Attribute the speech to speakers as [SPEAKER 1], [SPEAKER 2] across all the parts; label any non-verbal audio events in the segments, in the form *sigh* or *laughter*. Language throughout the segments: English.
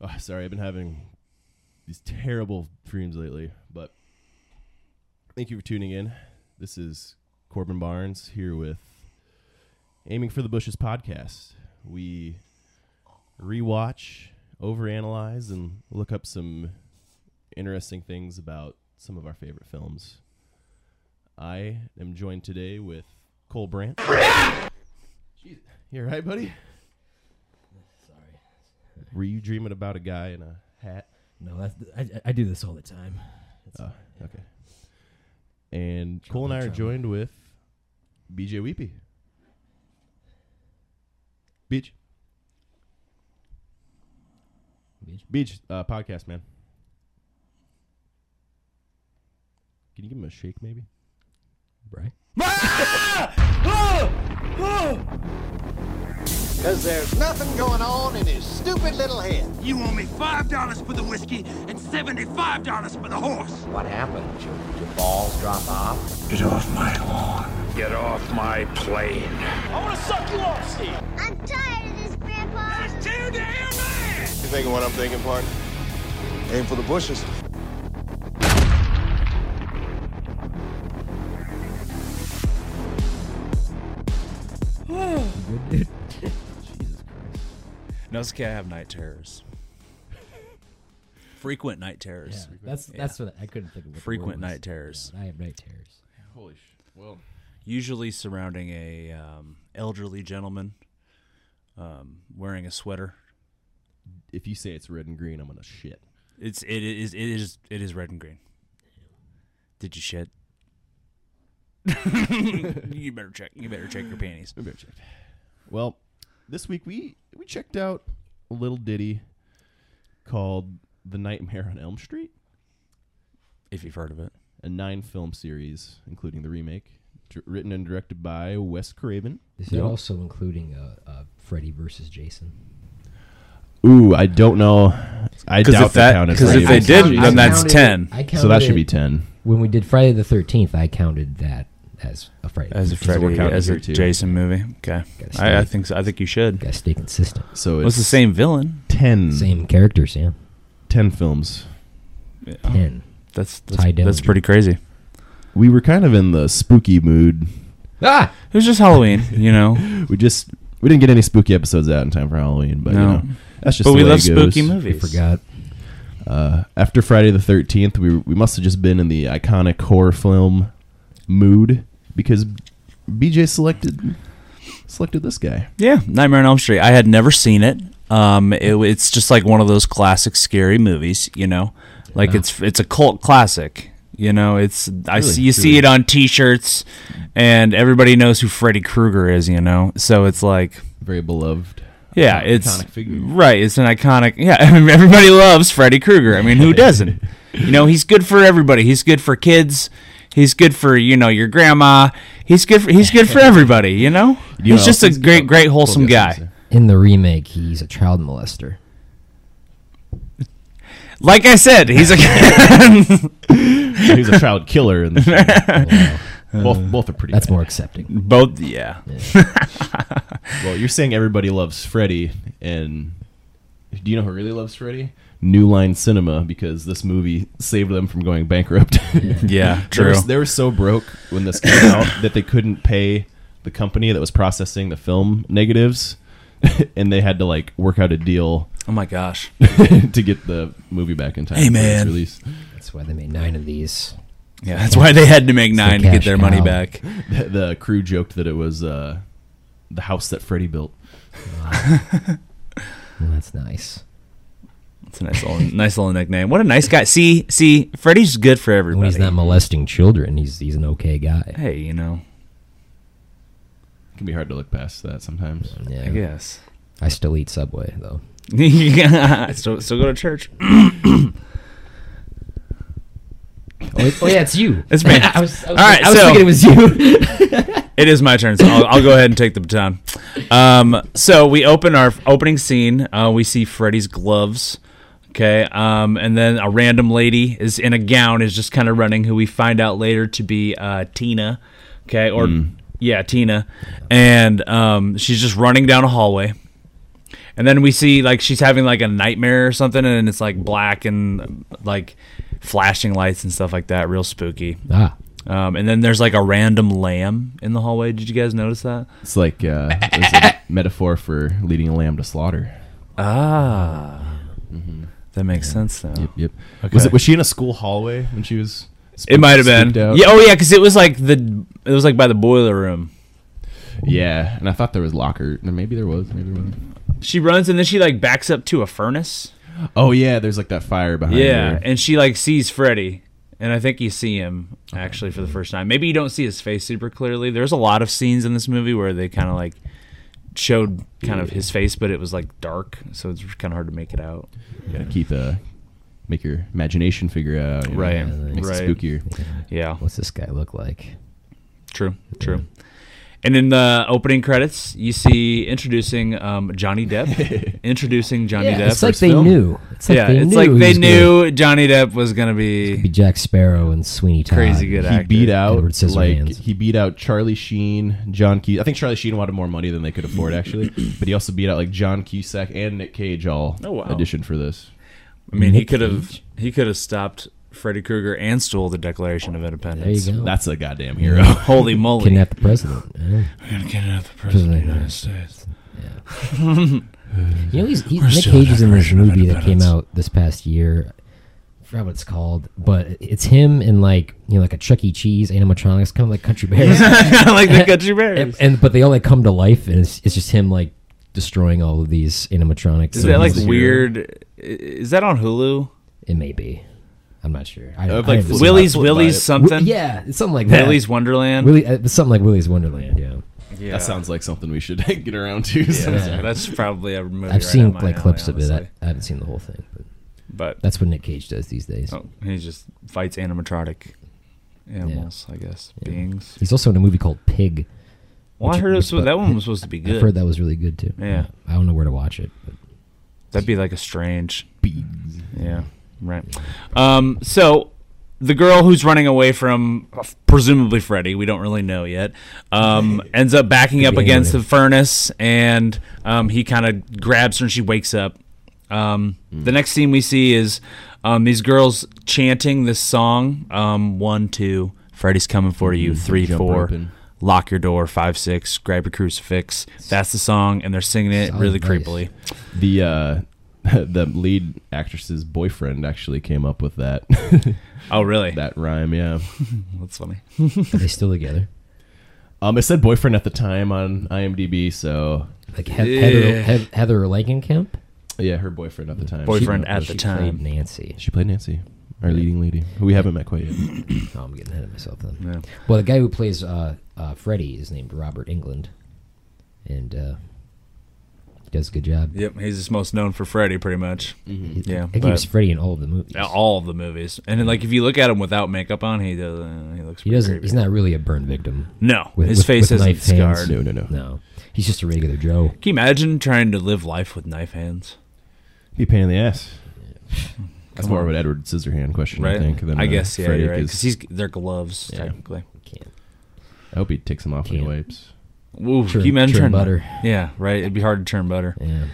[SPEAKER 1] Oh, sorry, I've been having these terrible dreams lately, but thank you for tuning in. This is Corbin Barnes here with Aiming for the Bushes podcast. We rewatch, overanalyze, and look up some interesting things about some of our favorite films. I am joined today with Cole Brandt. Jeez, you all right, buddy?
[SPEAKER 2] Sorry.
[SPEAKER 1] Were you dreaming about a guy in a hat?
[SPEAKER 2] No, that's th- I- I, I do this all the time. It's
[SPEAKER 1] Oh,
[SPEAKER 2] fine.
[SPEAKER 1] okay. And Cole and I are
[SPEAKER 2] Trouble, trouble.
[SPEAKER 1] joined with BJ Weepy. Beach,
[SPEAKER 2] Beach.
[SPEAKER 1] beach uh, podcast, man. Can you give him a shake, maybe?
[SPEAKER 2] Right?
[SPEAKER 3] Because there's nothing going on in his stupid little head.
[SPEAKER 4] You owe me five dollars for the whiskey and seventy-five dollars for the horse.
[SPEAKER 3] What happened? Did your, did your balls drop off?
[SPEAKER 4] Get off my lawn. Get off my plane.
[SPEAKER 5] I'm tired of this, Grandpa.
[SPEAKER 4] Too damn bad.
[SPEAKER 3] You thinking what I'm thinking, partner? Aim for the bushes.
[SPEAKER 6] No, it's okay. I have night terrors. *laughs* Frequent night
[SPEAKER 2] Yeah,
[SPEAKER 6] terrors.
[SPEAKER 2] that's that's what I couldn't think of. What the word
[SPEAKER 6] Frequent
[SPEAKER 2] was.
[SPEAKER 6] night terrors.
[SPEAKER 2] Yeah, I have night terrors.
[SPEAKER 1] Holy sh! Well,
[SPEAKER 6] Usually surrounding a um, elderly gentleman um, wearing a sweater.
[SPEAKER 1] if you say it's red and green, I'm gonna shit.
[SPEAKER 6] It's it is it is it is red and green. Did you shit? *laughs* you better check. You better check your *laughs* panties.
[SPEAKER 1] We better check. Well, this week we we checked out a little ditty called "The Nightmare on Elm Street."
[SPEAKER 6] If you've heard of it,
[SPEAKER 1] a nine film series, including the remake, d- written and directed by Wes Craven.
[SPEAKER 2] Is it also including uh, uh, Freddy versus Jason?
[SPEAKER 1] Ooh, I don't know. I doubt
[SPEAKER 6] if that-
[SPEAKER 1] counted.
[SPEAKER 6] 'cause
[SPEAKER 1] for
[SPEAKER 6] if
[SPEAKER 1] you.
[SPEAKER 6] they did, then
[SPEAKER 2] I
[SPEAKER 6] that's
[SPEAKER 2] counted-
[SPEAKER 6] 10.
[SPEAKER 2] I counted
[SPEAKER 1] so that should
[SPEAKER 2] it-
[SPEAKER 1] be ten.
[SPEAKER 2] When we did Friday the Thirteenth, I counted that as a Friday.
[SPEAKER 6] as a
[SPEAKER 1] we're
[SPEAKER 6] Freddy,
[SPEAKER 1] counting
[SPEAKER 6] as a
[SPEAKER 1] here, too.
[SPEAKER 6] Jason movie. Okay,
[SPEAKER 2] Gotta
[SPEAKER 6] I, I
[SPEAKER 2] stay-
[SPEAKER 6] think so. I think you should.
[SPEAKER 2] Gotta stay consistent.
[SPEAKER 1] So
[SPEAKER 6] It
[SPEAKER 1] it's
[SPEAKER 6] was the same villain.
[SPEAKER 1] 10,
[SPEAKER 6] Mm.
[SPEAKER 2] Same character, Sam.
[SPEAKER 1] 10 films.
[SPEAKER 2] Ten.
[SPEAKER 6] That's
[SPEAKER 2] Ty
[SPEAKER 6] that's, that's
[SPEAKER 2] Dillinger.
[SPEAKER 6] pretty crazy.
[SPEAKER 1] We were kind of in the spooky mood.
[SPEAKER 2] Ah,
[SPEAKER 6] It was
[SPEAKER 2] *laughs*
[SPEAKER 6] just Halloween, you know.
[SPEAKER 1] We just we didn't get any spooky episodes out in time for Halloween, but you
[SPEAKER 6] No.
[SPEAKER 1] know that's just.
[SPEAKER 6] but
[SPEAKER 1] the
[SPEAKER 6] we
[SPEAKER 1] way
[SPEAKER 6] love
[SPEAKER 1] it goes.
[SPEAKER 6] spooky
[SPEAKER 2] we
[SPEAKER 6] movies.
[SPEAKER 2] forgot.
[SPEAKER 1] Uh, after Friday the Thirteenth, we we must have just been in the iconic horror film mood because BJ selected selected this guy.
[SPEAKER 6] Yeah, Nightmare on Elm Street. I had never seen it. Um, it, it's just like one of those classic scary movies, you know. Like it's it's a cult classic. You know, it's I
[SPEAKER 1] Really,
[SPEAKER 6] see you see
[SPEAKER 1] really.
[SPEAKER 6] it on T-shirts, and everybody knows who Freddy Krueger is. You know, so it's like
[SPEAKER 1] Very beloved.
[SPEAKER 6] yeah,
[SPEAKER 1] Iconic
[SPEAKER 6] it's
[SPEAKER 1] figure.
[SPEAKER 6] right. It's an iconic. Yeah, *laughs* I mean, everybody loves Freddy Krueger. I mean, who doesn't? you know, he's good for everybody. He's good for kids. He's good for you know your grandma. He's good. For, he's good for everybody. You know,
[SPEAKER 1] You
[SPEAKER 6] he's
[SPEAKER 1] know,
[SPEAKER 6] just a
[SPEAKER 1] since-
[SPEAKER 6] great, great, wholesome
[SPEAKER 1] Well, yeah,
[SPEAKER 6] guy.
[SPEAKER 2] In the remake, he's a child molester.
[SPEAKER 6] Like I said, he's a *laughs*
[SPEAKER 1] he was a child killer in the
[SPEAKER 6] Uh,
[SPEAKER 1] show. both, both are pretty.
[SPEAKER 2] That's
[SPEAKER 1] bad.
[SPEAKER 2] more accepting.
[SPEAKER 6] both. Yeah,
[SPEAKER 1] Well, you're saying everybody loves Freddy, and do you know who really loves Freddy? New Line Cinema, because this movie saved them from going bankrupt.
[SPEAKER 6] *laughs*
[SPEAKER 1] *laughs*
[SPEAKER 6] yeah,
[SPEAKER 1] they,
[SPEAKER 6] true.
[SPEAKER 1] were, they were so broke when this came out *laughs* that they couldn't pay the company that was processing the film negatives, *laughs* and they had to like work out a deal *laughs*
[SPEAKER 6] oh my gosh,
[SPEAKER 1] to get the movie back in time.
[SPEAKER 6] Hey,
[SPEAKER 1] for its
[SPEAKER 6] man.
[SPEAKER 1] release.
[SPEAKER 2] That's why they made nine of these.
[SPEAKER 6] yeah, that's why they had to make
[SPEAKER 2] the
[SPEAKER 6] nine to get
[SPEAKER 2] cash
[SPEAKER 6] their money
[SPEAKER 2] cow.
[SPEAKER 6] back.
[SPEAKER 1] The, *laughs* the crew joked that it was uh, the house that Freddy built.
[SPEAKER 2] Well, that's nice.
[SPEAKER 6] It's a nice little, nice little nickname. What a nice guy. See, see, Freddy's good for everybody.
[SPEAKER 2] When he's not molesting children, he's he's an okay guy.
[SPEAKER 6] hey, you know,
[SPEAKER 1] It can be hard to look past that sometimes.
[SPEAKER 6] I
[SPEAKER 2] Yeah.
[SPEAKER 6] guess.
[SPEAKER 2] I still eat Subway though.
[SPEAKER 6] still, still go to church.
[SPEAKER 2] Oh, it- oh, yeah, it's you.
[SPEAKER 6] It's me.
[SPEAKER 2] *laughs* I was, I was,
[SPEAKER 6] All right,
[SPEAKER 2] I was
[SPEAKER 6] so-
[SPEAKER 2] thinking it was you.
[SPEAKER 6] *laughs* It is my turn, so I'll, I'll go ahead and take the baton. Um, so we open our opening scene. Uh, we see Freddy's gloves. Okay, um, and then a random lady is in a gown is just kind of running, who we find out later to be uh, Tina. Okay, or yeah, Tina, and um, she's just running down a hallway. And then we see like she's having like a nightmare or something, and it's like black and like flashing lights and stuff like that, real spooky.
[SPEAKER 2] Ah,
[SPEAKER 6] Um, and then there's like a random lamb in the hallway. Did you guys notice that?
[SPEAKER 1] It's like uh, it's a
[SPEAKER 6] *laughs*
[SPEAKER 1] metaphor for leading a lamb to slaughter.
[SPEAKER 6] Ah, that makes sense though.
[SPEAKER 1] Yep, yep. Was
[SPEAKER 6] Okay.
[SPEAKER 1] it was she in a school hallway when she was?
[SPEAKER 6] It
[SPEAKER 1] spooked-
[SPEAKER 6] might have been.
[SPEAKER 1] spooked out?
[SPEAKER 6] Yeah. Oh yeah, because it was like the it was like by the boiler room.
[SPEAKER 1] Yeah, and I thought there was locker. no, Maybe there was. Maybe there was.
[SPEAKER 6] She runs and then she like backs up to a furnace.
[SPEAKER 1] Oh yeah, there's like that fire behind.
[SPEAKER 6] Yeah,
[SPEAKER 1] her.
[SPEAKER 6] and she like sees Freddy, and I think you see him actually for the first time. Maybe you don't see his face super clearly. There's a lot of scenes in this movie where they kind of like showed kind of his face, but it was like dark, so it's kind of hard to make it out.
[SPEAKER 1] You gotta keep uh, make your imagination figure out. you know,
[SPEAKER 6] Right,
[SPEAKER 1] Makes
[SPEAKER 6] right.
[SPEAKER 1] it spookier.
[SPEAKER 6] Yeah,
[SPEAKER 2] what's this guy look like?
[SPEAKER 6] true, true. And in the opening credits, you see introducing um,
[SPEAKER 1] *laughs*
[SPEAKER 6] Johnny Depp, introducing Johnny Depp.
[SPEAKER 2] it's like
[SPEAKER 1] first
[SPEAKER 2] they
[SPEAKER 1] film?
[SPEAKER 2] knew. It's like
[SPEAKER 6] yeah,
[SPEAKER 2] they
[SPEAKER 6] it's
[SPEAKER 2] knew
[SPEAKER 6] like
[SPEAKER 2] he
[SPEAKER 6] they
[SPEAKER 2] was
[SPEAKER 6] knew Johnny Depp was gonna be,
[SPEAKER 2] gonna be Jack Sparrow and Sweeney Todd.
[SPEAKER 6] crazy good
[SPEAKER 1] He
[SPEAKER 6] actor.
[SPEAKER 1] beat out
[SPEAKER 2] Edward Scissorhands.
[SPEAKER 1] like he beat out Charlie Sheen, John Cus. I think Charlie Sheen wanted more money than they could afford
[SPEAKER 6] *clears throat*
[SPEAKER 1] actually, but he also beat out like John Cusack and Nick Cage all
[SPEAKER 6] Oh, wow.
[SPEAKER 1] auditioned for this.
[SPEAKER 6] I mean, he
[SPEAKER 2] Nick
[SPEAKER 6] could have he could have stopped Freddy Krueger and stole the Declaration of
[SPEAKER 2] There
[SPEAKER 6] Independence.
[SPEAKER 2] you go.
[SPEAKER 1] That's a goddamn hero.
[SPEAKER 6] Holy moly! *laughs*
[SPEAKER 2] Kidnap the president. Yeah.
[SPEAKER 6] We're gonna kidnap the president of the United States. *laughs*
[SPEAKER 2] You know, he's, he's
[SPEAKER 6] We're
[SPEAKER 2] Nick
[SPEAKER 6] still in
[SPEAKER 2] Cage is in this
[SPEAKER 6] Declaration of
[SPEAKER 2] movie that came
[SPEAKER 6] Independence.
[SPEAKER 2] out this past year. I forgot what it's called, but it's him and like you know, like a Chuck E. Cheese animatronics, kind of like Country
[SPEAKER 6] *laughs*
[SPEAKER 2] Bears.
[SPEAKER 6] like
[SPEAKER 2] *laughs*
[SPEAKER 6] the country bears.
[SPEAKER 2] and, and but they all like come to life, and it's, it's just him like destroying all of these animatronics.
[SPEAKER 6] Is
[SPEAKER 2] So
[SPEAKER 6] that like
[SPEAKER 2] he's the-
[SPEAKER 6] weird? i- Is that on Hulu?
[SPEAKER 2] It may be. I'm not sure. I,
[SPEAKER 1] Uh,
[SPEAKER 2] I
[SPEAKER 1] like
[SPEAKER 2] haven't
[SPEAKER 1] Flip- Willy-
[SPEAKER 2] seen
[SPEAKER 6] Willie's
[SPEAKER 1] Flip
[SPEAKER 6] Willie's
[SPEAKER 1] Vibe.
[SPEAKER 2] it.
[SPEAKER 6] something.
[SPEAKER 2] Wi- Yeah, it's something like that.
[SPEAKER 6] Willie's Wonderland.
[SPEAKER 2] Willy, uh, it's something like Willie's Wonderland. Yeah,
[SPEAKER 6] Yeah.
[SPEAKER 1] *laughs* That sounds like something we should *laughs* get around to.
[SPEAKER 6] Yeah, that's probably a movie.
[SPEAKER 2] I've
[SPEAKER 6] right
[SPEAKER 2] seen
[SPEAKER 6] up my
[SPEAKER 2] like
[SPEAKER 6] alley,
[SPEAKER 2] clips of it. I,
[SPEAKER 6] honestly.
[SPEAKER 2] I haven't seen the whole thing, but
[SPEAKER 6] but
[SPEAKER 2] that's what Nick Cage does these days.
[SPEAKER 6] oh, he just fights animatronic animals, I guess, beings.
[SPEAKER 2] He's also in a movie called Pig.
[SPEAKER 6] Well, I
[SPEAKER 2] Which-
[SPEAKER 6] heard it was,
[SPEAKER 2] which-
[SPEAKER 6] that one was supposed to be
[SPEAKER 2] I've heard
[SPEAKER 6] good.
[SPEAKER 2] that was really good too.
[SPEAKER 6] Yeah.
[SPEAKER 2] I don't know where to watch it. But
[SPEAKER 6] That'd be like a strange Yeah, right. Um, so the girl who's running away from presumably Freddy, we don't really know yet, um, ends up backing up
[SPEAKER 2] be
[SPEAKER 6] against the
[SPEAKER 2] anybody.
[SPEAKER 6] furnace, and um, he kind of grabs her, and she wakes up. Um, The next scene we see is um, these girls chanting this song: um, one, two, Freddy's coming for you, three,
[SPEAKER 1] jump
[SPEAKER 6] four.
[SPEAKER 1] roping.
[SPEAKER 6] Lock your door, five six. Grab your crucifix. That's the song, and they're singing it
[SPEAKER 2] Solid
[SPEAKER 6] really
[SPEAKER 2] bass.
[SPEAKER 6] creepily.
[SPEAKER 1] The uh, *laughs* the lead actress's boyfriend actually came up with that *laughs*
[SPEAKER 6] Oh, really?
[SPEAKER 1] that rhyme. Yeah,
[SPEAKER 6] That's funny.
[SPEAKER 2] are they still together?
[SPEAKER 1] um, it said boyfriend at the time on IMDb. So
[SPEAKER 2] Like he- Heather,
[SPEAKER 6] Yeah.
[SPEAKER 2] he- Heather Langenkamp.
[SPEAKER 1] yeah, her boyfriend at the time.
[SPEAKER 6] Boyfriend
[SPEAKER 1] She-
[SPEAKER 6] at the
[SPEAKER 2] She
[SPEAKER 6] time.
[SPEAKER 2] played Nancy.
[SPEAKER 1] She played Nancy, our leading lady, who we haven't met quite yet.
[SPEAKER 2] Oh, I'm getting ahead of myself then.
[SPEAKER 6] Yeah.
[SPEAKER 2] Well, the guy who plays uh, uh, Freddy is named Robert England, and uh, he does a good job.
[SPEAKER 6] Yep, he's just most known for Freddy, pretty much. Mm-hmm. Yeah,
[SPEAKER 2] He keeps
[SPEAKER 6] but
[SPEAKER 2] Freddy in all of the movies.
[SPEAKER 6] all of the movies, and then, like if you look at him without makeup on, he doesn't. He looks.
[SPEAKER 2] he
[SPEAKER 6] pretty
[SPEAKER 2] doesn't.
[SPEAKER 6] creepy.
[SPEAKER 2] He's not really a burn victim.
[SPEAKER 6] No,
[SPEAKER 2] With-
[SPEAKER 6] his
[SPEAKER 2] with-
[SPEAKER 6] face
[SPEAKER 2] with
[SPEAKER 6] isn't
[SPEAKER 2] knife hands.
[SPEAKER 6] scarred.
[SPEAKER 1] No, no, no.
[SPEAKER 2] No, he's just a regular Joe.
[SPEAKER 6] Can you imagine trying to live life with knife hands?
[SPEAKER 1] Be a pain in the
[SPEAKER 6] *laughs*
[SPEAKER 1] ass. That's more of an Edward Scissorhand question,
[SPEAKER 6] Right.
[SPEAKER 1] I think. Than uh,
[SPEAKER 6] guess yeah,
[SPEAKER 1] Freddy,
[SPEAKER 6] you're right.
[SPEAKER 1] 'cause
[SPEAKER 6] Because he's they're gloves technically.
[SPEAKER 2] Can't.
[SPEAKER 1] I hope he takes them off when he
[SPEAKER 2] Can't.
[SPEAKER 1] wipes.
[SPEAKER 6] Ooh,
[SPEAKER 2] Churn-
[SPEAKER 6] can you imagine
[SPEAKER 2] churn
[SPEAKER 6] trying to-
[SPEAKER 2] butter.
[SPEAKER 6] Yeah, right. It'd be hard to churn butter.
[SPEAKER 2] Yeah.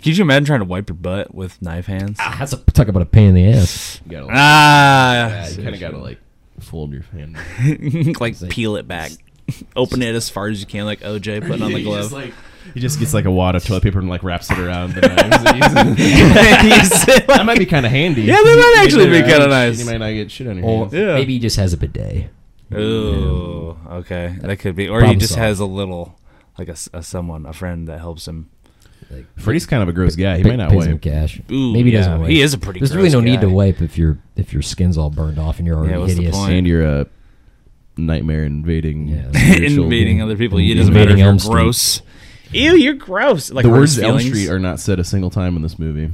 [SPEAKER 6] Could you imagine trying to wipe your butt with knife hands?
[SPEAKER 2] Ah, That's a talk about a pain in the ass.
[SPEAKER 1] You gotta, like,
[SPEAKER 6] Ah,
[SPEAKER 1] you kind of gotta like fold your
[SPEAKER 6] *laughs*
[SPEAKER 1] hand.
[SPEAKER 6] like peel it back, *laughs* open it as far as you can, like OJ putting on the
[SPEAKER 1] He
[SPEAKER 6] glove.
[SPEAKER 2] *laughs*
[SPEAKER 6] *laughs*
[SPEAKER 1] just, like, he just gets like a wad of toilet paper and like wraps it around the
[SPEAKER 6] *laughs*
[SPEAKER 1] knives.
[SPEAKER 6] You sit *laughs*
[SPEAKER 1] *laughs*
[SPEAKER 6] like-
[SPEAKER 1] that might be kind of handy.
[SPEAKER 6] Yeah, that might actually be
[SPEAKER 1] You might
[SPEAKER 6] kinda
[SPEAKER 1] not-
[SPEAKER 6] nice.
[SPEAKER 1] You might not get shit on your hands.
[SPEAKER 6] Yeah.
[SPEAKER 2] Maybe he just has a bidet.
[SPEAKER 6] Ooh, okay, that could be. Or he
[SPEAKER 2] Problem
[SPEAKER 6] just
[SPEAKER 2] solved.
[SPEAKER 6] has a little, like a, s- a someone, a friend that helps him.
[SPEAKER 1] Freddy's kind of a gross guy. He
[SPEAKER 2] Pay-
[SPEAKER 1] might not
[SPEAKER 2] pays him
[SPEAKER 1] wipe.
[SPEAKER 2] cash.
[SPEAKER 6] Ooh,
[SPEAKER 2] Maybe he
[SPEAKER 6] yeah,
[SPEAKER 2] doesn't wipe.
[SPEAKER 6] he is a pretty
[SPEAKER 2] There's really
[SPEAKER 6] gross
[SPEAKER 2] no need to
[SPEAKER 6] guy.
[SPEAKER 2] wipe if your if your skin's all burned off and you're already
[SPEAKER 6] what's the
[SPEAKER 2] hideous.
[SPEAKER 6] point?
[SPEAKER 1] And you're a nightmare invading,
[SPEAKER 2] Yeah.
[SPEAKER 1] spiritual-
[SPEAKER 6] *laughs* Invading other people. It
[SPEAKER 2] Invading
[SPEAKER 6] doesn't matter if you're
[SPEAKER 2] Elm Street.
[SPEAKER 6] gross. Ew, you're gross. Like
[SPEAKER 1] The
[SPEAKER 6] hurt
[SPEAKER 1] words
[SPEAKER 6] his
[SPEAKER 1] Elm
[SPEAKER 6] feelings.
[SPEAKER 1] Street are not said a single time in this movie.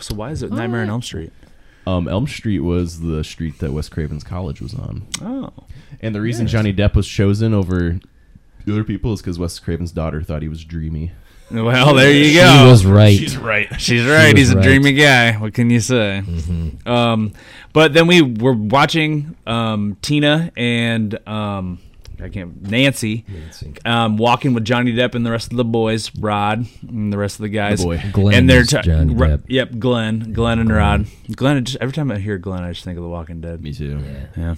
[SPEAKER 6] So why is it Nightmare on Elm Street?
[SPEAKER 1] Um, Elm Street was the street that Wes Craven's college was on.
[SPEAKER 6] Oh,
[SPEAKER 1] And the reason Johnny Depp was chosen over the other people is because Wes Craven's daughter thought he was dreamy.
[SPEAKER 6] well, there you
[SPEAKER 2] He
[SPEAKER 6] go.
[SPEAKER 2] was right.
[SPEAKER 6] right. She's right.
[SPEAKER 2] was
[SPEAKER 6] He's a
[SPEAKER 2] right.
[SPEAKER 6] dreamy guy. What can you say? Um, but then we were watching um, Tina and um, I can't Nancy, Um, walking with Johnny Depp and the rest of the boys, Rod and the rest of the guys.
[SPEAKER 1] boy.
[SPEAKER 6] and they're
[SPEAKER 2] Glenn's Johnny Depp.
[SPEAKER 6] Yep, Glenn, Glenn and Rod. Glenn. I Just, every time I hear Glenn, I just think of The Walking Dead.
[SPEAKER 1] Me too.
[SPEAKER 6] Yeah,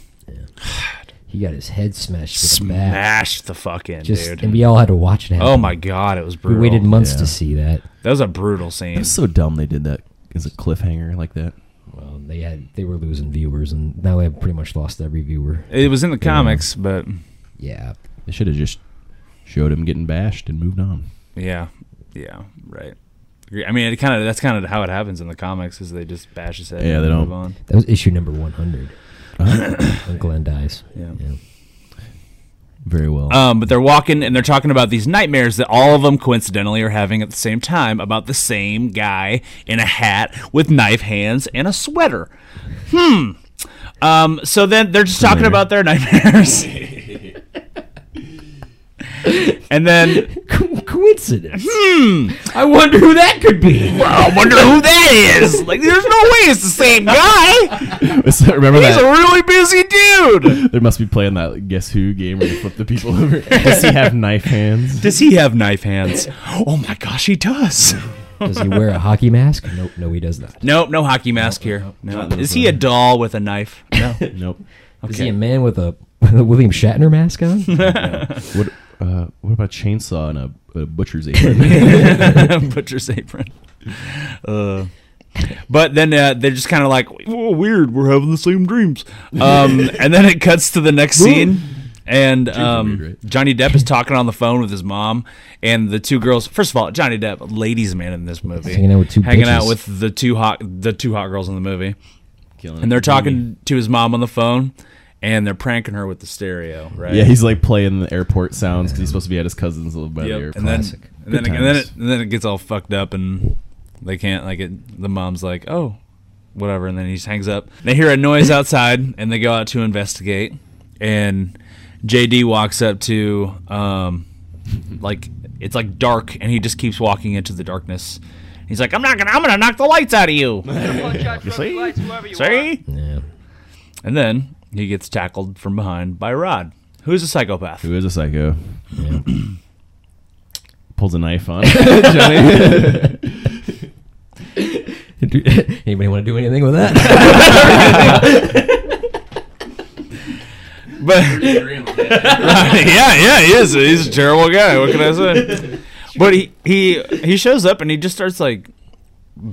[SPEAKER 2] He got his head smashed with a bat.
[SPEAKER 6] smashed the fuck in,
[SPEAKER 2] Just
[SPEAKER 6] dude.
[SPEAKER 2] and we all had to watch it. Happen.
[SPEAKER 6] oh my god, it was
[SPEAKER 2] We
[SPEAKER 6] brutal.
[SPEAKER 2] waited months
[SPEAKER 1] Yeah.
[SPEAKER 2] to see that.
[SPEAKER 6] That was a brutal scene.
[SPEAKER 1] It's so dumb they did that as a cliffhanger like that.
[SPEAKER 2] Well, Um, they had they were losing viewers, and now they have pretty much lost every viewer.
[SPEAKER 6] It was in the comics, but
[SPEAKER 2] Yeah,
[SPEAKER 1] They should have just showed him getting bashed and moved on.
[SPEAKER 6] yeah, yeah, right. I mean, it kind of that's kind of how it happens in the comics is they just bash his head.
[SPEAKER 1] Yeah,
[SPEAKER 6] and
[SPEAKER 1] they
[SPEAKER 6] move
[SPEAKER 1] don't-
[SPEAKER 6] On.
[SPEAKER 2] that was issue number one hundred. when Glenn dies.
[SPEAKER 6] Yeah.
[SPEAKER 1] Very *laughs* well.
[SPEAKER 6] Um, but they're walking and they're talking about these nightmares that all of them coincidentally are having at the same time about the same guy in a hat with knife hands and a sweater. Hmm. Um, so then they're just talking about their *laughs* nightmares. and then
[SPEAKER 2] Co- coincidence. Hmm. I wonder who that could be.
[SPEAKER 6] I wonder who that is. Like, there's no way it's the same guy.
[SPEAKER 1] Remember
[SPEAKER 6] He's a
[SPEAKER 1] that?
[SPEAKER 6] really busy dude.
[SPEAKER 1] There must be playing that Guess Who game where you flip the people *laughs* over. Does he have knife *laughs* hands?
[SPEAKER 6] Does he have knife hands? Oh my gosh, he does.
[SPEAKER 2] Does he wear a hockey mask? Nope, no, he does not.
[SPEAKER 6] Nope, no hockey mask here. No. Is he a doll with a knife? *laughs* No.
[SPEAKER 1] Nope.
[SPEAKER 2] Is he a man with a, with a William Shatner mask
[SPEAKER 6] *laughs*
[SPEAKER 2] on? *laughs*
[SPEAKER 1] What? Uh, what about a chainsaw and a, a butcher's *laughs* apron?
[SPEAKER 6] butcher's apron. Uh, but then uh, they're just kind of like, "Whoa, weird, we're having the same dreams.
[SPEAKER 2] *laughs*
[SPEAKER 6] Um, and then it cuts to the next scene. And um,
[SPEAKER 1] weird, right?
[SPEAKER 6] Johnny Depp is talking on the phone with his mom and the two girls. First of all, Johnny Depp, ladies' man in this movie,
[SPEAKER 2] Hanging out with two
[SPEAKER 6] hanging out
[SPEAKER 2] bitches.
[SPEAKER 6] with the two hot, the two hot girls in the movie,
[SPEAKER 1] Killing
[SPEAKER 6] and
[SPEAKER 1] it.
[SPEAKER 6] they're talking to his mom on the phone, and they're pranking her with the stereo, right?
[SPEAKER 1] Yeah, he's like playing the airport sounds because he's supposed to be at his cousin's little by the
[SPEAKER 6] Yep.
[SPEAKER 1] airport.
[SPEAKER 6] And then,
[SPEAKER 2] Classic.
[SPEAKER 6] and then,
[SPEAKER 1] Good
[SPEAKER 6] and then, it,
[SPEAKER 1] times.
[SPEAKER 6] and then it gets all fucked up, and they can't like it. The mom's like, "Oh, whatever," and then he just hangs up. They hear
[SPEAKER 1] *laughs*
[SPEAKER 6] a noise outside, and they go out to investigate. And JD walks up to, um, like it's like dark, and he just keeps walking into the darkness. He's like, "I'm not gonna, I'm gonna knock the lights out of you." *laughs*
[SPEAKER 7] you
[SPEAKER 6] see?
[SPEAKER 7] Lights, whoever you are.
[SPEAKER 6] See?
[SPEAKER 2] yeah.
[SPEAKER 6] And then he gets tackled from behind by Rod, who's a psychopath.
[SPEAKER 1] Who is a psycho? Pulls a knife
[SPEAKER 6] *laughs*
[SPEAKER 1] on Johnny.
[SPEAKER 2] Do- Anybody want to do anything with
[SPEAKER 6] *laughs*
[SPEAKER 2] that? *laughs*
[SPEAKER 6] But
[SPEAKER 1] *laughs*
[SPEAKER 6] *laughs* yeah, yeah, he is. He's a terrible guy. What can I
[SPEAKER 2] *laughs*
[SPEAKER 6] say? But he he he shows up and he just starts like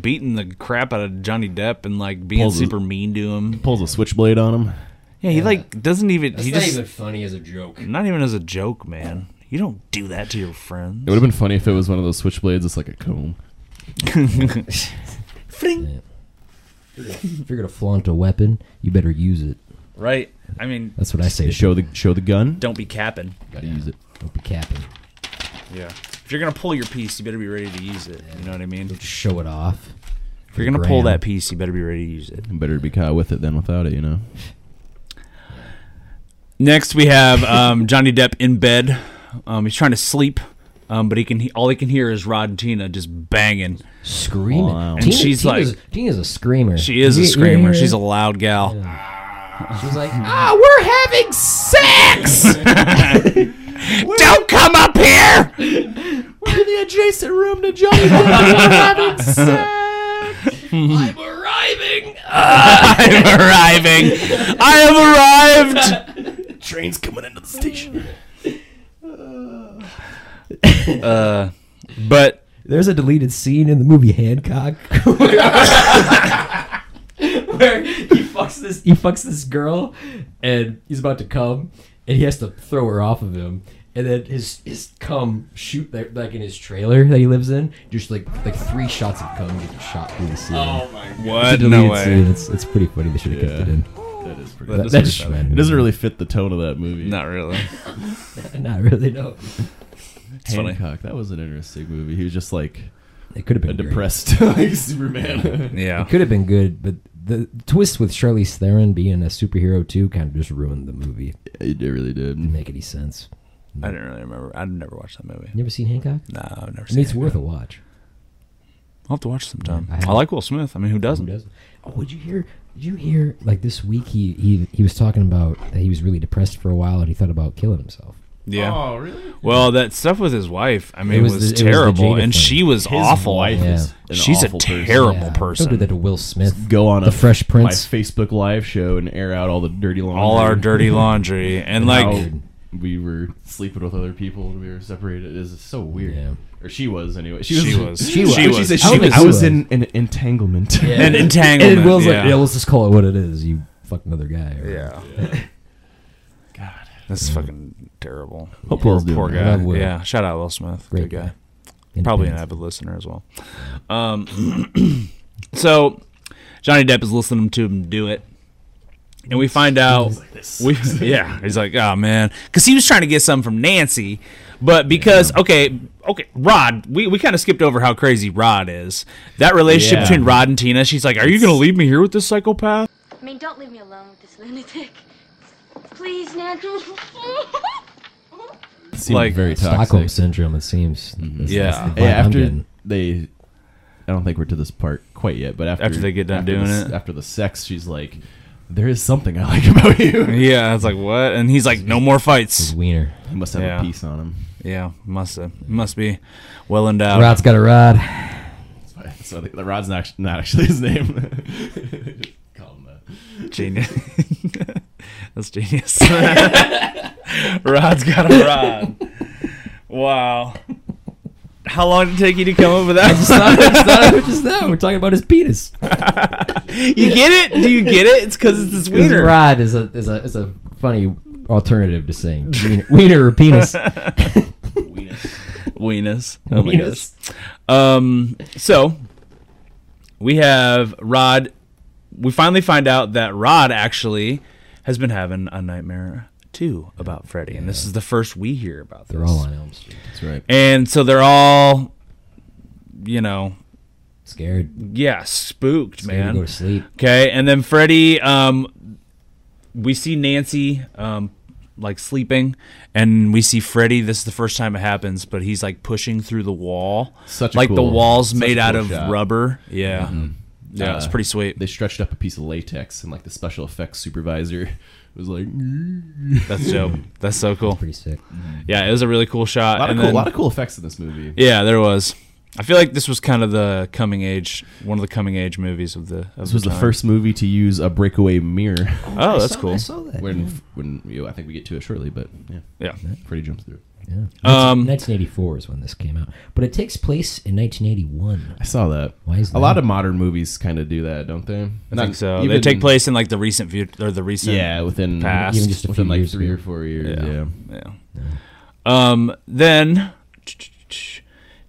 [SPEAKER 6] beating the crap out of Johnny Depp and like being
[SPEAKER 1] Pulls his-
[SPEAKER 6] super mean to him.
[SPEAKER 1] *laughs* Pulls a switchblade on him.
[SPEAKER 6] Yeah, he like doesn't even. he just
[SPEAKER 2] funny as a joke.
[SPEAKER 6] not even as a joke, man. You don't do that to your friends.
[SPEAKER 1] It would have been funny if it was one of those switchblades that's like a comb.
[SPEAKER 6] *laughs* Mm.
[SPEAKER 2] If you're gonna flaunt a weapon, you better use it.
[SPEAKER 6] Right? I mean,
[SPEAKER 2] That's what I say.
[SPEAKER 1] Show the show the gun.
[SPEAKER 6] don't be capping.
[SPEAKER 1] Gotta use it.
[SPEAKER 2] Don't be capping.
[SPEAKER 6] Yeah. If you're gonna pull your piece, you better be ready to use it. You know what I mean?
[SPEAKER 2] Just show it off.
[SPEAKER 6] If you're gonna pull
[SPEAKER 2] Graham.
[SPEAKER 6] that piece, you better be ready to use it.
[SPEAKER 1] Better to be caught with it than without it, you know.
[SPEAKER 6] Next, we have um, Johnny Depp in bed. Um, he's trying to sleep, um, but he can he, all he can hear is Rod and Tina just banging.
[SPEAKER 2] Screaming.
[SPEAKER 1] Wow. And
[SPEAKER 2] Tina,
[SPEAKER 6] she's
[SPEAKER 2] Tina's,
[SPEAKER 6] like-
[SPEAKER 2] Tina's a screamer.
[SPEAKER 6] She is
[SPEAKER 2] You-
[SPEAKER 6] a
[SPEAKER 2] you
[SPEAKER 6] screamer.
[SPEAKER 2] hear
[SPEAKER 6] She's a
[SPEAKER 2] it?
[SPEAKER 6] loud gal.
[SPEAKER 2] She's
[SPEAKER 6] *laughs*
[SPEAKER 2] like, ah, we're having sex.
[SPEAKER 6] Don't come up here.
[SPEAKER 2] we're in the adjacent room to Johnny. Depp. We're
[SPEAKER 6] *laughs*
[SPEAKER 2] having sex. I'm arriving.
[SPEAKER 6] I'm arriving. I have arrived.
[SPEAKER 1] Train's coming into the station.
[SPEAKER 6] Uh, But
[SPEAKER 2] There's a deleted scene in the movie Hancock *laughs* where he fucks this he fucks this girl and he's about to come and he has to throw her off of him and then his his cum shoot like, like in his trailer that he lives in just like like three shots of cum getting shot through the ceiling. Oh my
[SPEAKER 6] what? No way.
[SPEAKER 2] It's it's pretty funny. They should have kept it in.
[SPEAKER 1] That is pretty.
[SPEAKER 6] That is
[SPEAKER 2] That's
[SPEAKER 6] pretty
[SPEAKER 1] it doesn't really fit the tone of that movie.
[SPEAKER 6] Not really.
[SPEAKER 2] *laughs* not really no.
[SPEAKER 6] It's funny.
[SPEAKER 1] Hancock. That was an interesting movie. He was just like
[SPEAKER 2] It could have
[SPEAKER 1] a
[SPEAKER 2] been great.
[SPEAKER 1] depressed *laughs* like
[SPEAKER 6] *laughs*
[SPEAKER 1] Superman.
[SPEAKER 6] Yeah.
[SPEAKER 2] It could have been good, but the twist with Charlize Theron being a superhero too kind of just ruined the movie.
[SPEAKER 1] it really did.
[SPEAKER 2] Make any sense?
[SPEAKER 6] I didn't really remember. I've never watched that movie.
[SPEAKER 2] You ever seen Hancock?
[SPEAKER 6] No, I've never
[SPEAKER 2] I mean,
[SPEAKER 6] seen
[SPEAKER 2] it's
[SPEAKER 6] it.
[SPEAKER 2] worth a watch.
[SPEAKER 6] I'll have to watch it sometime.
[SPEAKER 2] I
[SPEAKER 6] I,
[SPEAKER 2] haven't.
[SPEAKER 6] like Will Smith. I mean, who doesn't?
[SPEAKER 2] Who does? Oh, would you hear? Did you hear? Like this week, he he he was talking about that he was really depressed for a while and he thought about killing himself.
[SPEAKER 6] Yeah.
[SPEAKER 1] Oh, really?
[SPEAKER 6] Well, that stuff with his wife, I mean,
[SPEAKER 2] It
[SPEAKER 6] was,
[SPEAKER 2] was the- it was the
[SPEAKER 6] terrible,
[SPEAKER 2] Jada
[SPEAKER 6] and
[SPEAKER 2] thing.
[SPEAKER 6] she was awful.
[SPEAKER 1] Wife
[SPEAKER 2] Yeah.
[SPEAKER 1] is an
[SPEAKER 6] She's a
[SPEAKER 1] awful person.
[SPEAKER 6] terrible
[SPEAKER 2] Don't do
[SPEAKER 6] person.
[SPEAKER 2] that to Will Smith.
[SPEAKER 1] Go on
[SPEAKER 2] the
[SPEAKER 1] a
[SPEAKER 2] Fresh Prince.
[SPEAKER 1] my Facebook live show and air out all the dirty laundry.
[SPEAKER 6] All
[SPEAKER 2] *laughs*
[SPEAKER 6] our dirty laundry, and
[SPEAKER 1] How
[SPEAKER 6] like,
[SPEAKER 1] we were sleeping with other people and we were separated. It's so weird.
[SPEAKER 2] Yeah.
[SPEAKER 1] Or she was anyway. She was.
[SPEAKER 6] She was.
[SPEAKER 1] She was.
[SPEAKER 6] She was.
[SPEAKER 1] said she
[SPEAKER 6] I
[SPEAKER 2] don't
[SPEAKER 1] was.
[SPEAKER 2] think
[SPEAKER 1] I
[SPEAKER 2] she
[SPEAKER 1] was
[SPEAKER 2] was.
[SPEAKER 1] in an entanglement.
[SPEAKER 2] *laughs*
[SPEAKER 6] an entanglement.
[SPEAKER 2] And Will's
[SPEAKER 6] yeah.
[SPEAKER 2] like, yeah, let's just call it what it is. You fuck another guy. or-
[SPEAKER 6] Yeah.
[SPEAKER 1] God.
[SPEAKER 6] That's fucking terrible.
[SPEAKER 1] *laughs* Hope
[SPEAKER 6] poor
[SPEAKER 1] Will's doing
[SPEAKER 6] poor
[SPEAKER 1] all
[SPEAKER 6] guy.
[SPEAKER 2] right. Will.
[SPEAKER 6] Yeah. Shout out Will Smith.
[SPEAKER 2] Great
[SPEAKER 6] Good guy.
[SPEAKER 2] guy. Independence.
[SPEAKER 6] Probably an avid listener as well. Um, *clears throat* so Johnny Depp is listening to him do it. And we find out we *laughs* yeah, he's like, "Oh man." Cuz he was trying to get something from Nancy, but because okay, okay, Rod, we, we kind of skipped over how crazy Rod is. That relationship
[SPEAKER 1] Yeah.
[SPEAKER 6] between Rod and Tina, she's like, "Are you going to leave me here with this psychopath?"
[SPEAKER 5] I mean, don't leave me alone with this lunatic. Please, Nancy.
[SPEAKER 1] Seemed
[SPEAKER 6] Like,
[SPEAKER 1] very toxic.
[SPEAKER 2] Stockholm syndrome. It seems. That's-
[SPEAKER 6] Yeah.
[SPEAKER 2] that's the
[SPEAKER 1] Yeah,
[SPEAKER 2] vibe I'm
[SPEAKER 1] after
[SPEAKER 2] getting.
[SPEAKER 1] they, I don't think we're to this part quite yet. But after
[SPEAKER 6] After they get done
[SPEAKER 1] after
[SPEAKER 6] doing
[SPEAKER 1] the,
[SPEAKER 6] it.
[SPEAKER 1] after the sex, she's like, "There is something I like *laughs* about you."
[SPEAKER 6] Yeah, it's like, "What?" And he's like, "No more fights."
[SPEAKER 2] wiener.
[SPEAKER 1] he must have
[SPEAKER 6] Yeah.
[SPEAKER 1] a piece on him.
[SPEAKER 6] Yeah, must have, must be well endowed.
[SPEAKER 2] Rod's got a rod.
[SPEAKER 1] So the, the rod's not, act- not actually his *laughs* name. Call him that.
[SPEAKER 6] Genius. *laughs* That's genius. *laughs* Rod's got a rod. Wow. How long did it take you to come up with that? *laughs*
[SPEAKER 2] just now. *laughs* We're talking about his penis.
[SPEAKER 6] you get it? Do you get it? It's because it's this
[SPEAKER 2] His
[SPEAKER 6] wiener.
[SPEAKER 2] rod is a is a is a funny alternative to saying wiener, wiener or
[SPEAKER 6] *laughs*
[SPEAKER 2] penis.
[SPEAKER 6] Weenus. Oh my gosh.
[SPEAKER 2] Penis.
[SPEAKER 6] Um. So we have Rod. We finally find out that Rod actually has been having a nightmare too about Freddy, and this is the first we hear about this.
[SPEAKER 2] They're all on Elm Street.
[SPEAKER 1] That's right.
[SPEAKER 6] And so they're all, you know,
[SPEAKER 2] Scared.
[SPEAKER 6] yeah, spooked,
[SPEAKER 2] Scared to go
[SPEAKER 6] man.
[SPEAKER 2] to sleep.
[SPEAKER 6] Okay, and then Freddy, um, we see Nancy, um, like sleeping, and we see Freddy. This is the first time it happens, but he's like pushing through the wall,
[SPEAKER 1] Such a
[SPEAKER 6] like the
[SPEAKER 1] cool-
[SPEAKER 6] walls
[SPEAKER 1] such a
[SPEAKER 6] made
[SPEAKER 1] cool
[SPEAKER 6] out of
[SPEAKER 1] shot.
[SPEAKER 6] rubber. Yeah, yeah,
[SPEAKER 1] Uh,
[SPEAKER 6] it's pretty sweet.
[SPEAKER 1] They stretched up a piece of latex, and like the special effects supervisor *laughs* was like, "Mm."
[SPEAKER 6] That's dope. That's so cool.
[SPEAKER 2] Pretty sick.
[SPEAKER 6] Yeah, it was a really cool shot.
[SPEAKER 1] a lot, of
[SPEAKER 6] and
[SPEAKER 1] cool,
[SPEAKER 6] then-
[SPEAKER 1] lot of cool effects in this movie.
[SPEAKER 6] yeah, there was. I feel like this was kind of the coming age, one of the coming age movies of the. Of
[SPEAKER 1] This was the
[SPEAKER 6] time.
[SPEAKER 1] first movie to use a breakaway mirror. *laughs*
[SPEAKER 6] Oh, that's cool.
[SPEAKER 1] when when you, I think we get to it shortly, but yeah,
[SPEAKER 6] Yeah.
[SPEAKER 1] Freddy jumps through. it.
[SPEAKER 2] Yeah.
[SPEAKER 6] Um,
[SPEAKER 2] 1984 is when this came out, but it takes place in 1981.
[SPEAKER 1] I saw that.
[SPEAKER 2] Why is
[SPEAKER 1] a lot
[SPEAKER 2] that?
[SPEAKER 1] of modern movies kind of do that, don't they?
[SPEAKER 6] I think so. they take place in like the recent view or the recent.
[SPEAKER 1] Yeah, within
[SPEAKER 6] Past. Even
[SPEAKER 2] just a
[SPEAKER 1] within
[SPEAKER 2] few
[SPEAKER 1] like
[SPEAKER 2] years
[SPEAKER 1] three
[SPEAKER 2] ago.
[SPEAKER 1] or four years.
[SPEAKER 6] Yeah.
[SPEAKER 1] Yeah.
[SPEAKER 6] Yeah. Um. Then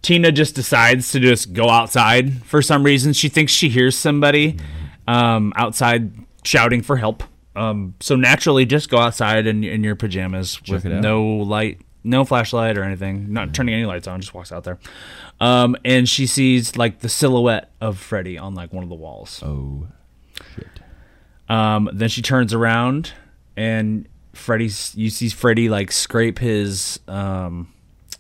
[SPEAKER 6] Tina just decides to just go outside for some reason. She thinks she hears somebody um, outside shouting for help. Um, so naturally, just go outside in, in your pajamas
[SPEAKER 1] it
[SPEAKER 6] with
[SPEAKER 1] out.
[SPEAKER 6] no light, no flashlight or anything. Not turning any lights on. Just walks out there, um, and she sees like the silhouette of Freddy on like one of the walls.
[SPEAKER 1] Oh shit!
[SPEAKER 6] Um, then she turns around and Freddy's you see Freddy like scrape his um,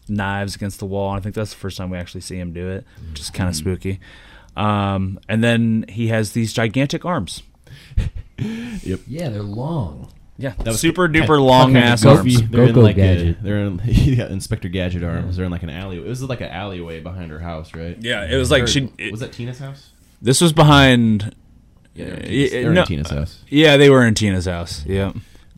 [SPEAKER 6] knives against the wall. And I think that's the first time we actually see him do it, which is kind of spooky. Um, and then he has these gigantic arms.
[SPEAKER 2] Yeah, they're long.
[SPEAKER 6] Yeah,
[SPEAKER 1] was
[SPEAKER 6] super
[SPEAKER 1] kind
[SPEAKER 6] duper
[SPEAKER 1] of-
[SPEAKER 6] long
[SPEAKER 1] kind of
[SPEAKER 6] ass
[SPEAKER 1] goofy.
[SPEAKER 6] arms.
[SPEAKER 1] They're in
[SPEAKER 2] Go-Go
[SPEAKER 1] like
[SPEAKER 2] Gadget.
[SPEAKER 1] A, they're in *laughs* yeah, Inspector Gadget arms. They're in like an alley. It was like an alleyway behind her house, right?
[SPEAKER 6] Yeah, it was like
[SPEAKER 1] Or-
[SPEAKER 6] she.
[SPEAKER 1] was that Tina's house.
[SPEAKER 6] this was behind.
[SPEAKER 1] Yeah, they were in Tina's, they were in
[SPEAKER 6] Uh, yeah, no,
[SPEAKER 1] Tina's house.
[SPEAKER 6] Yeah, they were in Tina's house. Yeah,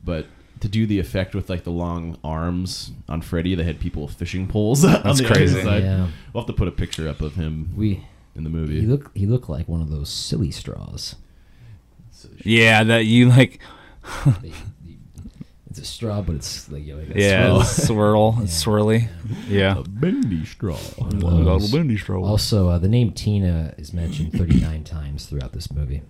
[SPEAKER 1] But to do the effect with like the long arms on Freddy, they had people with fishing poles. *laughs* That's on the other
[SPEAKER 6] crazy.
[SPEAKER 1] side.
[SPEAKER 2] Yeah.
[SPEAKER 1] We'll have to put a picture up of him
[SPEAKER 2] We
[SPEAKER 1] in the
[SPEAKER 2] he
[SPEAKER 1] movie.
[SPEAKER 2] look he looked like one of those silly straws.
[SPEAKER 6] yeah. That you like.
[SPEAKER 2] They- they- it's a straw, but it's like, yeah, like a
[SPEAKER 6] Yeah,
[SPEAKER 2] swirl.
[SPEAKER 6] *laughs* swirl, it's swirly. Yeah,
[SPEAKER 1] bendy straw.
[SPEAKER 2] One of those.
[SPEAKER 6] bendy straw.
[SPEAKER 2] Also, uh, the name Tina is mentioned 39 times throughout this movie.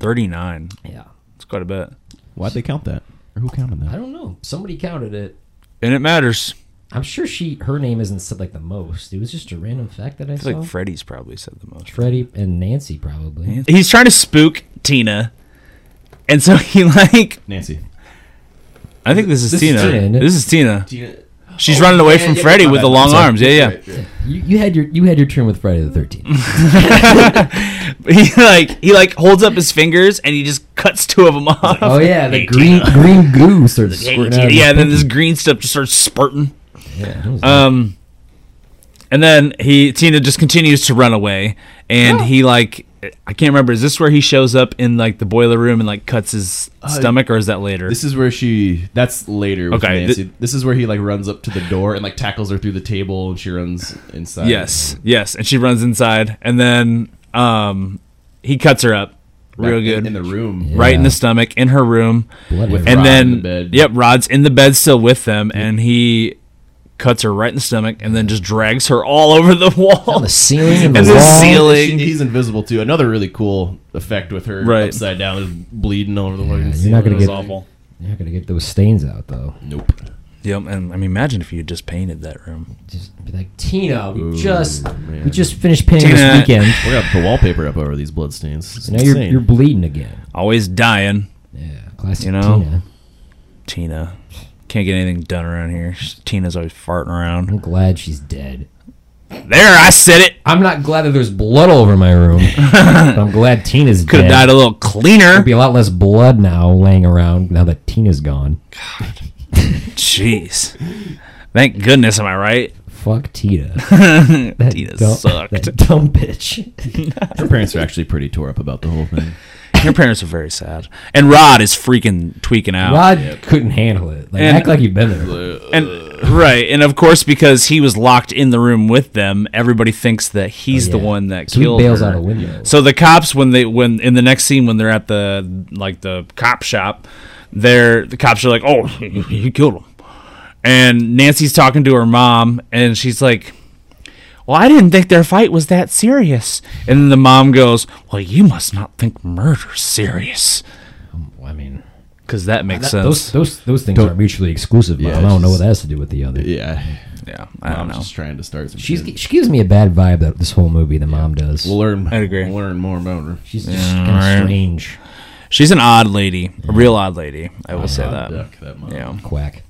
[SPEAKER 6] Thirty nine.
[SPEAKER 2] Yeah,
[SPEAKER 6] It's quite a bit.
[SPEAKER 1] Why'd they count that? Or who counted that?
[SPEAKER 2] I don't know. Somebody counted it.
[SPEAKER 6] And it matters.
[SPEAKER 2] I'm sure she her name isn't said like the most. It was just a random fact that I,
[SPEAKER 6] I
[SPEAKER 2] saw.
[SPEAKER 6] feel like Freddy's probably said the most.
[SPEAKER 2] Freddie and Nancy probably.
[SPEAKER 6] He's trying to spook Tina. And so *laughs* he like
[SPEAKER 1] Nancy.
[SPEAKER 6] I think this is
[SPEAKER 2] This is
[SPEAKER 6] Tina.
[SPEAKER 2] Tina, isn't it?
[SPEAKER 6] This is Tina.
[SPEAKER 1] Tina.
[SPEAKER 6] She's running away from Freddy with the long
[SPEAKER 1] Sorry.
[SPEAKER 6] arms. Yeah, yeah. *laughs*
[SPEAKER 2] You, you had your you had your turn with Friday the 13th.
[SPEAKER 6] But *laughs* he like he like holds up his fingers and he just cuts two of them off.
[SPEAKER 2] Oh yeah, the green green goo starts
[SPEAKER 6] *laughs* Yeah,
[SPEAKER 2] squirting out. of
[SPEAKER 6] yeah,
[SPEAKER 2] his
[SPEAKER 6] and then
[SPEAKER 2] pinky.
[SPEAKER 6] this green stuff just starts spurting.
[SPEAKER 2] Yeah, that was
[SPEAKER 6] Um, and then he Tina just continues to run away,
[SPEAKER 2] *gasps*
[SPEAKER 6] and he like I can't remember. Is this where he shows up in like the boiler room and like cuts his stomach, or is that later?
[SPEAKER 1] Uh, This is where she. That's later. With
[SPEAKER 6] Okay,
[SPEAKER 1] okay.
[SPEAKER 6] thi-
[SPEAKER 1] Nancy. this is where he like runs up to the door and like tackles her through the table, and she runs inside.
[SPEAKER 6] yes, yes, and she runs inside, and then um, he cuts her up
[SPEAKER 1] Back
[SPEAKER 6] real
[SPEAKER 1] in-
[SPEAKER 6] good,
[SPEAKER 1] in the room.
[SPEAKER 6] right in
[SPEAKER 2] Yeah.
[SPEAKER 6] the stomach in her room,
[SPEAKER 2] blood
[SPEAKER 1] with-
[SPEAKER 2] everywhere.
[SPEAKER 6] and
[SPEAKER 1] Rod's
[SPEAKER 6] then
[SPEAKER 1] in the bed.
[SPEAKER 6] yep, Rod's in the bed still with them, and he cuts her right in the stomach, and then just drags her all *laughs* over the wall.
[SPEAKER 2] on the ceiling and the
[SPEAKER 6] and the
[SPEAKER 2] wall.
[SPEAKER 6] ceiling.
[SPEAKER 1] She- he's invisible too. Another really cool effect with her
[SPEAKER 6] Right.
[SPEAKER 1] upside down, is bleeding all over the fucking
[SPEAKER 2] You're not
[SPEAKER 1] ceiling.
[SPEAKER 2] gonna
[SPEAKER 1] It was
[SPEAKER 2] get.
[SPEAKER 1] awful.
[SPEAKER 2] You're not gonna get those stains out though.
[SPEAKER 1] Nope.
[SPEAKER 6] Yep, and I mean, imagine if you had just painted that room.
[SPEAKER 2] Just be like Tina. We just we
[SPEAKER 1] man.
[SPEAKER 2] just finished painting
[SPEAKER 6] Tina.
[SPEAKER 2] this weekend.
[SPEAKER 1] We're gonna put wallpaper up over these bloodstains. It's
[SPEAKER 2] Now you're
[SPEAKER 1] insane.
[SPEAKER 2] you're bleeding again.
[SPEAKER 6] Always dying,
[SPEAKER 2] Yeah, classic
[SPEAKER 6] You know?
[SPEAKER 2] Tina.
[SPEAKER 6] Tina. Can't get anything done around here. Tina's always farting
[SPEAKER 2] I'm
[SPEAKER 6] around.
[SPEAKER 2] glad she's dead.
[SPEAKER 6] There, I said it.
[SPEAKER 2] I'm not glad that there's blood all over my room. but I'm glad Tina's
[SPEAKER 6] Could have
[SPEAKER 2] dead.
[SPEAKER 6] died a little cleaner.
[SPEAKER 2] There'd be a lot less blood now laying around now that Tina's gone.
[SPEAKER 6] Jeez. Thank goodness, am I right?
[SPEAKER 2] Fuck Tina. That
[SPEAKER 6] Tina
[SPEAKER 2] dumb-
[SPEAKER 6] sucked.
[SPEAKER 2] That dumb bitch.
[SPEAKER 6] *laughs*
[SPEAKER 1] her parents are actually pretty tore up about the whole
[SPEAKER 2] *laughs*
[SPEAKER 1] thing.
[SPEAKER 6] Your parents are very sad. And Rod is freaking tweaking out.
[SPEAKER 2] Rod couldn't handle it. Like,
[SPEAKER 6] And-
[SPEAKER 2] act like you've been there.
[SPEAKER 6] And right, and of course, because he was locked in the room with them, everybody thinks that he's the
[SPEAKER 2] Oh, yeah.
[SPEAKER 6] one that
[SPEAKER 2] So he
[SPEAKER 6] killed.
[SPEAKER 2] bails
[SPEAKER 6] her.
[SPEAKER 2] out a window.
[SPEAKER 6] So the cops, when they when in the next scene when they're at the like the cop shop, they're the cops are like, "Oh, he killed him," and Nancy's talking to her mom, and she's like. Well, I didn't think their fight was that serious. And then the mom goes, Well, you must not think murder's serious.
[SPEAKER 2] I mean,
[SPEAKER 6] Because that makes
[SPEAKER 2] that- those
[SPEAKER 6] sense.
[SPEAKER 2] those those things aren't mutually exclusive. Mom.
[SPEAKER 1] Yeah,
[SPEAKER 2] I don't know
[SPEAKER 1] she's-
[SPEAKER 2] what that has to do with the other.
[SPEAKER 1] Yeah,
[SPEAKER 6] yeah, I don't
[SPEAKER 1] I'm
[SPEAKER 6] know.
[SPEAKER 1] just trying to start some.
[SPEAKER 2] She's
[SPEAKER 1] shit.
[SPEAKER 2] she gives me a bad vibe that this whole movie. The mom does.
[SPEAKER 1] We'll learn.
[SPEAKER 6] I'd agree.
[SPEAKER 1] We'll learn more about her.
[SPEAKER 2] She's just kind of strange
[SPEAKER 6] She's an odd lady, a real odd lady. I will say that.
[SPEAKER 1] Duck that mom.
[SPEAKER 6] Um, Yeah.
[SPEAKER 2] quack.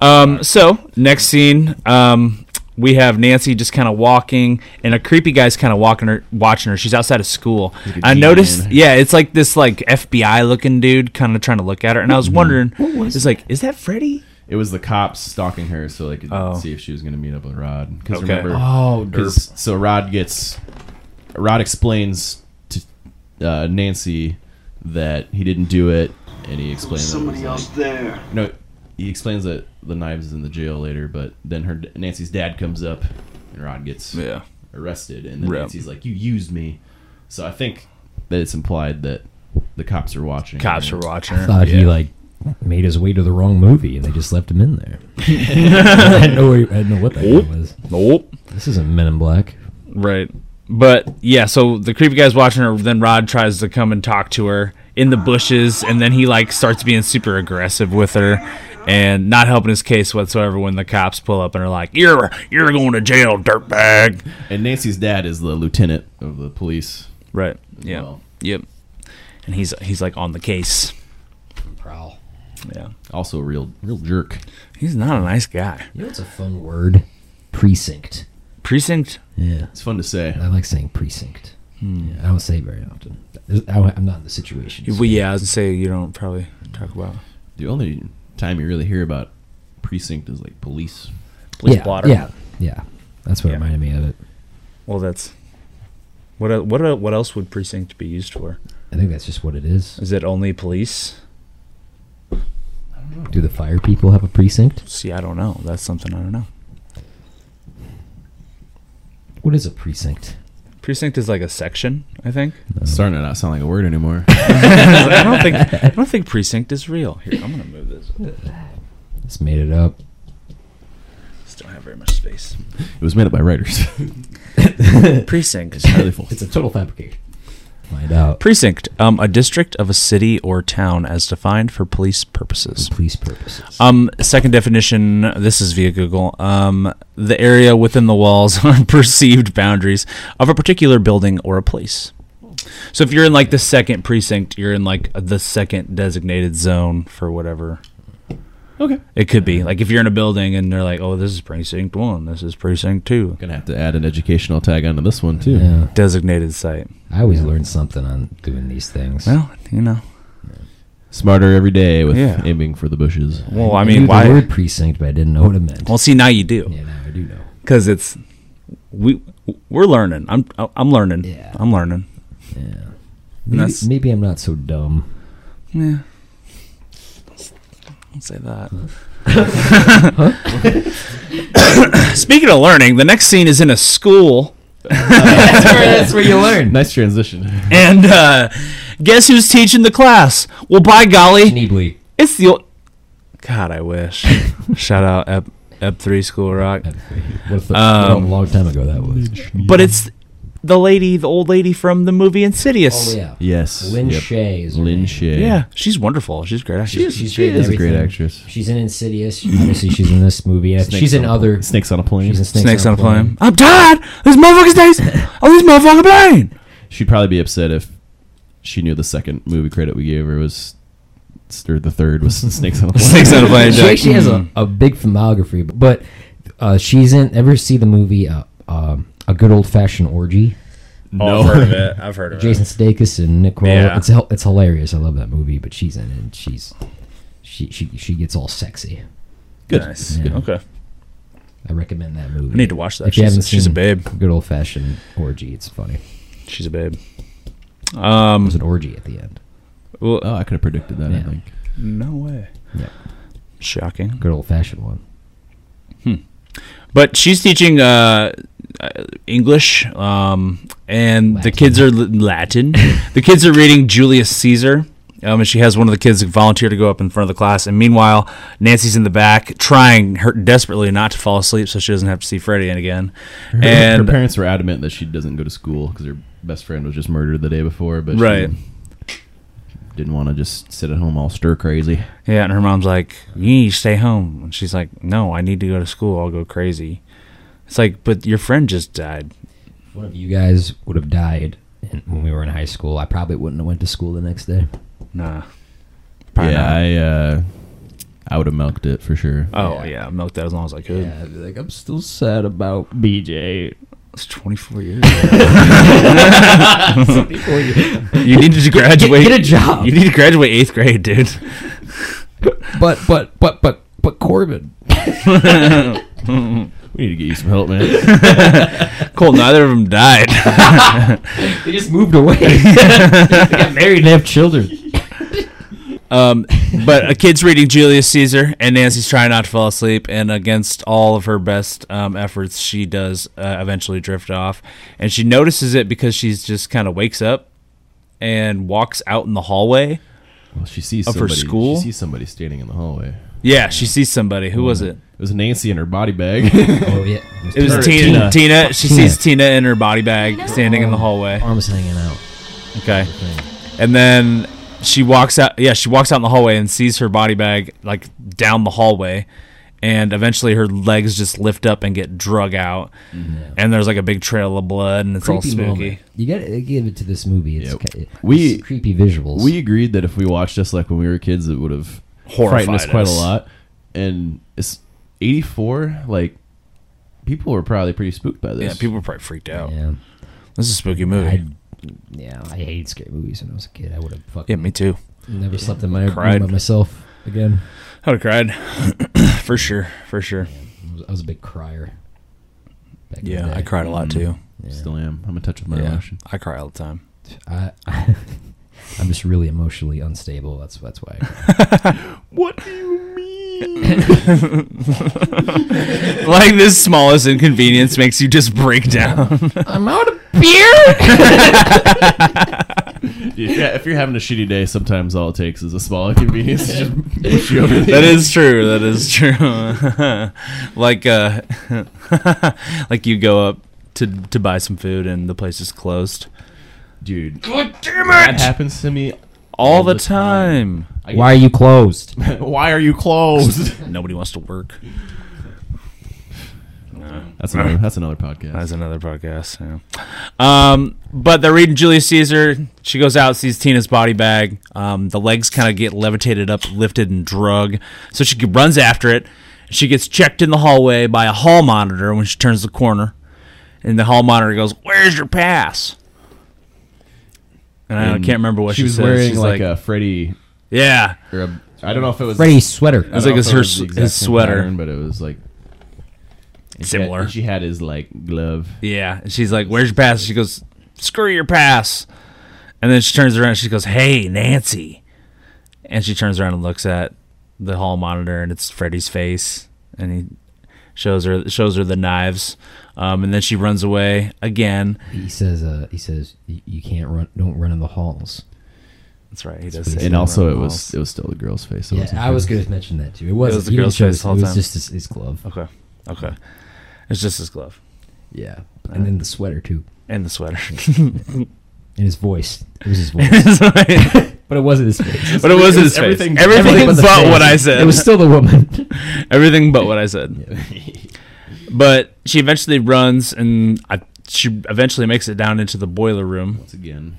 [SPEAKER 6] Um, so next scene, um, we have Nancy just kind of walking, and a creepy guy's kind of walking her, watching her. She's outside of school.
[SPEAKER 1] a
[SPEAKER 6] I
[SPEAKER 1] G-man.
[SPEAKER 6] noticed, yeah, it's like this like FBI looking dude kind of trying to look at her, and I was wondering, it's like, is that Freddy?
[SPEAKER 1] It was the cops stalking her so they could
[SPEAKER 6] Oh.
[SPEAKER 1] see if she was going to meet up with Rod. Because
[SPEAKER 6] Okay.
[SPEAKER 1] remember,
[SPEAKER 2] Oh,
[SPEAKER 1] her- so Rod gets Rod explains to uh, Nancy that he didn't do it, and he explains somebody else there. No, he explains that the knives is in the jail later, but then her Nancy's dad comes up, and Rod gets arrested, and then
[SPEAKER 6] Right.
[SPEAKER 1] Nancy's like, "You used me," so I think that it's implied that the cops are watching.
[SPEAKER 6] cops
[SPEAKER 1] her.
[SPEAKER 6] are watching her.
[SPEAKER 2] thought he
[SPEAKER 6] Yeah.
[SPEAKER 2] like made his way to the wrong movie and they just left him in there. *laughs* I didn't know, where- I didn't know what that guy was.
[SPEAKER 6] Nope.
[SPEAKER 2] This isn't Men in Black.
[SPEAKER 6] Right. But yeah, so the creepy guy's watching her. Then Rod tries to come and talk to her in the bushes, and then he like starts being super aggressive with her and not helping his case whatsoever. When the cops pull up and are like, "You're you're going to jail, dirtbag."
[SPEAKER 1] And Nancy's dad is the lieutenant of the police.
[SPEAKER 6] Right. Yeah.
[SPEAKER 1] Well.
[SPEAKER 6] Yep. And he's he's like on the case.
[SPEAKER 2] Prowl.
[SPEAKER 6] Yeah.
[SPEAKER 1] Also, a real, real jerk.
[SPEAKER 6] He's not a nice guy.
[SPEAKER 2] You know it's a fun word? Precinct.
[SPEAKER 6] Precinct.
[SPEAKER 2] Yeah.
[SPEAKER 1] It's fun to say.
[SPEAKER 2] I like saying precinct. Yeah, I don't say it very often. There's- I don't- I'm not in the situation.
[SPEAKER 6] Well, yeah, I was gonna say you don't probably talk about
[SPEAKER 1] The only time you really hear about precinct is like police.
[SPEAKER 6] police
[SPEAKER 2] yeah,
[SPEAKER 6] blotter.
[SPEAKER 2] yeah, yeah. That's what
[SPEAKER 6] Yeah.
[SPEAKER 2] reminded me of it.
[SPEAKER 6] Well, that's what el- what el- what else would precinct be used for?
[SPEAKER 2] I think that's just what it is.
[SPEAKER 6] Is it only police?
[SPEAKER 2] Do the fire people have a precinct?
[SPEAKER 6] See, I don't know. That's something I don't know.
[SPEAKER 2] What is a precinct?
[SPEAKER 6] Precinct is like a section, I think.
[SPEAKER 1] It's starting to not sound like a word anymore.
[SPEAKER 6] *laughs* I don't think *laughs* I don't think precinct is real. Here, I'm gonna move this.
[SPEAKER 2] Just made it up.
[SPEAKER 6] Just don't have very much space.
[SPEAKER 1] it was made up by writers.
[SPEAKER 2] *laughs*
[SPEAKER 6] Precinct.
[SPEAKER 1] Highly full.
[SPEAKER 2] It's a total fabrication. Find out.
[SPEAKER 6] Precinct, um, a district of a city or town as defined for police purposes.
[SPEAKER 2] Police purposes.
[SPEAKER 6] Um, second definition. This is via Google. Um, the area within the walls *laughs* or perceived boundaries of a particular building or a place. So if you're in like the second precinct, you're in like the second designated zone for whatever
[SPEAKER 1] Okay.
[SPEAKER 6] It could be like if you're in a building and they're like, "Oh, this is precinct one. This is precinct two.
[SPEAKER 1] Gonna have to add an educational tag onto this one too.
[SPEAKER 2] Yeah.
[SPEAKER 6] Designated site."
[SPEAKER 2] I always learn something on doing these things.
[SPEAKER 6] Well, you know.
[SPEAKER 1] Smarter every day with
[SPEAKER 6] Yeah.
[SPEAKER 1] aiming for the bushes.
[SPEAKER 6] Well, I
[SPEAKER 2] I knew
[SPEAKER 6] mean,
[SPEAKER 2] the
[SPEAKER 6] why?
[SPEAKER 2] word precinct, but I didn't know what it meant.
[SPEAKER 6] Well, see, now you do
[SPEAKER 2] yeah, now I do know.
[SPEAKER 6] because it's we we're learning. I'm I'm learning.
[SPEAKER 2] Yeah.
[SPEAKER 6] I'm learning.
[SPEAKER 2] Maybe,
[SPEAKER 6] that's-
[SPEAKER 2] maybe I'm not so dumb.
[SPEAKER 6] Yeah. Don't say that. *laughs* Speaking of learning, the next scene is in a school,
[SPEAKER 2] that's, where, that's where you learn.
[SPEAKER 1] *laughs* Nice transition.
[SPEAKER 6] *laughs* and uh, guess who's teaching the class? Well, by golly,
[SPEAKER 2] Schneebly.
[SPEAKER 6] it's the old. God, I wish. *laughs* Shout out Ep Ep Three School Rock,
[SPEAKER 2] What the, what
[SPEAKER 6] Um,
[SPEAKER 2] a long time ago that was.
[SPEAKER 6] but it's the lady, the old lady from the movie Insidious.
[SPEAKER 2] Oh yeah,
[SPEAKER 1] Yes.
[SPEAKER 2] Lynn
[SPEAKER 1] yep.
[SPEAKER 2] Shay is her
[SPEAKER 1] Lynn
[SPEAKER 2] name.
[SPEAKER 1] Shay.
[SPEAKER 6] Yeah, she's wonderful. She's great. She
[SPEAKER 2] She's, great in
[SPEAKER 1] is a great
[SPEAKER 2] everything.
[SPEAKER 1] actress.
[SPEAKER 2] She's in Insidious. She- Obviously, she's in this movie. Yeah, she's in
[SPEAKER 1] on a
[SPEAKER 2] other.
[SPEAKER 1] pl- snakes on a plane.
[SPEAKER 2] She's in Snakes,
[SPEAKER 6] Snakes on a plane.
[SPEAKER 2] Plane.
[SPEAKER 6] I'm tired. This motherfucking snakes on this motherfucking plane.
[SPEAKER 1] She'd probably be upset if she knew the second movie credit we gave her was or the third was *laughs* snakes on
[SPEAKER 2] *laughs*
[SPEAKER 1] a plane.
[SPEAKER 6] Snakes on a plane.
[SPEAKER 2] She
[SPEAKER 6] Jack.
[SPEAKER 2] actually has a, a big filmography, but uh, she's in. Ever see the movie uh, um A Good Old Fashioned Orgy?
[SPEAKER 6] Oh, I've heard of it. I've heard of
[SPEAKER 2] Jason Sudeikis and Nick Kroll.
[SPEAKER 6] Yeah.
[SPEAKER 2] It's hil- it's hilarious. I love that movie, but she's in it. And she's she she she gets all sexy.
[SPEAKER 6] Good. Nice.
[SPEAKER 2] Yeah.
[SPEAKER 6] Okay.
[SPEAKER 2] I recommend that movie.
[SPEAKER 6] I need to watch that.
[SPEAKER 2] If you
[SPEAKER 6] She's-
[SPEAKER 2] haven't
[SPEAKER 6] she's a
[SPEAKER 2] seen
[SPEAKER 6] babe.
[SPEAKER 2] Good Old Fashioned Orgy. It's funny.
[SPEAKER 6] She's a babe.
[SPEAKER 2] There's
[SPEAKER 6] Um,
[SPEAKER 2] an orgy at the end.
[SPEAKER 6] well,
[SPEAKER 1] Oh, I could have predicted that. I
[SPEAKER 2] Yeah.
[SPEAKER 1] think.
[SPEAKER 6] no way.
[SPEAKER 2] Yeah.
[SPEAKER 6] Shocking.
[SPEAKER 2] Good Old Fashioned one.
[SPEAKER 6] But she's teaching uh, uh, English, um, and the
[SPEAKER 2] Latin.
[SPEAKER 6] kids are l-
[SPEAKER 2] *laughs*
[SPEAKER 6] Latin. the kids are reading Julius Caesar. Um, and she has one of the kids volunteer to go up in front of the class. And meanwhile, Nancy's in the back trying her desperately not to fall asleep so she doesn't have to see Freddie in again.
[SPEAKER 1] Her,
[SPEAKER 6] and
[SPEAKER 1] her parents were adamant that she doesn't go to school because her best friend was just murdered the day before. But she
[SPEAKER 6] Right.
[SPEAKER 1] didn't want to just sit at home all stir crazy.
[SPEAKER 6] Yeah, and her mom's like, "You need to stay home." And she's like, "No, I need to go to school. I'll go crazy." It's like, but your friend just died.
[SPEAKER 2] One of you guys would have died in, when we were in high school. I probably wouldn't have went to school the next day.
[SPEAKER 6] Nah.
[SPEAKER 1] yeah, I uh, I would have milked it for sure.
[SPEAKER 6] I, oh yeah, I milked that as long as I could.
[SPEAKER 2] I'd be like, I'm still sad about BJ.
[SPEAKER 6] It's twenty four *laughs* years. you needed to graduate.
[SPEAKER 2] get a job.
[SPEAKER 6] You need to graduate eighth grade, dude.
[SPEAKER 2] But but but but but Corbin.
[SPEAKER 1] We need to get you some help, man.
[SPEAKER 6] Cool. Neither of them died. *laughs*
[SPEAKER 2] They just moved away. *laughs* they got married and have children.
[SPEAKER 6] *laughs* Um, *laughs* but a kid's reading Julius Caesar, and Nancy's trying not to fall asleep. And against all of her best um, efforts, she does uh, eventually drift off. And she notices it because she's just kind of wakes up and walks out in the hallway.
[SPEAKER 1] *laughs* well, she sees
[SPEAKER 6] Of her
[SPEAKER 1] somebody,
[SPEAKER 6] school?
[SPEAKER 1] She sees somebody standing in the hallway.
[SPEAKER 6] Yeah, she sees somebody. Who was it?
[SPEAKER 1] It was Nancy in her body bag. *laughs*
[SPEAKER 2] Oh yeah,
[SPEAKER 6] It was Tina. Tina. She
[SPEAKER 2] Tina.
[SPEAKER 6] sees Tina in her body bag standing in the hallway.
[SPEAKER 2] arms hanging out.
[SPEAKER 6] Okay. And then she walks out. Yeah, she walks out in the hallway and sees her body bag like down the hallway. And eventually her legs just lift up and get drug out. And there's like a big trail of blood and it's all
[SPEAKER 2] Creepy
[SPEAKER 6] spooky.
[SPEAKER 2] moment. You gotta give it to this movie. It's
[SPEAKER 1] Yep.
[SPEAKER 2] ki-
[SPEAKER 1] We-
[SPEAKER 2] it's creepy visuals.
[SPEAKER 1] we agreed that if we watched this like when we were kids, it would have
[SPEAKER 6] Horrified
[SPEAKER 1] frightened us quite a
[SPEAKER 6] us.
[SPEAKER 1] lot. And it's eighty four. Like people were probably pretty spooked by
[SPEAKER 6] Yeah,
[SPEAKER 1] this.
[SPEAKER 6] people were probably freaked out.
[SPEAKER 2] yeah
[SPEAKER 6] This is a spooky movie.
[SPEAKER 2] I yeah I hated scary movies when I was a kid. I would have fucking
[SPEAKER 6] yeah, me too.
[SPEAKER 2] never slept in my room by
[SPEAKER 6] Cried.
[SPEAKER 2] myself again.
[SPEAKER 6] I would have cried. *clears throat* for sure. For sure.
[SPEAKER 2] I was, I was a big crier. back in the
[SPEAKER 6] Yeah,
[SPEAKER 2] day.
[SPEAKER 6] I cried a lot too.
[SPEAKER 1] Still am. I'm in touch with my
[SPEAKER 6] Yeah.
[SPEAKER 1] emotion.
[SPEAKER 6] I cry all the *laughs* time.
[SPEAKER 2] I, *laughs* I I'm just really emotionally unstable. That's that's
[SPEAKER 6] *laughs*
[SPEAKER 2] why. I cry.
[SPEAKER 1] What do you mean?
[SPEAKER 6] like this smallest inconvenience makes you just break down.
[SPEAKER 2] I'm out of beer.
[SPEAKER 1] *laughs* Yeah, if you're having a shitty day, sometimes all it takes is a small inconvenience to
[SPEAKER 6] *laughs*
[SPEAKER 1] just push you over. the
[SPEAKER 6] that is *laughs* true. That is true. *laughs* like uh, like you go up to to buy some food and the place is closed
[SPEAKER 1] dude. God damn it! That happens to me.
[SPEAKER 6] all, the, time.
[SPEAKER 2] Why are you closed?
[SPEAKER 1] Why are you closed?
[SPEAKER 6] Nobody wants to work.
[SPEAKER 1] That's another, that's another podcast.
[SPEAKER 6] That's another podcast. Yeah. Um, but they're reading Julius Caesar. She goes out, sees Tina's body bag. Um, the legs kind of get levitated up, lifted, and drug. So she runs after it. She gets checked in the hallway by a hall monitor when she turns the corner. And the hall monitor goes, Where's your pass? And, I
[SPEAKER 1] And
[SPEAKER 6] can't remember what she,
[SPEAKER 1] she was
[SPEAKER 6] says.
[SPEAKER 1] wearing
[SPEAKER 6] She's
[SPEAKER 1] like, a Freddy.
[SPEAKER 6] Yeah.
[SPEAKER 1] Or a, I don't know if it was
[SPEAKER 2] Freddy sweater.
[SPEAKER 6] *laughs*
[SPEAKER 1] I don't
[SPEAKER 6] was like
[SPEAKER 1] know if
[SPEAKER 6] his-
[SPEAKER 1] it
[SPEAKER 6] her
[SPEAKER 1] was the
[SPEAKER 6] s-
[SPEAKER 1] exact
[SPEAKER 6] his
[SPEAKER 1] same
[SPEAKER 6] sweater.
[SPEAKER 1] pattern, but it was like and she had-
[SPEAKER 6] Similar.
[SPEAKER 1] and She had, his like glove.
[SPEAKER 6] Yeah. And she's like, Where's your pass? She goes, Screw your pass. And then she turns around and she goes, Hey, Nancy. And she turns around and looks at the hall monitor and it's Freddy's face and he shows her shows her the knives. Um, and then she runs away again.
[SPEAKER 2] He says, uh, "He says "Y- you can't run. Don't run in the halls."
[SPEAKER 6] That's right. He does.
[SPEAKER 1] And also, it was it was still the girl's face. So it
[SPEAKER 2] Yeah,
[SPEAKER 1] wasn't
[SPEAKER 2] I was going to mention that too. It wasn't.
[SPEAKER 6] was the
[SPEAKER 2] he didn't
[SPEAKER 6] girl's
[SPEAKER 2] show
[SPEAKER 6] face
[SPEAKER 2] his-
[SPEAKER 6] the whole
[SPEAKER 2] It was
[SPEAKER 6] time.
[SPEAKER 2] just his, his glove.
[SPEAKER 6] Okay. Okay. It's just his glove
[SPEAKER 2] Yeah, and then the sweater too,
[SPEAKER 6] and
[SPEAKER 1] *laughs*
[SPEAKER 6] the sweater. *laughs*
[SPEAKER 2] and his voice. It *laughs* was his voice,
[SPEAKER 6] That's right.
[SPEAKER 2] but it wasn't his face.
[SPEAKER 6] But it was his face.
[SPEAKER 1] everything-
[SPEAKER 6] Everything,
[SPEAKER 2] Everything
[SPEAKER 6] but
[SPEAKER 2] the face.
[SPEAKER 6] what I said.
[SPEAKER 2] It was still the woman.
[SPEAKER 6] Everything
[SPEAKER 2] *laughs*
[SPEAKER 6] but what I said. But she eventually runs, and I, she eventually makes it down into the boiler room.
[SPEAKER 1] Once again,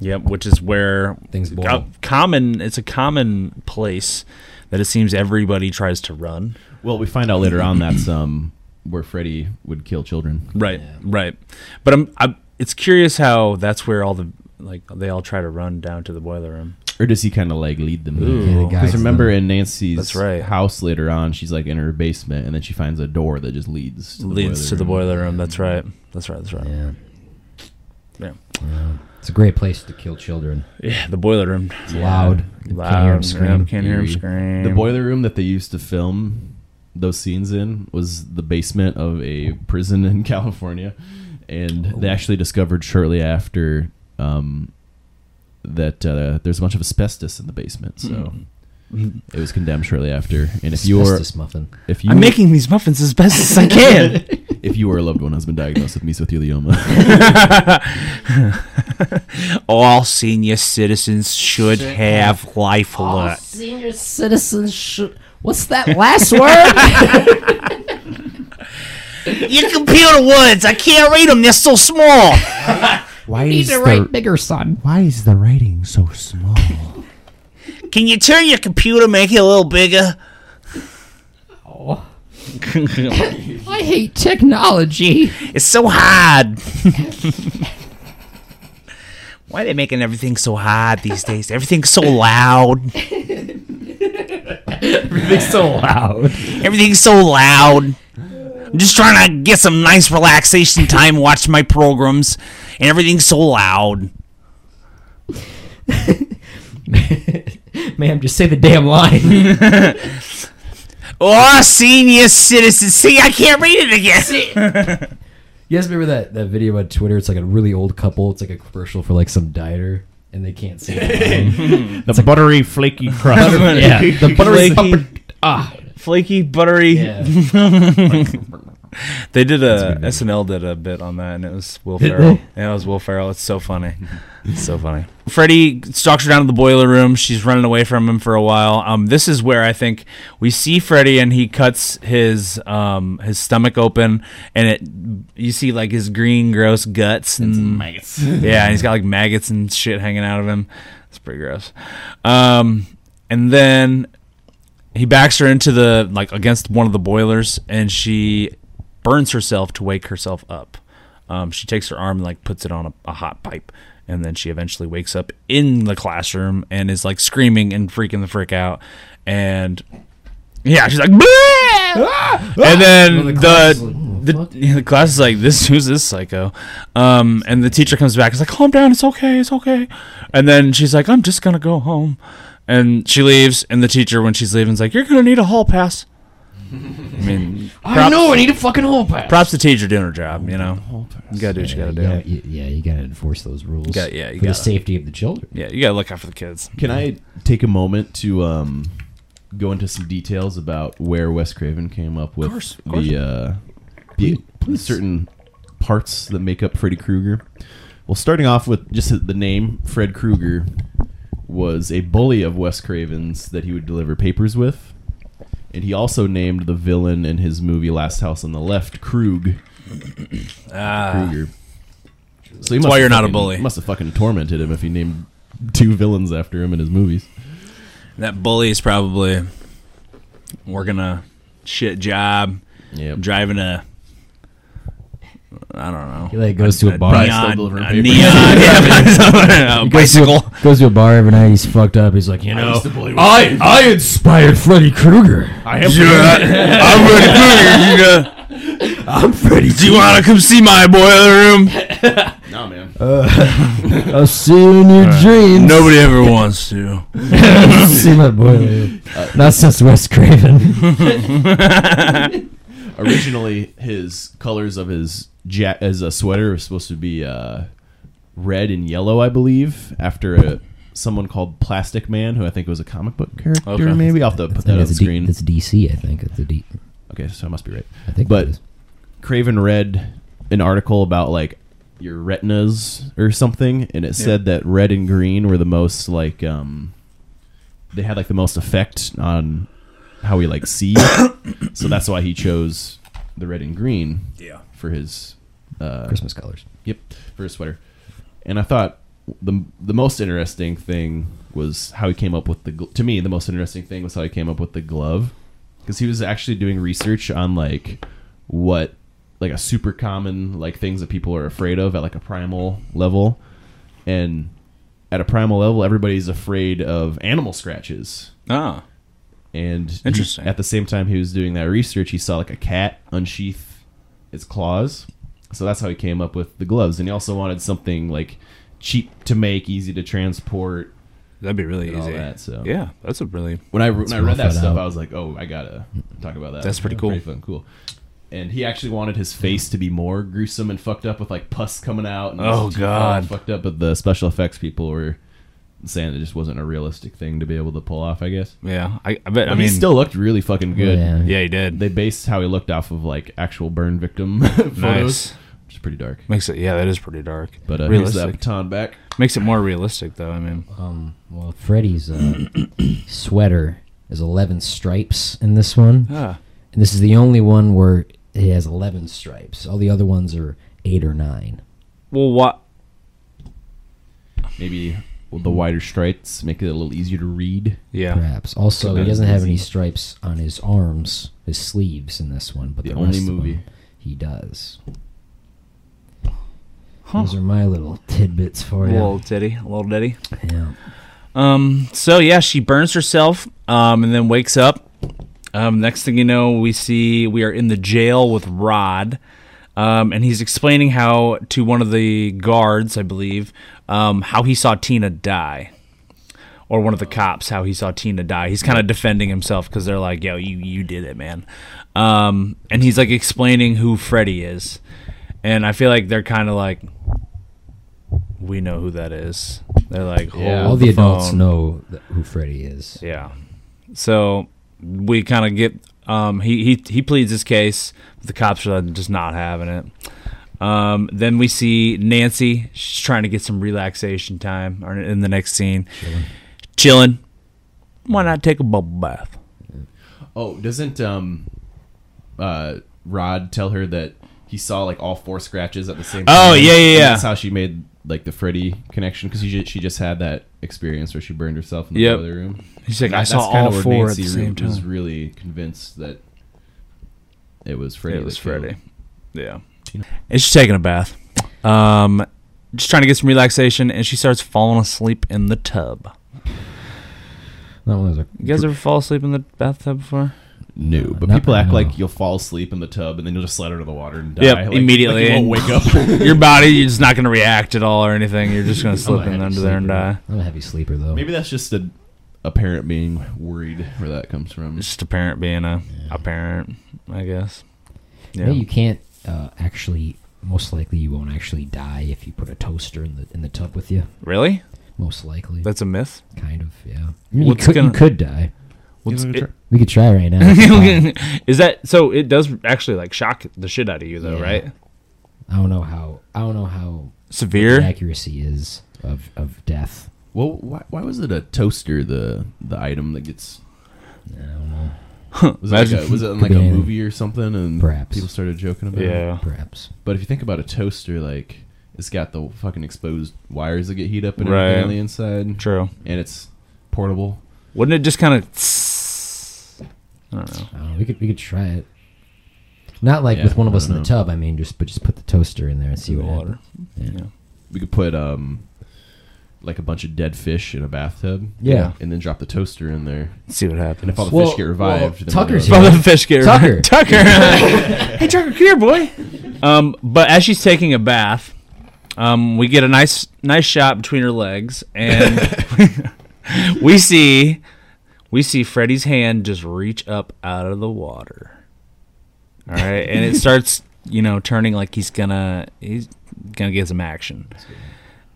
[SPEAKER 6] Yep, which is where
[SPEAKER 2] Things boil.
[SPEAKER 6] uh, common. It's a common place that it seems everybody tries to run.
[SPEAKER 1] well, we find out later on that's um where Freddy would kill children.
[SPEAKER 6] Right, right. But I'm, I'm. It's curious how that's where all the like they all try to run down to the boiler room.
[SPEAKER 1] Or does he kind of like lead them?
[SPEAKER 6] Ooh.
[SPEAKER 2] *laughs* Yeah, the
[SPEAKER 6] Because
[SPEAKER 2] guys
[SPEAKER 1] Because remember in Nancy's
[SPEAKER 6] That's right.
[SPEAKER 1] house later on, she's like in her basement, and then she finds a door that just leads to the
[SPEAKER 6] Leads
[SPEAKER 1] boiler
[SPEAKER 6] to the
[SPEAKER 1] room.
[SPEAKER 6] boiler room. That's right. That's right. That's right.
[SPEAKER 2] Yeah.
[SPEAKER 6] Yeah.
[SPEAKER 2] Yeah. It's a great place to kill children.
[SPEAKER 6] Yeah, the boiler room.
[SPEAKER 2] It's loud. You
[SPEAKER 6] Loud.
[SPEAKER 2] Can't hear 'em scream.
[SPEAKER 6] Can't hear him
[SPEAKER 1] Eerie.
[SPEAKER 6] scream.
[SPEAKER 1] The boiler room that they used to film those scenes in was the basement of a prison in *laughs* California, and
[SPEAKER 6] Oh.
[SPEAKER 1] they actually discovered shortly after um, that uh, there's a bunch of asbestos in the basement. So it was condemned shortly after. And if you were
[SPEAKER 2] Asbestos muffin.
[SPEAKER 1] if you
[SPEAKER 6] Mm-hmm. I'm making these muffins as best as *laughs* I can.
[SPEAKER 1] if you were a loved one has been diagnosed with
[SPEAKER 6] *laughs*
[SPEAKER 1] mesothelioma,
[SPEAKER 6] All senior citizens should have life alert.
[SPEAKER 2] Senior citizens should. What's that last word?
[SPEAKER 6] Your computer words, I can't read them. They're so small.
[SPEAKER 2] *laughs* Why is the right bigger son? Why is the writing so small?
[SPEAKER 6] Can you turn your computer, make it a little bigger?
[SPEAKER 2] I hate technology.
[SPEAKER 6] It's so hard. *laughs* Why are they making everything so hard these days? Everything's so loud.
[SPEAKER 2] Everything's so loud.
[SPEAKER 6] Everything's so loud. I'm just trying to get some nice relaxation time, watch my programs, and everything's so loud.
[SPEAKER 2] Ma'am, just say the damn line. *laughs*
[SPEAKER 6] Oh, senior citizens. See, I can't read it again.
[SPEAKER 2] you guys remember that, that video on Twitter? It's like a really old couple. It's like a commercial for like some diner, and they can't say
[SPEAKER 6] *laughs*
[SPEAKER 2] it.
[SPEAKER 1] the buttery flaky crust.
[SPEAKER 2] yeah, the buttery
[SPEAKER 6] Flaky.
[SPEAKER 2] upper- ah.
[SPEAKER 6] Flaky, buttery.
[SPEAKER 2] Yeah.
[SPEAKER 6] They did a SNL did a bit on that, and it was Will
[SPEAKER 2] Did
[SPEAKER 6] Ferrell.
[SPEAKER 2] they?
[SPEAKER 6] Yeah, it was Will Ferrell. It's so funny.
[SPEAKER 2] *laughs*
[SPEAKER 6] It's so funny. Freddie stalks her down to the boiler room. She's running away from him for a while. Um, this is where I think we see Freddie, and he cuts his um his stomach open, and it you see like his green gross
[SPEAKER 2] *laughs*
[SPEAKER 6] guts and maggots. yeah, and he's got like maggots and shit hanging out of him. It's pretty gross. Um, and then he backs her into the like against one of the boilers and she burns herself to wake herself up um, she takes her arm and like puts it on a, a hot pipe and then she eventually wakes up in the classroom and is like screaming and freaking the frick out and yeah she's like "Bleh!" and then
[SPEAKER 2] Well, the class is like, "Oh,
[SPEAKER 6] the the,
[SPEAKER 2] fuck."
[SPEAKER 6] yeah, *laughs* the class is like this who's this psycho um, and the teacher comes back is like calm down it's okay it's okay and then she's like i'm just gonna go home and she leaves and the teacher when she's leaving is like you're gonna need a hall pass i mean
[SPEAKER 2] I know. I need a fucking hole pass.
[SPEAKER 6] props to teacher doing her job you know you gotta do what you gotta do
[SPEAKER 2] Yeah, you, yeah, you gotta enforce those rules.
[SPEAKER 6] got- yeah, you
[SPEAKER 2] for the
[SPEAKER 6] gotta.
[SPEAKER 2] safety of the children.
[SPEAKER 6] Yeah, you gotta look out for the kids.
[SPEAKER 1] Can I take a moment to um, go into some details about where Wes Craven came up with
[SPEAKER 6] course, of course.
[SPEAKER 1] the uh, the certain parts that make up Freddy Krueger? Well, starting off with just the name Fred Krueger was a bully of Wes Craven's that he would deliver papers with, and he also named the villain in his movie Last House on the Left
[SPEAKER 6] *coughs*
[SPEAKER 1] Krug. Kruger. So he must
[SPEAKER 6] Ah. why
[SPEAKER 1] have
[SPEAKER 6] you're not a
[SPEAKER 1] fucking-
[SPEAKER 6] bully.
[SPEAKER 1] Must have fucking tormented him if he named two villains after him in his movies.
[SPEAKER 6] That bully's probably working a shit job,
[SPEAKER 1] Yeah,
[SPEAKER 6] driving a. I don't know.
[SPEAKER 2] He like goes to a bar.
[SPEAKER 1] probably
[SPEAKER 6] neon,
[SPEAKER 1] still delivering
[SPEAKER 6] a
[SPEAKER 1] papers.
[SPEAKER 6] neon, *laughs* yeah, a bicycle.
[SPEAKER 2] Goes to a bar every night. He's fucked up. He's like, you know, I I inspired Freddy Krueger.
[SPEAKER 1] I am.
[SPEAKER 6] *laughs* I'm ready for you.
[SPEAKER 2] I'm Freddy.
[SPEAKER 6] Do you want to come see my boiler room?
[SPEAKER 1] Nah, man.
[SPEAKER 2] I'll see you in your dreams. *laughs*
[SPEAKER 6] Nobody ever wants to.
[SPEAKER 2] see my boy. later. Not since Wes Craven.
[SPEAKER 1] Originally, his colors of his ja- as a sweater was supposed to be uh, red and yellow, I believe, after a, someone called Plastic Man, who I think was a comic book character.
[SPEAKER 6] Okay.
[SPEAKER 1] Maybe I'll have to put that on the
[SPEAKER 2] That's,
[SPEAKER 1] screen.
[SPEAKER 2] D- that's DC, I think. That's a D.
[SPEAKER 1] okay, so I must be right.
[SPEAKER 2] I think.
[SPEAKER 1] But-
[SPEAKER 2] it is.
[SPEAKER 1] Craven read an article about like your retinas or something, and it said that red and green were the most like um they had like the most effect on how we like see. *coughs* so that's why he chose the red and green
[SPEAKER 6] Yeah.
[SPEAKER 1] for his uh
[SPEAKER 2] Christmas colors.
[SPEAKER 1] Yep, for a sweater. And I thought the the most interesting thing was how he came up with the gl- to me the most interesting thing was how he came up with the glove because he was actually doing research on like what like a super common like things that people are afraid of at like a primal level and at a primal level everybody's afraid of animal scratches
[SPEAKER 6] Ah.
[SPEAKER 1] and he-
[SPEAKER 6] Interesting.
[SPEAKER 1] at the same time he was doing that research, he saw like a cat unsheath its claws. So that's how he came up with the gloves. And he also wanted something like cheap to make, easy to transport.
[SPEAKER 6] That'd be really
[SPEAKER 1] And all
[SPEAKER 6] easy.
[SPEAKER 1] that, so.
[SPEAKER 6] Yeah, that's a really
[SPEAKER 1] When I when I
[SPEAKER 2] rough
[SPEAKER 1] read that
[SPEAKER 2] it
[SPEAKER 1] stuff,
[SPEAKER 2] out.
[SPEAKER 1] I was like, oh, I gotta talk about that.
[SPEAKER 6] That's pretty cool.
[SPEAKER 1] fucking cool. And he actually wanted his face to be more gruesome and fucked up with like pus coming out. And
[SPEAKER 6] Oh,
[SPEAKER 1] his teeth all
[SPEAKER 6] God.
[SPEAKER 1] fucked up. But the special effects people were saying it just wasn't a realistic thing to be able to pull off. I guess.
[SPEAKER 6] yeah. I, I bet.
[SPEAKER 1] But
[SPEAKER 6] I mean,
[SPEAKER 1] he still looked really fucking good.
[SPEAKER 2] Yeah.
[SPEAKER 6] yeah, he did.
[SPEAKER 1] they based how he looked off of like actual burn victim *laughs* photos,
[SPEAKER 6] nice.
[SPEAKER 1] which is pretty dark.
[SPEAKER 6] Makes it. Yeah, that is pretty dark.
[SPEAKER 1] But uh, here's that Uh-huh.
[SPEAKER 6] realistic
[SPEAKER 1] baton back.
[SPEAKER 6] makes it more realistic though. I mean,
[SPEAKER 2] Um, well, Freddy's uh, *coughs* sweater is 11 stripes in this one.
[SPEAKER 6] ah,
[SPEAKER 2] And this is the only one where it has 11 stripes. All the other ones are 8 or 9.
[SPEAKER 6] well, what?
[SPEAKER 1] Maybe with the wider stripes make it a little easier to read.
[SPEAKER 6] Yeah,
[SPEAKER 2] Perhaps. Also, he
[SPEAKER 1] Could
[SPEAKER 2] doesn't
[SPEAKER 1] be
[SPEAKER 2] have any
[SPEAKER 1] easy.
[SPEAKER 2] stripes on his arms, his sleeves in this one, but
[SPEAKER 1] The
[SPEAKER 2] the,
[SPEAKER 1] only
[SPEAKER 2] rest of
[SPEAKER 1] movie.
[SPEAKER 2] them, he does. Those are my little tidbits for you.
[SPEAKER 6] little titty, little ditty.
[SPEAKER 2] yeah.
[SPEAKER 6] Um. So yeah, she burns herself. Um, and then wakes up. Um. Next thing you know, we see we are in the jail with Rod. Um, and he's explaining how to one of the guards, I believe, um, how he saw Tina die, or one of the cops how he saw Tina die. He's kind of defending himself because they're like, "Yo, you you did it, man," um, and he's like explaining who Freddy is, and I feel like they're kind of like, "We know who that is." They're like, Hold
[SPEAKER 1] Yeah.
[SPEAKER 2] All the, adults
[SPEAKER 6] phone."
[SPEAKER 2] know that who Freddy is.
[SPEAKER 6] Yeah. So we kind of get um, he he he pleads his case. The cops are just not having it. Um, then we see Nancy. She's trying to get some relaxation time or in the next scene. Chilling. Why not take a bubble bath?
[SPEAKER 1] Oh, doesn't um, uh, Rod tell her that he saw like all four scratches at the same?
[SPEAKER 6] Oh,
[SPEAKER 1] time?
[SPEAKER 6] yeah, yeah,
[SPEAKER 1] And
[SPEAKER 6] yeah.
[SPEAKER 1] That's how she made like the Freddy connection because she ju- she just had that experience where she burned herself in the
[SPEAKER 6] Yep.
[SPEAKER 1] boiler room.
[SPEAKER 6] He's like,
[SPEAKER 1] That-
[SPEAKER 6] I
[SPEAKER 1] that's
[SPEAKER 6] saw
[SPEAKER 1] kinda
[SPEAKER 6] all
[SPEAKER 1] where
[SPEAKER 6] four
[SPEAKER 1] Nancy
[SPEAKER 6] at the
[SPEAKER 1] re-
[SPEAKER 6] same time.
[SPEAKER 1] was really convinced that it was Freddy.
[SPEAKER 6] it was
[SPEAKER 1] that killed
[SPEAKER 6] Freddy. Yeah. And she's taking a bath. Um, just trying to get some relaxation, and she starts falling asleep in the tub.
[SPEAKER 2] That one was a
[SPEAKER 6] You guys ever fall asleep in the bathtub before?
[SPEAKER 1] No, but
[SPEAKER 2] not-
[SPEAKER 1] people act
[SPEAKER 2] no.
[SPEAKER 1] like you'll fall asleep in the tub and then you'll just slide under the water and die.
[SPEAKER 6] Yep,
[SPEAKER 1] like,
[SPEAKER 6] immediately.
[SPEAKER 1] Like you won't wake
[SPEAKER 2] *laughs*
[SPEAKER 1] up. *laughs*
[SPEAKER 6] your body you're just not going to react at all or anything you're just going to slip
[SPEAKER 1] a
[SPEAKER 6] in
[SPEAKER 1] heavy
[SPEAKER 6] under there and die
[SPEAKER 2] I'm a heavy sleeper though.
[SPEAKER 1] Maybe that's just a, a parent being worried where that comes from.
[SPEAKER 6] it's just a parent being a, a parent i guess yeah
[SPEAKER 2] No, you can't uh, actually. Most likely, you won't actually die if you put a toaster in the in the tub with you.
[SPEAKER 6] really
[SPEAKER 2] Most likely,
[SPEAKER 6] that's a myth
[SPEAKER 2] kind of yeah. I mean, you,
[SPEAKER 6] What's
[SPEAKER 2] could,
[SPEAKER 6] gonna-
[SPEAKER 2] you could die.
[SPEAKER 6] What's
[SPEAKER 1] look at
[SPEAKER 6] it-
[SPEAKER 2] We could try right
[SPEAKER 6] *laughs*
[SPEAKER 2] now. It's fine.
[SPEAKER 6] is that so it does actually like shock the shit out of you though
[SPEAKER 2] Yeah.
[SPEAKER 6] right
[SPEAKER 2] I don't know how. I don't know how
[SPEAKER 6] severe
[SPEAKER 2] the accuracy is of of death.
[SPEAKER 1] Well, why, why was it a toaster the the item that gets? Was it like
[SPEAKER 6] Imagine-
[SPEAKER 1] a, was it in like
[SPEAKER 2] be
[SPEAKER 1] a
[SPEAKER 2] anything.
[SPEAKER 1] movie or something? And
[SPEAKER 2] Perhaps.
[SPEAKER 1] people started joking about it.
[SPEAKER 6] Yeah.
[SPEAKER 2] Perhaps.
[SPEAKER 1] But if you think about a toaster, like it's got the fucking exposed wires that get heat up and
[SPEAKER 6] Right.
[SPEAKER 1] everything on the inside,
[SPEAKER 6] True.
[SPEAKER 1] and it's portable.
[SPEAKER 6] Wouldn't it just kind of? I don't know.
[SPEAKER 2] I don't know. We could we could try it. Not like
[SPEAKER 1] Yeah,
[SPEAKER 2] with one of
[SPEAKER 1] I
[SPEAKER 2] us in
[SPEAKER 1] don't
[SPEAKER 2] the
[SPEAKER 1] know.
[SPEAKER 2] tub. I mean, just but just put the toaster in there and see
[SPEAKER 6] The
[SPEAKER 2] what
[SPEAKER 6] water.
[SPEAKER 2] happens.
[SPEAKER 1] We could put um, like a bunch of dead fish in a bathtub.
[SPEAKER 2] Yeah.
[SPEAKER 1] and then drop the toaster in there,
[SPEAKER 6] See what
[SPEAKER 1] and
[SPEAKER 6] happens.
[SPEAKER 1] if all the
[SPEAKER 2] Well-
[SPEAKER 1] fish get revived,
[SPEAKER 2] well,
[SPEAKER 1] then
[SPEAKER 2] Tucker's
[SPEAKER 1] we'll-
[SPEAKER 2] here.
[SPEAKER 6] From the fish gear.
[SPEAKER 2] Tucker.
[SPEAKER 6] *laughs* Tucker. hey, Tucker, come here, boy. Um, but as she's taking a bath, um, we get a nice, nice shot between her legs, and *laughs* we see, we see Freddy's hand just reach up out of the water. All right, and it starts, you know, turning like he's gonna, he's gonna get some action,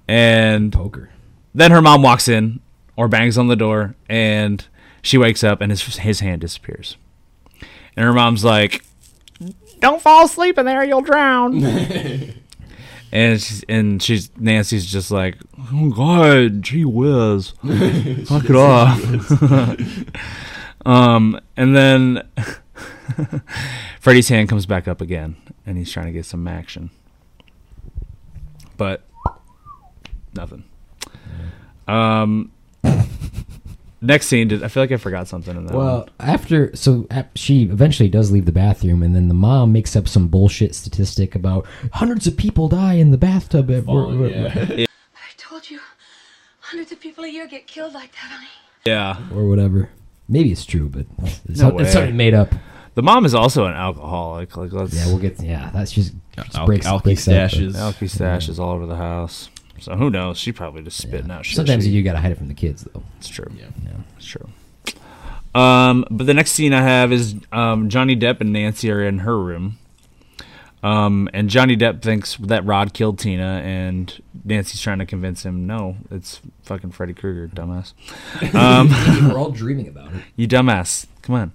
[SPEAKER 6] and
[SPEAKER 2] Poker.
[SPEAKER 6] then her mom walks in or bangs on the door and she wakes up and his, his hand disappears and her mom's like don't fall asleep in there you'll drown and she's and she's nancy's just like oh god gee whiz fuck it off *laughs* um and then *laughs* freddy's hand comes back up again and he's trying to get some action but nothing um, *laughs* next scene. Did, I feel like I forgot something in that.
[SPEAKER 2] Well,
[SPEAKER 6] one.
[SPEAKER 2] after so ap- she eventually does leave the bathroom, and then the mom makes up some bullshit statistic about hundreds of people die in the bathtub. At, we're,
[SPEAKER 5] I told you, hundreds of people a year get killed like that, honey.
[SPEAKER 6] yeah.
[SPEAKER 2] *laughs* or whatever. Maybe it's true, but it's,
[SPEAKER 6] No
[SPEAKER 2] not- it's
[SPEAKER 6] way.
[SPEAKER 2] something made up.
[SPEAKER 6] The mom is also an alcoholic. Like, let's.
[SPEAKER 2] Yeah, we'll get. Yeah, that's just, just
[SPEAKER 1] Al-
[SPEAKER 2] breaks,
[SPEAKER 1] alky
[SPEAKER 2] breaks out the-
[SPEAKER 1] stashes.
[SPEAKER 6] Alky stash is all over the house. So who knows? She probably just spitting out shit.
[SPEAKER 2] Sometimes
[SPEAKER 6] she,
[SPEAKER 2] you do gotta hide it from the kids, though.
[SPEAKER 6] It's true.
[SPEAKER 1] Yeah.
[SPEAKER 6] It's true. Um, but the next scene I have is um, Johnny Depp and Nancy are in her room. Um, and Johnny Depp thinks that Rod killed Tina, and Nancy's trying to convince him, no, it's fucking Freddy Krueger, dumbass.
[SPEAKER 2] We're all dreaming about it.
[SPEAKER 6] You dumbass. Come on.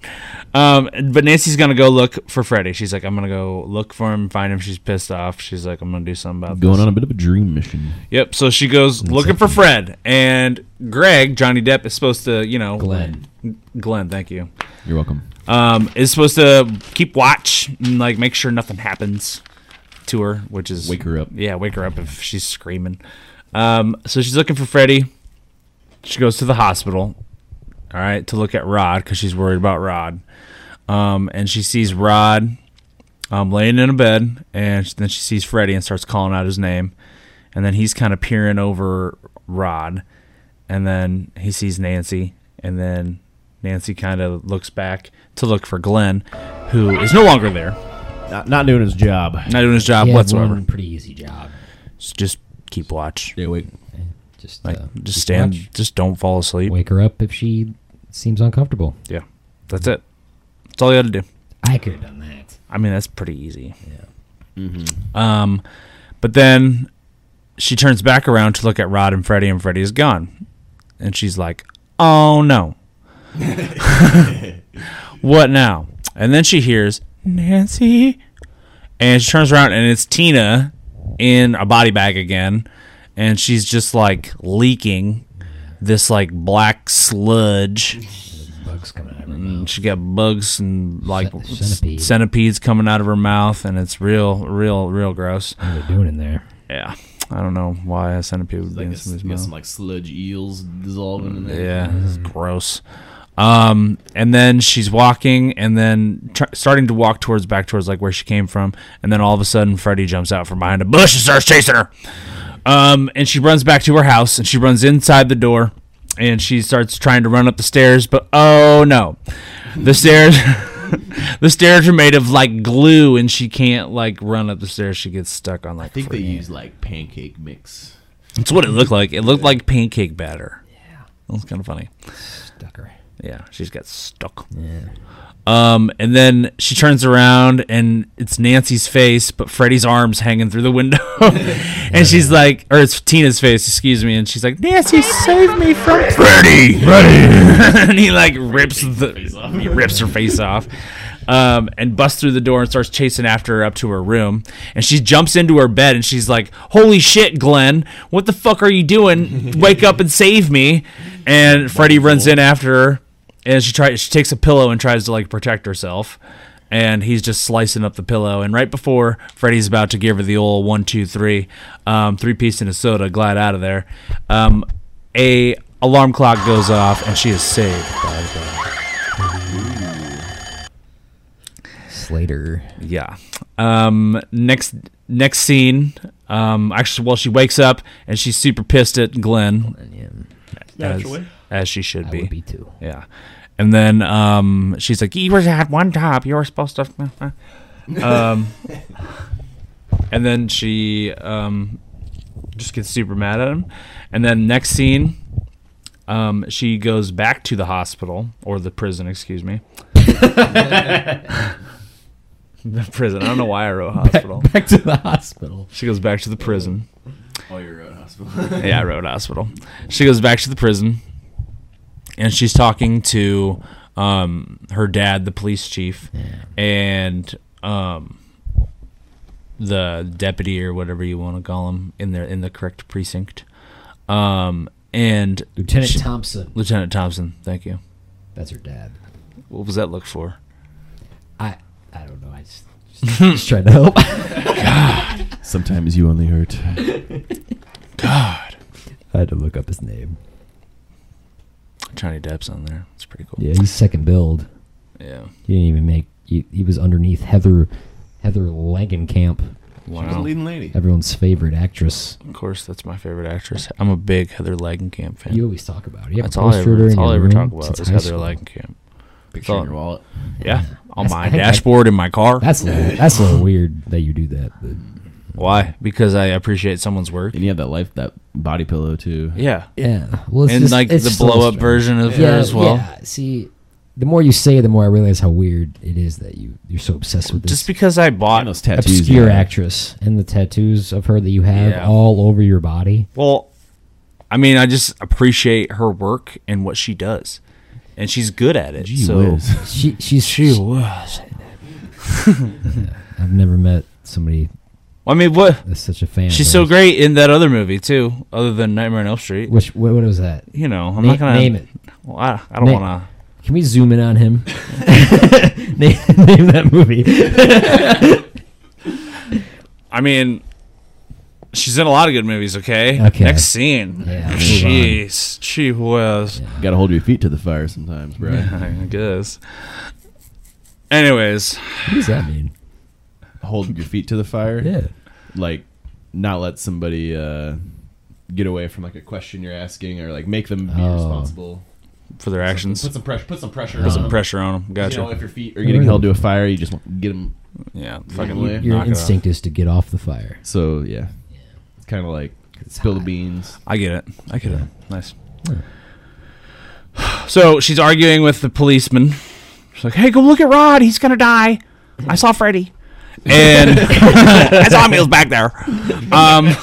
[SPEAKER 6] Um, but Nancy's going to go look for Freddy. She's like, I'm going to go look for him, find him. She's pissed off. She's like, I'm going to do something
[SPEAKER 1] *laughs*
[SPEAKER 6] about
[SPEAKER 1] Going
[SPEAKER 6] this.
[SPEAKER 1] on a bit of a dream mission.
[SPEAKER 6] Yep. So she goes looking for Fred. And Greg, Johnny Depp, is supposed to, you know.
[SPEAKER 2] Glenn.
[SPEAKER 6] Glenn, thank you.
[SPEAKER 1] You're welcome.
[SPEAKER 6] Um, is supposed to keep watch and, like, make sure nothing happens to her, which is.
[SPEAKER 1] Wake her up.
[SPEAKER 6] Yeah, wake her up if she's screaming. Um, so she's looking for Freddy. She goes to the hospital, all right, to look at Rod because she's worried about Rod. Um, and she sees Rod um, laying in a bed, and then she sees Freddy and starts calling out his name. And then he's kind of peering over Rod, and then he sees Nancy, and then Nancy kind of looks back to look for Glenn, who is no longer there,
[SPEAKER 1] Not, not doing his job.
[SPEAKER 6] not doing his job
[SPEAKER 2] He had
[SPEAKER 6] whatsoever.
[SPEAKER 2] one pretty easy job.
[SPEAKER 6] So just keep watch.
[SPEAKER 1] Yeah, wait.
[SPEAKER 2] Just
[SPEAKER 6] Like,
[SPEAKER 2] uh,
[SPEAKER 6] just stand.
[SPEAKER 2] watch.
[SPEAKER 6] Just don't fall asleep.
[SPEAKER 2] Wake her up if she seems uncomfortable.
[SPEAKER 6] Yeah, that's it. That's all you got to do.
[SPEAKER 2] I could have done that.
[SPEAKER 6] I mean, that's pretty easy. Yeah. Um, but then she turns back around to look at Rod and Freddy, and Freddy is gone, and she's like, "Oh no, what now?" And then she hears Nancy, and she turns around, and it's Tina in a body bag again, and she's just like leaking this like black sludge
[SPEAKER 2] Bugs coming out of her
[SPEAKER 6] and she got bugs and like
[SPEAKER 2] Ce-
[SPEAKER 6] centipede.
[SPEAKER 2] centipede.
[SPEAKER 6] centipedes coming out of her mouth, and it's real, real, real gross.
[SPEAKER 2] What are they doing in there?
[SPEAKER 6] Yeah, I don't know why a centipede would be
[SPEAKER 1] Like
[SPEAKER 6] in
[SPEAKER 1] a,
[SPEAKER 6] somebody's
[SPEAKER 1] you got some
[SPEAKER 6] mouth.
[SPEAKER 1] like sludge eels dissolving in there.
[SPEAKER 6] Yeah,
[SPEAKER 1] Mm.
[SPEAKER 6] it's gross. Um, and then she's walking, and then tr- starting to walk towards back towards like where she came from, and then all of a sudden Freddy jumps out from behind a bush and starts chasing her. Um, and she runs back to her house, and she runs inside the door, and she starts trying to run up the stairs, but oh no, the stairs. *laughs* The stairs are made of like glue, and she can't like run up the stairs. She gets stuck on like.
[SPEAKER 1] I think they
[SPEAKER 6] three
[SPEAKER 1] use like pancake mix.
[SPEAKER 6] That's what it looked like. It looked like pancake batter. Yeah, that's kind of funny.
[SPEAKER 2] Stucker.
[SPEAKER 6] Yeah, she's got stuck. Um, and then she turns around and it's Nancy's face, but Freddy's arms hanging through the window, *laughs* and she's like, or it's Tina's face, excuse me, and she's like, Nancy, save me from Freddy, Freddy, *laughs* and he like rips the he rips her face off, um, and busts through the door and starts chasing after her up to her room, and she jumps into her bed and she's like, holy shit, Glenn, what the fuck are you doing? Wake up and save me, and Freddy runs in after her and she tries she takes a pillow and tries to like protect herself and he's just slicing up the pillow and right before freddy's about to give her the old one two three um, three piece in a soda glide out of there um, a alarm clock goes off and she is saved by the
[SPEAKER 2] Slater.
[SPEAKER 6] yeah um, next next scene um, actually well she wakes up and she's super pissed at glenn
[SPEAKER 2] Yeah,
[SPEAKER 6] as, as she should
[SPEAKER 2] I
[SPEAKER 6] be
[SPEAKER 2] would be *laughs* too.
[SPEAKER 6] Yeah. And then um, she's like, "You was at one job. You were supposed to." *laughs* um, and then she um, just gets super mad at him. And then next scene, um, she goes back to the hospital or the prison, excuse me. *laughs* the prison. I don't know why I wrote hospital.
[SPEAKER 2] Back to the hospital.
[SPEAKER 6] She goes back to the prison.
[SPEAKER 1] Oh, you're at hospital. *laughs*
[SPEAKER 6] yeah, Road Hospital. She goes back to the prison, and she's talking to um, her dad, the police chief, and um, the deputy or whatever you want to call him in the in the correct precinct. Um, and
[SPEAKER 2] Lieutenant
[SPEAKER 6] she-
[SPEAKER 2] Thompson.
[SPEAKER 6] Lieutenant Thompson, thank you.
[SPEAKER 2] That's her dad.
[SPEAKER 6] What was that look for?
[SPEAKER 2] I I don't know. I just, *laughs* just, just tried to help. I
[SPEAKER 1] Sometimes you only *laughs* hurt.
[SPEAKER 2] had to look up his name.
[SPEAKER 6] Johnny Depp's on there. It's pretty cool.
[SPEAKER 2] Yeah, he's second build.
[SPEAKER 6] Yeah.
[SPEAKER 2] He didn't even make. He, he was underneath Heather Heather Langenkamp,
[SPEAKER 1] She's a
[SPEAKER 6] Wow.
[SPEAKER 1] leading lady.
[SPEAKER 2] everyone's favorite actress.
[SPEAKER 6] Of course, that's my favorite actress. I'm a big Heather Langenkamp fan.
[SPEAKER 2] You always talk about her. You have
[SPEAKER 6] that's
[SPEAKER 2] a
[SPEAKER 6] all I
[SPEAKER 2] poster of
[SPEAKER 6] ever,
[SPEAKER 2] her
[SPEAKER 6] that's
[SPEAKER 2] in
[SPEAKER 6] all I
[SPEAKER 2] your
[SPEAKER 6] ever talk
[SPEAKER 2] room
[SPEAKER 6] about
[SPEAKER 2] since
[SPEAKER 6] is
[SPEAKER 2] high
[SPEAKER 6] Heather
[SPEAKER 2] school.
[SPEAKER 6] Langenkamp.
[SPEAKER 1] Picture in your wallet.
[SPEAKER 6] Yeah, on
[SPEAKER 2] That's- I
[SPEAKER 6] my
[SPEAKER 2] think I-
[SPEAKER 6] dashboard in my car.
[SPEAKER 2] That's a little, that's a little weird that you do that. But
[SPEAKER 6] Why? Because I appreciate someone's work.
[SPEAKER 1] And you have that life, that body pillow too.
[SPEAKER 6] Yeah,
[SPEAKER 2] yeah, well, it's
[SPEAKER 6] and
[SPEAKER 2] just-
[SPEAKER 6] like
[SPEAKER 2] it's
[SPEAKER 6] the
[SPEAKER 2] just a little
[SPEAKER 6] blow up
[SPEAKER 2] strange.
[SPEAKER 6] version of her as well.
[SPEAKER 2] Yeah. See, the more you say, the more I realize how weird it is that you you're so obsessed with this
[SPEAKER 6] Just because I
[SPEAKER 1] And
[SPEAKER 6] bought.
[SPEAKER 1] those tattoos.
[SPEAKER 2] obscure
[SPEAKER 1] yeah.
[SPEAKER 2] actress and the tattoos of her that you have
[SPEAKER 6] Yeah.
[SPEAKER 2] all over your body.
[SPEAKER 6] Well, I mean, I just appreciate her work and what she does, and she's good at it.
[SPEAKER 1] Gee
[SPEAKER 6] so
[SPEAKER 1] whiz. *laughs*
[SPEAKER 2] She she's
[SPEAKER 6] she
[SPEAKER 2] she,
[SPEAKER 6] was.
[SPEAKER 2] I've never met somebody
[SPEAKER 6] I mean, what?
[SPEAKER 2] that's such a fan.
[SPEAKER 6] She's
[SPEAKER 2] of
[SPEAKER 6] so
[SPEAKER 2] hers.
[SPEAKER 6] great in that other movie too, other than Nightmare on Elm Street.
[SPEAKER 2] Which what, what was that?
[SPEAKER 6] You know, I'm
[SPEAKER 2] Na-
[SPEAKER 6] not gonna
[SPEAKER 2] name it.
[SPEAKER 6] Well, I, I don't
[SPEAKER 2] Na-
[SPEAKER 6] want to.
[SPEAKER 2] Can we zoom in on him? *laughs* name, name that movie.
[SPEAKER 6] I mean, she's in a lot of good movies. Okay.
[SPEAKER 2] Okay.
[SPEAKER 6] Next scene.
[SPEAKER 2] Yeah, move on.
[SPEAKER 6] Jeez, she was.
[SPEAKER 1] Got to hold your feet to the fire sometimes, bro.
[SPEAKER 6] *laughs* I guess. Anyways,
[SPEAKER 2] What does that mean?
[SPEAKER 1] hold your feet to the fire.
[SPEAKER 2] Yeah.
[SPEAKER 1] Like, not let somebody uh, get away from like a question you're asking, or like make them be
[SPEAKER 2] Oh.
[SPEAKER 1] responsible.
[SPEAKER 6] for their actions,
[SPEAKER 1] Put
[SPEAKER 6] put
[SPEAKER 1] some pressure. Put some pressure.
[SPEAKER 6] some
[SPEAKER 1] on 'em.
[SPEAKER 6] pressure on them.
[SPEAKER 1] You know,
[SPEAKER 6] Gotcha.
[SPEAKER 1] if your feet are getting held to a fire, you just want get them.
[SPEAKER 6] Yeah,
[SPEAKER 1] away.
[SPEAKER 6] fucking
[SPEAKER 2] Your
[SPEAKER 6] knock it off.
[SPEAKER 2] instinct is to get off the fire.
[SPEAKER 1] So yeah, it's kind of like spill the beans.
[SPEAKER 6] I get it. I get it. Nice. So she's arguing with the policeman. She's like, "Hey, go look at Rod. He's gonna die. I saw Freddy,
[SPEAKER 1] *laughs*
[SPEAKER 6] and I saw him. He was back there." Um,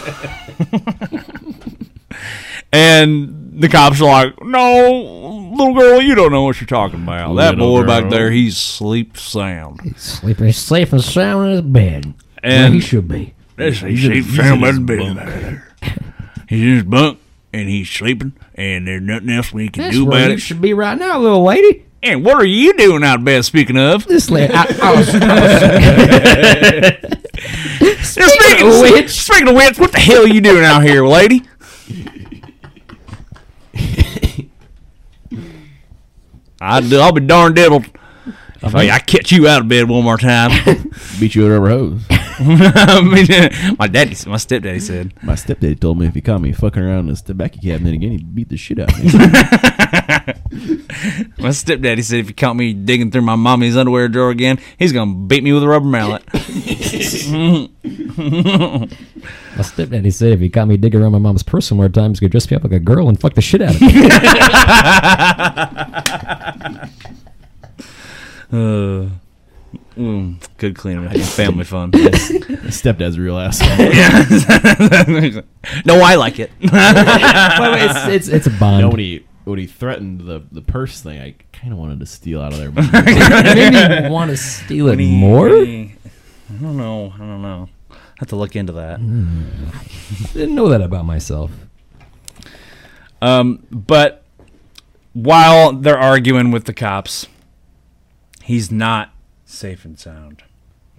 [SPEAKER 6] and the cops are like, "No, little girl, you don't know what you're talking about. that
[SPEAKER 1] Little
[SPEAKER 6] boy back
[SPEAKER 1] girl."
[SPEAKER 6] there, he's sleep sound."
[SPEAKER 2] Sleeping safe and sound in his bed. Where
[SPEAKER 6] And
[SPEAKER 2] he should be.
[SPEAKER 6] That's he's
[SPEAKER 1] in- he's in
[SPEAKER 6] found by
[SPEAKER 1] his
[SPEAKER 6] the bed there. He's in his bunk and he's sleeping, and there's nothing else we can
[SPEAKER 2] That's
[SPEAKER 6] do
[SPEAKER 2] where
[SPEAKER 6] about
[SPEAKER 2] you
[SPEAKER 6] it.
[SPEAKER 2] should be right now, little lady.
[SPEAKER 6] and what are you doing out bed? Speaking of,
[SPEAKER 2] This
[SPEAKER 6] *laughs*
[SPEAKER 2] lady. I, oh. *laughs* I was, I was-
[SPEAKER 6] Yeah, speaking,
[SPEAKER 2] of
[SPEAKER 6] of
[SPEAKER 2] which-
[SPEAKER 6] speaking of which, what the hell are you doing out here, lady? I do, I'll be darn devil if I, I catch you out of bed one more time. *laughs*
[SPEAKER 1] Beat you over a hose.
[SPEAKER 6] I mean, my daddy, my stepdaddy said.
[SPEAKER 1] My stepdad told me if he caught me fucking around in his tobacco cabinet again, he'd beat the shit out of me.
[SPEAKER 6] My stepdaddy said if you caught me digging through my mommy's underwear drawer again, he's gonna beat me with a
[SPEAKER 2] *laughs*
[SPEAKER 6] rubber mallet.
[SPEAKER 2] My stepdaddy said if he caught me digging around my mom's purse some more times, he could dress me up like a girl and fuck the shit *laughs* out of me.
[SPEAKER 6] Uh, mm, good cleaning,
[SPEAKER 2] *laughs*
[SPEAKER 6] family fun. *laughs*
[SPEAKER 1] Stepdad's a real asshole.
[SPEAKER 6] no, I like it. *laughs*
[SPEAKER 2] it's, it's, it's a bond.
[SPEAKER 1] You know, when he when he threatened the the purse thing, I kind of wanted to steal out of there. but-
[SPEAKER 2] *laughs*
[SPEAKER 6] *laughs*
[SPEAKER 2] Maybe you want to steal it more?
[SPEAKER 6] I don't know. I don't know. I have to look into that.
[SPEAKER 2] Didn't know that about myself.
[SPEAKER 6] Um, but while they're arguing with the cops, he's not safe and sound.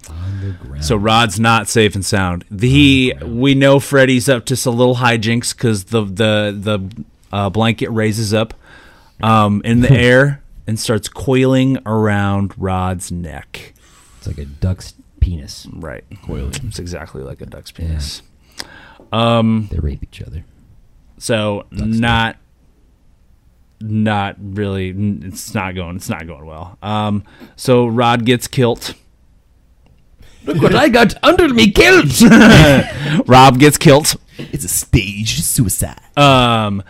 [SPEAKER 2] On the ground.
[SPEAKER 6] So Rod's not safe and sound. The he, we know Freddy's up to some little hijinks because the the the uh, blanket raises up um, in the air and starts coiling around Rod's neck.
[SPEAKER 2] it's like a duck's penis.
[SPEAKER 6] Right,
[SPEAKER 1] Coiling.
[SPEAKER 6] it's exactly like a duck's penis.
[SPEAKER 2] They rape each other.
[SPEAKER 6] So not not really n- it's not going it's not going well. Um so Rod gets killed.
[SPEAKER 2] Look what I got under me killed.
[SPEAKER 6] Rob gets killed.
[SPEAKER 1] It's a staged suicide.
[SPEAKER 6] Um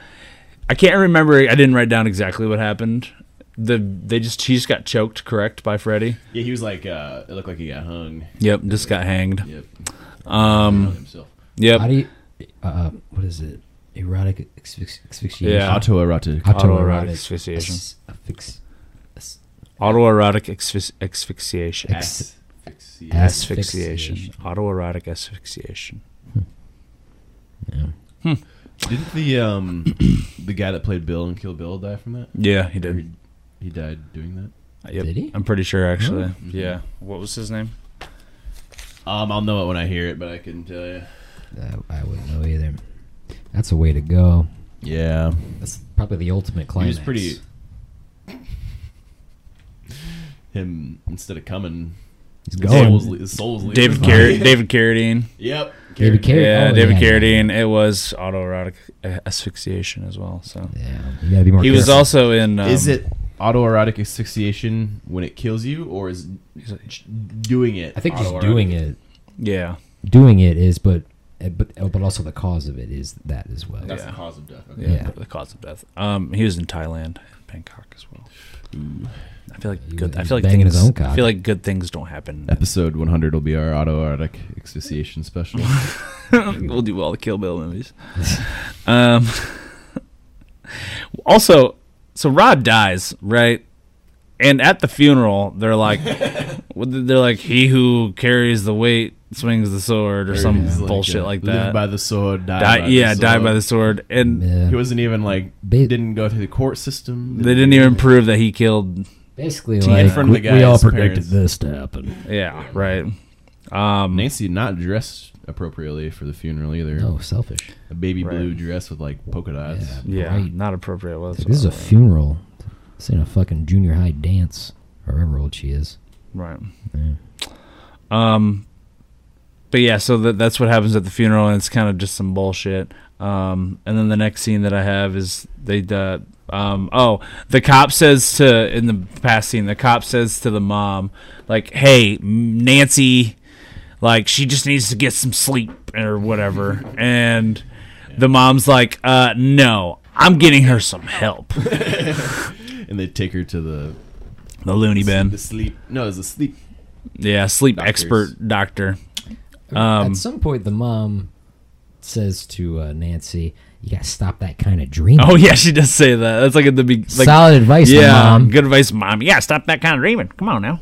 [SPEAKER 6] I can't remember I didn't write down exactly what happened. The they just she just got choked, correct, by Freddy.
[SPEAKER 1] yeah, he was like, uh, it looked like he got hung.
[SPEAKER 6] Yep, just got hanged.
[SPEAKER 1] Yep. Um, himself.
[SPEAKER 2] How do
[SPEAKER 6] Yep.
[SPEAKER 2] you? Uh, what is it? Erotic asphyx- asphyxiation.
[SPEAKER 6] Yeah.
[SPEAKER 1] Autoerotic.
[SPEAKER 6] Autoerotic asphyxiation.
[SPEAKER 2] as- affix- as-
[SPEAKER 6] Autoerotic asphyx- asphyxiation.
[SPEAKER 1] Ass-
[SPEAKER 2] Ass-
[SPEAKER 6] Asphyxiation. Autoerotic asphyxiation.
[SPEAKER 1] Didn't the
[SPEAKER 2] *clears throat*
[SPEAKER 1] um the guy that played Bill and Kill Bill die from that?
[SPEAKER 6] Yeah, he
[SPEAKER 1] Or he,
[SPEAKER 6] did.
[SPEAKER 1] he died doing that.
[SPEAKER 6] Yep.
[SPEAKER 2] Did he? Hmm.
[SPEAKER 6] I'm pretty sure actually. Yeah. What was his name?
[SPEAKER 1] Um, I'll know it when I hear it, but I couldn't tell you.
[SPEAKER 2] Uh, I wouldn't know either. That's a way to go.
[SPEAKER 1] Yeah,
[SPEAKER 2] That's probably the ultimate
[SPEAKER 1] he
[SPEAKER 2] climax.
[SPEAKER 1] was pretty. *laughs* Him instead of coming,
[SPEAKER 2] He's
[SPEAKER 1] his
[SPEAKER 2] going.
[SPEAKER 1] soul was, le- his soul was leaving
[SPEAKER 6] David
[SPEAKER 1] the body.
[SPEAKER 6] Car- David Carradine.
[SPEAKER 1] Yep,
[SPEAKER 2] David
[SPEAKER 1] Carradine.
[SPEAKER 2] Carradine.
[SPEAKER 6] Yeah,
[SPEAKER 2] Oh,
[SPEAKER 6] David
[SPEAKER 2] yeah.
[SPEAKER 6] Carradine. It was autoerotic uh, asphyxiation as well. So
[SPEAKER 2] Yeah, you gotta be more.
[SPEAKER 6] he was
[SPEAKER 2] careful.
[SPEAKER 6] also in. Um,
[SPEAKER 1] Is it autoerotic asphyxiation when it kills you, or is doing it?
[SPEAKER 2] I think just doing it.
[SPEAKER 6] Yeah,
[SPEAKER 2] Doing it is, but uh, but oh, but also the cause of it is that as well.
[SPEAKER 1] That's
[SPEAKER 6] Yeah.
[SPEAKER 1] the cause of death. Okay.
[SPEAKER 6] yeah,
[SPEAKER 2] Yeah.
[SPEAKER 6] The cause of death. Um, he was in Thailand, Bangkok as well. I feel like
[SPEAKER 2] He
[SPEAKER 6] good. I
[SPEAKER 2] was
[SPEAKER 6] feel like
[SPEAKER 2] banging
[SPEAKER 6] things.
[SPEAKER 2] his own cock.
[SPEAKER 6] I feel like good things don't happen.
[SPEAKER 1] Episode 100 will be our autoerotic
[SPEAKER 6] *laughs*
[SPEAKER 1] asphyxiation special.
[SPEAKER 6] we'll do all the Kill Bill movies. *laughs* um. *laughs* Also, so Rod dies, right? And at the funeral, they're like, they're like, "He who carries the weight swings the sword," or some
[SPEAKER 1] It's like,
[SPEAKER 6] bullshit
[SPEAKER 1] uh,
[SPEAKER 6] like
[SPEAKER 1] Live
[SPEAKER 6] that.
[SPEAKER 1] by the sword, die.
[SPEAKER 6] die,
[SPEAKER 1] by
[SPEAKER 6] yeah,
[SPEAKER 1] the
[SPEAKER 6] die
[SPEAKER 1] sword.
[SPEAKER 6] by the sword. And
[SPEAKER 2] Yeah.
[SPEAKER 1] He wasn't even like
[SPEAKER 2] Ba-
[SPEAKER 1] didn't go through the court system.
[SPEAKER 6] they didn't even prove that he killed.
[SPEAKER 2] Basically, like
[SPEAKER 1] front of
[SPEAKER 2] we,
[SPEAKER 1] the
[SPEAKER 2] we all
[SPEAKER 1] guy's parents.
[SPEAKER 2] predicted this to happen.
[SPEAKER 6] Yeah, right.
[SPEAKER 1] Um, Nancy did not dress appropriately for the funeral either.
[SPEAKER 2] No, selfish.
[SPEAKER 1] A baby
[SPEAKER 6] Right.
[SPEAKER 1] blue dress with like polka dots.
[SPEAKER 6] Yeah,
[SPEAKER 2] Right.
[SPEAKER 6] not appropriate. Whatsoever.
[SPEAKER 2] This is a funeral. This ain't a fucking junior high dance, however old she is.
[SPEAKER 6] right. Um, but yeah, so that that's what happens at the funeral, and it's kind of just some bullshit. Um, and then the next scene that I have is they uh, um oh the cop says to in the past scene the cop says to the mom like hey Nancy like she just needs to get some sleep or whatever and the mom's like uh no I'm getting her some help
[SPEAKER 1] And they take her to the
[SPEAKER 6] the loony bin
[SPEAKER 1] the sleep. No, it's a sleep.
[SPEAKER 6] yeah sleep
[SPEAKER 1] Doctors.
[SPEAKER 6] expert doctor Um,
[SPEAKER 2] At some point, the mom says to uh, Nancy, "You gotta stop that kind of dreaming."
[SPEAKER 6] *laughs* Oh yeah, she does say that. That's like at the beginning. Like,
[SPEAKER 2] Solid advice,
[SPEAKER 6] yeah,
[SPEAKER 2] mom.
[SPEAKER 6] good advice, mom. Yeah, stop that kind of dreaming. Come on now,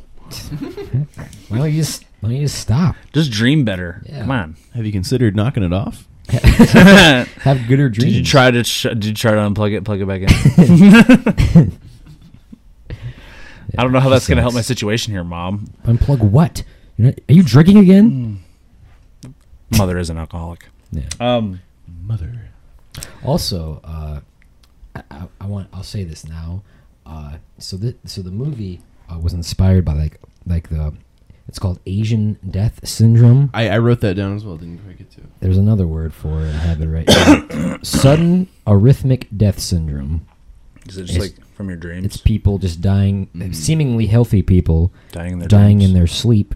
[SPEAKER 2] Why don't you just why don't you just stop?
[SPEAKER 6] just dream better.
[SPEAKER 2] Yeah. *laughs*
[SPEAKER 6] Come on.
[SPEAKER 1] Have you considered knocking it off?
[SPEAKER 6] *laughs*
[SPEAKER 2] Have gooder
[SPEAKER 6] Did
[SPEAKER 2] dreams.
[SPEAKER 6] you try to sh- did you try to unplug it, plug it back in?
[SPEAKER 2] *laughs*
[SPEAKER 6] *laughs* I don't know how that's gonna help my
[SPEAKER 2] sucks.
[SPEAKER 6] situation here, mom.
[SPEAKER 2] Unplug what? You're not, are you drinking again?
[SPEAKER 6] Mother is an alcoholic.
[SPEAKER 2] Yeah.
[SPEAKER 6] Um,
[SPEAKER 1] Mother.
[SPEAKER 6] Mm.
[SPEAKER 2] Also, uh, I, I, I want I'll say this now. Uh, so the so the movie uh, was inspired by like like the it's called Asian Death Syndrome.
[SPEAKER 1] I, I wrote that down as well. Didn't quite get to it.
[SPEAKER 2] There's another word for it. I have it right.
[SPEAKER 6] *coughs*
[SPEAKER 2] here. Sudden arrhythmic death syndrome.
[SPEAKER 6] is it just
[SPEAKER 2] It's-
[SPEAKER 6] like from your dreams?
[SPEAKER 2] It's people just dying, seemingly healthy people
[SPEAKER 6] Mm-hmm. dying in their
[SPEAKER 2] dying
[SPEAKER 6] dreams?
[SPEAKER 2] in their sleep.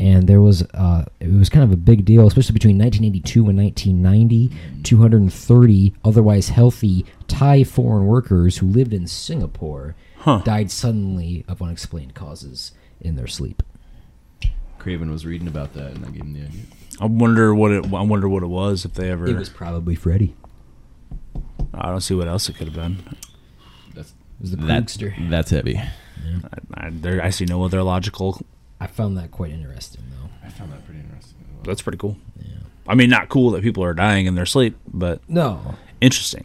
[SPEAKER 2] And there was, uh, it was kind of a big deal, especially between 1982 and
[SPEAKER 6] Mm-hmm.
[SPEAKER 2] 1990. 230 otherwise healthy Thai foreign workers who lived in Singapore died suddenly of unexplained causes in their sleep.
[SPEAKER 1] Craven was reading about that, and I gave him the idea.
[SPEAKER 6] I wonder what it. I wonder what it was if they ever.
[SPEAKER 2] It was probably Freddy.
[SPEAKER 6] I don't see what else it could have been.
[SPEAKER 1] That's
[SPEAKER 2] It was the Krugster.
[SPEAKER 1] that's heavy.
[SPEAKER 6] I, I, there, I see no other logical
[SPEAKER 2] I found that quite interesting, though.
[SPEAKER 1] I found that pretty interesting. as well.
[SPEAKER 6] That's pretty cool. I mean, not cool that people are dying in their sleep, but
[SPEAKER 2] No,
[SPEAKER 6] interesting.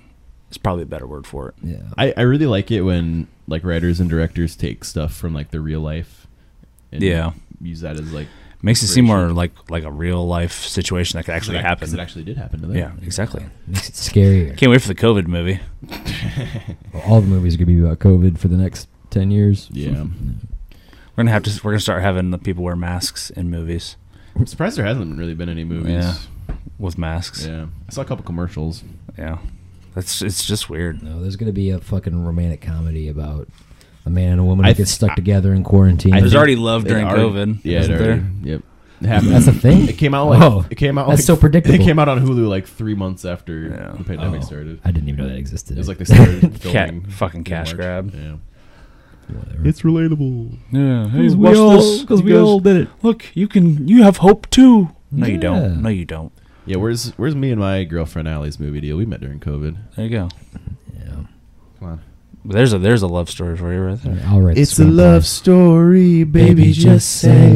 [SPEAKER 6] It's probably a better word for it.
[SPEAKER 2] Yeah.
[SPEAKER 1] I, I really like it when like writers and directors take stuff from like the real life and
[SPEAKER 6] Yeah.
[SPEAKER 1] use that as like
[SPEAKER 6] Makes it
[SPEAKER 1] Great
[SPEAKER 6] seem more
[SPEAKER 1] shit.
[SPEAKER 6] like like a real life situation that could actually
[SPEAKER 1] like, 'cause
[SPEAKER 6] happen.
[SPEAKER 1] It actually did happen to them.
[SPEAKER 6] yeah, exactly.
[SPEAKER 2] Makes it scarier.
[SPEAKER 6] Can't wait for the COVID movie.
[SPEAKER 2] All the movies are gonna be about COVID for the next ten years.
[SPEAKER 1] Yeah.
[SPEAKER 6] We're gonna have to. We're gonna start having the people wear masks in movies
[SPEAKER 1] I'm surprised there hasn't really been any movies.
[SPEAKER 6] Yeah. with masks.
[SPEAKER 1] Yeah. I saw a couple commercials.
[SPEAKER 6] Yeah. That's it's just weird.
[SPEAKER 2] No, there's gonna be a fucking romantic comedy about a man and a woman that
[SPEAKER 1] I
[SPEAKER 2] get
[SPEAKER 1] th-
[SPEAKER 2] stuck together in quarantine.
[SPEAKER 6] There's
[SPEAKER 1] think
[SPEAKER 6] already love
[SPEAKER 1] It
[SPEAKER 6] during
[SPEAKER 1] already-
[SPEAKER 6] COVID.
[SPEAKER 1] Yeah, it
[SPEAKER 6] isn't
[SPEAKER 1] already-
[SPEAKER 6] there?
[SPEAKER 1] Yep. It happened.
[SPEAKER 2] That's a thing.
[SPEAKER 1] It came out like
[SPEAKER 2] Oh,
[SPEAKER 1] it came out
[SPEAKER 2] that's
[SPEAKER 1] like,
[SPEAKER 2] so predictable.
[SPEAKER 1] It came out on Hulu like three months after
[SPEAKER 6] Yeah.
[SPEAKER 1] the pandemic
[SPEAKER 2] Oh,
[SPEAKER 1] started.
[SPEAKER 2] I didn't even know that existed.
[SPEAKER 1] It was like they
[SPEAKER 6] *laughs*
[SPEAKER 1] started filming.
[SPEAKER 6] Cat, fucking cash
[SPEAKER 1] March.
[SPEAKER 6] grab.
[SPEAKER 1] Yeah.
[SPEAKER 2] *laughs* Whatever.
[SPEAKER 1] It's relatable.
[SPEAKER 6] Yeah. Hey,
[SPEAKER 2] Because
[SPEAKER 6] watch
[SPEAKER 2] we all,
[SPEAKER 6] this.
[SPEAKER 2] because
[SPEAKER 6] You
[SPEAKER 2] we
[SPEAKER 6] guys-
[SPEAKER 2] all did it.
[SPEAKER 6] Look, you can. You have hope too. No, you
[SPEAKER 2] Yeah.
[SPEAKER 6] don't. No, you don't.
[SPEAKER 1] Yeah, where's where's me and my girlfriend Allie's movie deal? We met during COVID.
[SPEAKER 6] There you go.
[SPEAKER 2] Yeah.
[SPEAKER 1] Come on.
[SPEAKER 6] There's a there's a love story for you right there.
[SPEAKER 2] I'll write the screenplay.
[SPEAKER 1] story,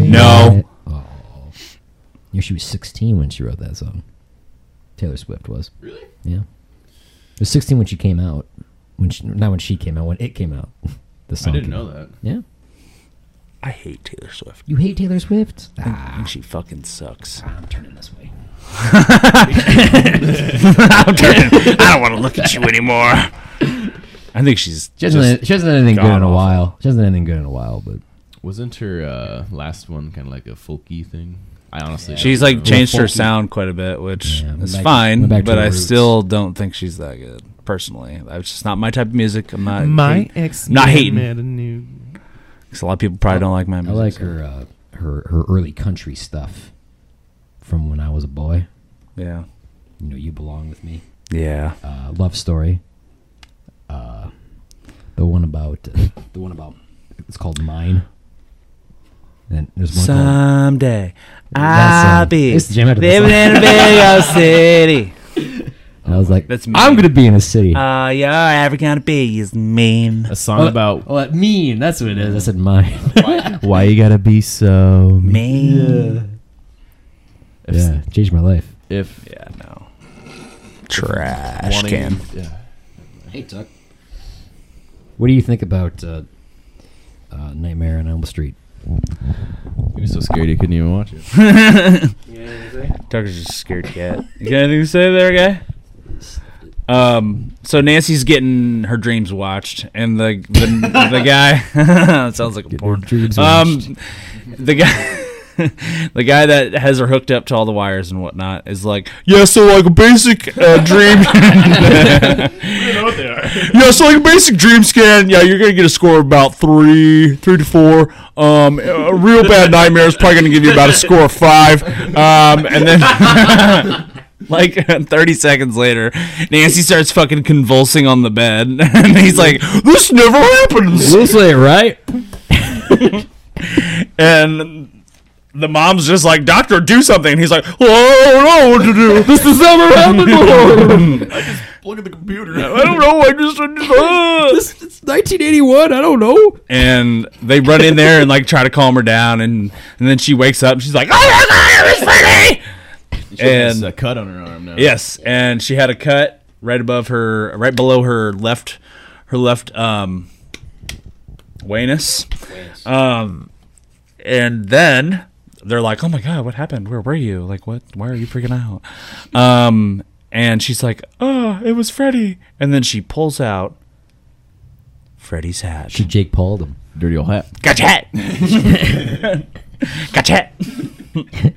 [SPEAKER 6] No.
[SPEAKER 2] it. Oh. Yeah, she was 16 when she wrote that song. Taylor Swift was. Really? Yeah. She was 16 when she came out. When she, not when she came out, when it came out. The
[SPEAKER 1] I
[SPEAKER 2] song.
[SPEAKER 1] didn't
[SPEAKER 2] came
[SPEAKER 1] know
[SPEAKER 2] out.
[SPEAKER 1] that.
[SPEAKER 2] Yeah.
[SPEAKER 6] I hate Taylor Swift.
[SPEAKER 2] You hate Taylor Swift?
[SPEAKER 6] I
[SPEAKER 2] Ah,
[SPEAKER 6] think she fucking sucks.
[SPEAKER 2] I'm turning this way.
[SPEAKER 6] I'm turning- *laughs* I don't want to look at you anymore. I think she's
[SPEAKER 2] She hasn't, done- she hasn't done anything good in a
[SPEAKER 6] god-awful.
[SPEAKER 2] while. She hasn't done anything good in a while, but
[SPEAKER 1] Wasn't her uh, last one kind of like a folky thing? I honestly don't
[SPEAKER 6] She's
[SPEAKER 1] know.
[SPEAKER 6] like changed her
[SPEAKER 1] Folky.
[SPEAKER 6] sound quite a bit, which
[SPEAKER 2] Yeah, went
[SPEAKER 6] is
[SPEAKER 2] back-
[SPEAKER 6] fine,
[SPEAKER 2] went back to
[SPEAKER 6] but
[SPEAKER 2] the
[SPEAKER 6] I
[SPEAKER 2] roots.
[SPEAKER 6] still don't think she's that good personally. That's just not my type of music. I'm not hate-
[SPEAKER 1] ex
[SPEAKER 6] not hating.
[SPEAKER 1] met a new.
[SPEAKER 6] 'cause a lot of people probably don't like my
[SPEAKER 2] I
[SPEAKER 6] music.
[SPEAKER 2] like
[SPEAKER 6] so-
[SPEAKER 2] her, uh, her, her early country stuff from when I was a boy.
[SPEAKER 6] Yeah.
[SPEAKER 2] You know, You Belong With Me.
[SPEAKER 6] Yeah.
[SPEAKER 2] uh, love story. Uh, the one about *laughs* the one about it's called Mine. And there's one called
[SPEAKER 6] Someday
[SPEAKER 2] That song.
[SPEAKER 6] I'll
[SPEAKER 2] I
[SPEAKER 6] be
[SPEAKER 2] used to jam out to that
[SPEAKER 6] living
[SPEAKER 2] song.
[SPEAKER 6] in a big
[SPEAKER 2] *laughs*
[SPEAKER 6] old city.
[SPEAKER 2] and I was like,
[SPEAKER 6] That's
[SPEAKER 2] I'm
[SPEAKER 6] mean.
[SPEAKER 2] gonna be in a city.
[SPEAKER 6] Uh, you're ever gonna be is mean.
[SPEAKER 1] A song about
[SPEAKER 2] oh, that mean. That's what it is. I said *laughs* mine.
[SPEAKER 1] why you gotta be so mean.
[SPEAKER 6] Mean.
[SPEAKER 1] If,
[SPEAKER 2] yeah, changed my life.
[SPEAKER 1] if
[SPEAKER 6] Yeah, no. Trash
[SPEAKER 1] wanting-
[SPEAKER 6] can.
[SPEAKER 1] Yeah.
[SPEAKER 2] Hey Tuck, what do you think about uh, uh, Nightmare on Elm Street?
[SPEAKER 1] He was so scared he couldn't even watch it.
[SPEAKER 6] Tucker's just a scared cat. You got anything to say there, guy? Um. So Nancy's getting her dreams watched, and the the, the guy *laughs* that sounds like a
[SPEAKER 2] her
[SPEAKER 6] porn.
[SPEAKER 2] dreams watched.
[SPEAKER 6] Um, the guy. *laughs* The guy that has her hooked up to all the wires and whatnot is like, yeah, so like a basic
[SPEAKER 2] *laughs*
[SPEAKER 6] uh, dream. *laughs* Yeah, so like a basic dream scan, yeah, you're gonna get a score of about three, three to four. Um, a real bad nightmare is probably gonna give you about a score of five. Um, and then *laughs* like 30 seconds later, Nancy starts fucking convulsing on the bed, *laughs* and he's like, "This never happens."
[SPEAKER 2] Loosely, right?
[SPEAKER 6] *laughs* And the mom's just like, "Doctor, do something." And he's like, "Oh, I don't know what to do. This has never happened before. *laughs*
[SPEAKER 1] Look at the computer.
[SPEAKER 6] I don't know. I just." I
[SPEAKER 1] *laughs*
[SPEAKER 6] just uh."
[SPEAKER 2] It's 1981. I don't know.
[SPEAKER 6] and they run in there and like try to calm her down and and then she wakes up and she's like oh my god it was funny
[SPEAKER 1] And
[SPEAKER 6] And-
[SPEAKER 1] a cut on her arm now.
[SPEAKER 6] yes and she had a cut right above her right below her left her left um wanus um and then they're like oh my god what happened where were you like what why are you freaking out um and she's like oh it was freddy and then she pulls out freddy's hat
[SPEAKER 2] She Jake Paul them.
[SPEAKER 1] Dirty old hat.
[SPEAKER 6] Gotcha *laughs* hat. gotcha hat.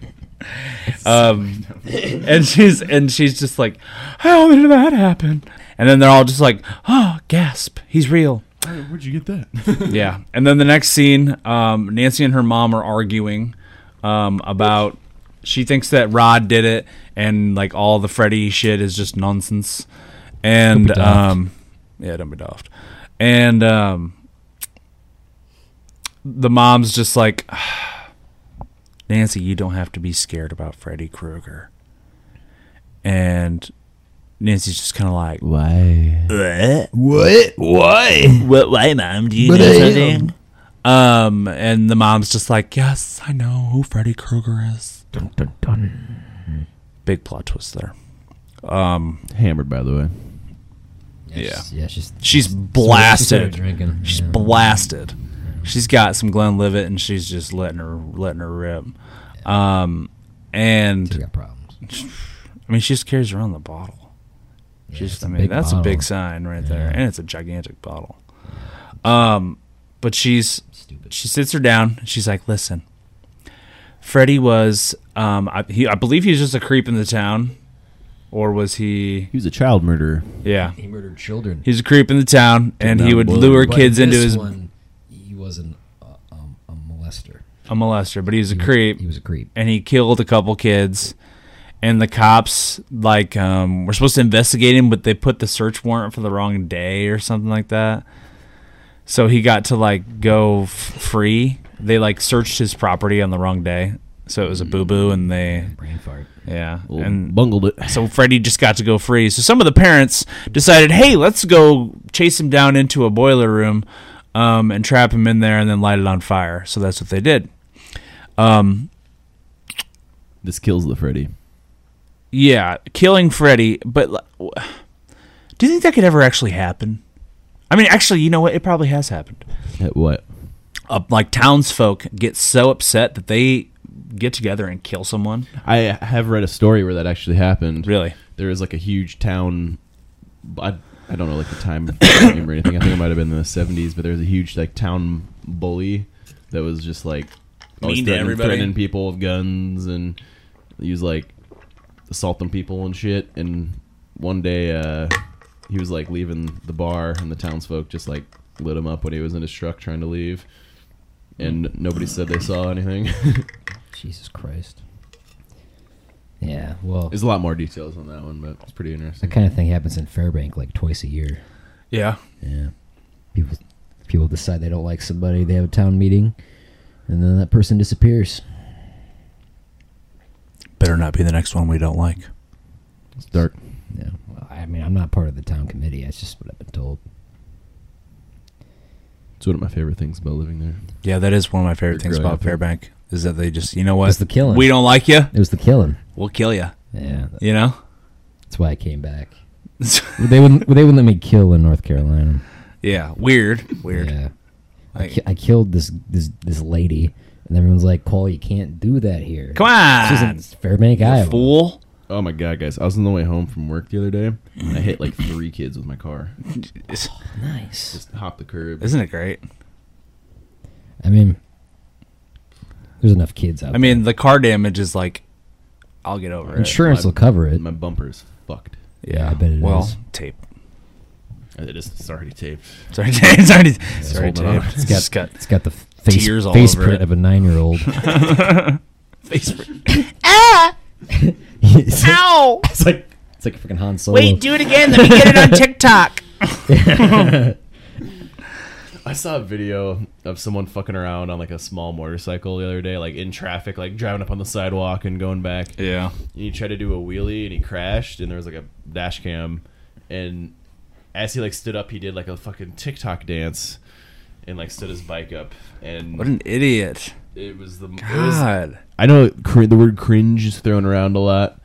[SPEAKER 6] um, and she's and she's just like, how did that happen? And then they're all just like, oh, gasp, he's real.
[SPEAKER 1] Where'd you get that?
[SPEAKER 6] *laughs* Yeah. And then the next scene, um, Nancy and her mom are arguing um, about. She thinks that Rod did it, and like all the Freddy shit is just nonsense. And
[SPEAKER 2] daft.
[SPEAKER 6] um, yeah, don't be daft. And um, the mom's just like, "Ah, Nancy, you don't have to be scared about Freddy Krueger. And Nancy's just kind of like,
[SPEAKER 1] Why?
[SPEAKER 2] What? Why?
[SPEAKER 6] what why mom do you
[SPEAKER 2] But
[SPEAKER 6] know
[SPEAKER 2] I am.
[SPEAKER 6] something um and the mom's just like yes i know who freddy krueger is
[SPEAKER 2] Dun, dun, dun.
[SPEAKER 6] big plot twist there
[SPEAKER 1] Hammered, by the way.
[SPEAKER 2] Yeah, she's- yeah, she's
[SPEAKER 6] She's
[SPEAKER 2] started
[SPEAKER 6] blasted.
[SPEAKER 2] drinking.
[SPEAKER 6] She's
[SPEAKER 2] yeah.
[SPEAKER 6] blasted. She's got some Glenlivet and she's just letting her letting her rip. Um,
[SPEAKER 2] She's
[SPEAKER 6] and
[SPEAKER 2] got problems.
[SPEAKER 6] I mean, she just carries around the bottle. She's,
[SPEAKER 2] it's
[SPEAKER 6] I
[SPEAKER 2] a
[SPEAKER 6] mean,
[SPEAKER 2] big
[SPEAKER 6] that's a big
[SPEAKER 2] bottle.
[SPEAKER 6] sign right there, and it's a gigantic bottle. Um, but she's
[SPEAKER 2] Stupid.
[SPEAKER 6] she sits her down. and She's like, "Listen, Freddie was um, I, he, I believe he was just a creep in the town, or was he?
[SPEAKER 1] He was a child murderer.
[SPEAKER 6] Yeah,
[SPEAKER 2] He murdered children.
[SPEAKER 6] he was a creep in the town, and he
[SPEAKER 1] down
[SPEAKER 6] would
[SPEAKER 1] blood.
[SPEAKER 6] lure
[SPEAKER 2] But
[SPEAKER 6] kids into
[SPEAKER 2] this
[SPEAKER 6] his
[SPEAKER 2] One, he wasn't a, um, a molester.
[SPEAKER 6] a molester, but he was a
[SPEAKER 2] He was-
[SPEAKER 6] creep,
[SPEAKER 2] He was a creep.
[SPEAKER 6] and he killed a couple kids." And the cops like um, were supposed to investigate him, but they put the search warrant for the wrong day or something like that. So he got to like go f- free. They like searched his property on the wrong day, so it was a boo boo, and they
[SPEAKER 2] Brain fart.
[SPEAKER 6] Yeah.
[SPEAKER 1] Well,
[SPEAKER 6] and
[SPEAKER 1] bungled it.
[SPEAKER 6] so Freddie just got to go free. So some of the parents decided, hey, let's go chase him down into a boiler room um, and trap him in there and then light it on fire. So that's what they did.
[SPEAKER 1] This kills the Freddy.
[SPEAKER 6] Yeah, killing Freddy. But like, w- do you think that could ever actually happen? I mean, actually, you know what? It probably has happened.
[SPEAKER 1] At what?
[SPEAKER 6] Uh, like townsfolk get so upset that they get together and kill someone.
[SPEAKER 1] I have read a story where that actually happened.
[SPEAKER 6] Really?
[SPEAKER 1] There was like a huge town. I, I don't know like the time *coughs* frame or anything. I think it might have been in the seventies, but there was a huge like town bully that was just like always
[SPEAKER 6] Mean to
[SPEAKER 1] threatening,
[SPEAKER 6] everybody.
[SPEAKER 1] threatening people with guns and he was like assaulting people and shit. And one day uh, he was like leaving the bar, and the townsfolk just like lit him up when he was in his truck trying to leave. And nobody said they saw anything. *laughs*
[SPEAKER 2] Jesus Christ. Yeah. Well,
[SPEAKER 1] There's a lot more details on that one, but it's pretty
[SPEAKER 2] that
[SPEAKER 1] interesting.
[SPEAKER 2] kind of thing happens in Fairbank like twice a year.
[SPEAKER 6] Yeah.
[SPEAKER 2] Yeah. People people decide they don't like somebody, they have a town meeting, and then that person disappears.
[SPEAKER 6] Better not be the next one we don't like.
[SPEAKER 1] It's dark.
[SPEAKER 2] Yeah. Well, I mean, I'm not part of the town committee. That's just what I've been told.
[SPEAKER 1] It's one of my favorite things about living there.
[SPEAKER 6] Yeah, that is one of my favorite
[SPEAKER 1] They're
[SPEAKER 6] things about
[SPEAKER 1] growing
[SPEAKER 6] Fairbank is that they just, you know what?
[SPEAKER 2] It's the killing.
[SPEAKER 6] We don't like you.
[SPEAKER 2] It was the killing.
[SPEAKER 6] We'll kill you.
[SPEAKER 2] Yeah.
[SPEAKER 6] You know. *laughs*
[SPEAKER 2] That's why I came back. They wouldn't they wouldn't let me kill in North Carolina.
[SPEAKER 6] yeah. Weird. Weird.
[SPEAKER 2] Yeah. I,
[SPEAKER 6] Like,
[SPEAKER 2] ki- I killed this this this lady and everyone's like, "Cole, you can't do that here."
[SPEAKER 6] come
[SPEAKER 2] She's
[SPEAKER 6] on,
[SPEAKER 2] in Fairbank, Iowa.
[SPEAKER 6] fool.
[SPEAKER 1] Oh my god, guys! I was on the way home from work the other day, and I hit like three kids with my *laughs* car.
[SPEAKER 2] Nice.
[SPEAKER 1] Just hopped the curb.
[SPEAKER 6] Isn't it great?
[SPEAKER 2] I mean, there's enough kids out
[SPEAKER 6] I mean, the car damage is like, I'll get over
[SPEAKER 2] there.
[SPEAKER 6] it.
[SPEAKER 2] Insurance will cover it.
[SPEAKER 1] My bumper's fucked.
[SPEAKER 2] Yeah, I bet it
[SPEAKER 6] well,
[SPEAKER 2] is.
[SPEAKER 6] tape. *laughs*
[SPEAKER 1] It is. It's already taped.
[SPEAKER 6] Sorry, tape. Sorry, sorry,
[SPEAKER 1] holding on.
[SPEAKER 6] tape.
[SPEAKER 2] It's got,
[SPEAKER 6] Just got
[SPEAKER 2] it's got the f- face,
[SPEAKER 6] tears all
[SPEAKER 2] face
[SPEAKER 6] over
[SPEAKER 2] print
[SPEAKER 6] it.
[SPEAKER 2] of a nine year
[SPEAKER 6] *laughs*
[SPEAKER 2] old.
[SPEAKER 6] face. for-
[SPEAKER 2] *laughs*
[SPEAKER 6] Ah,
[SPEAKER 2] it's, like, it's like it's like fucking Han Solo. Wait,
[SPEAKER 6] Do it again. Let me get it on TikTok.
[SPEAKER 1] I saw a video of someone fucking around on like a small motorcycle the other day, like in traffic, like driving up on the sidewalk and going back.
[SPEAKER 6] Yeah.
[SPEAKER 1] and he tried to do a wheelie and he crashed and there was like a dash cam and as he like stood up he did like a fucking TikTok dance and like stood his bike up and
[SPEAKER 6] What an idiot.
[SPEAKER 1] it was the it was-
[SPEAKER 6] God.
[SPEAKER 1] I know cr- the word cringe is thrown around a lot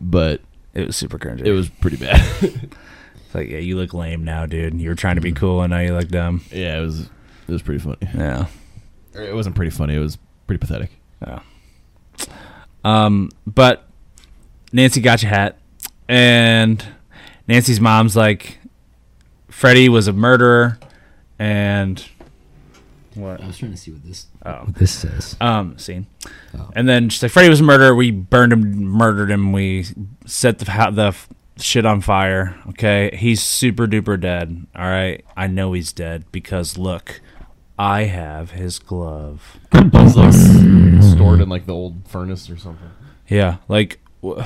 [SPEAKER 1] but
[SPEAKER 6] It was super cringy.
[SPEAKER 1] it was pretty bad *laughs*
[SPEAKER 6] It's like, yeah, you look lame now, dude. You were trying to
[SPEAKER 2] Mm-hmm.
[SPEAKER 6] be cool, and now you look dumb.
[SPEAKER 1] yeah it was it was pretty funny
[SPEAKER 6] Yeah.
[SPEAKER 1] Or it wasn't pretty funny it was pretty pathetic
[SPEAKER 6] Um, but Nancy got your hat, and Nancy's mom's like, Freddie was a murderer, and
[SPEAKER 2] I was trying to see what this
[SPEAKER 6] Oh.
[SPEAKER 2] what this says.
[SPEAKER 6] um, scene. And then she's like, Freddie was a murderer. We burned him, murdered him. We set the ho- the f- shit on fire. Okay, he's super duper dead. All right, I know he's dead because look, I have his glove.
[SPEAKER 1] it was like s- stored in like the old furnace or something
[SPEAKER 6] Yeah, like w-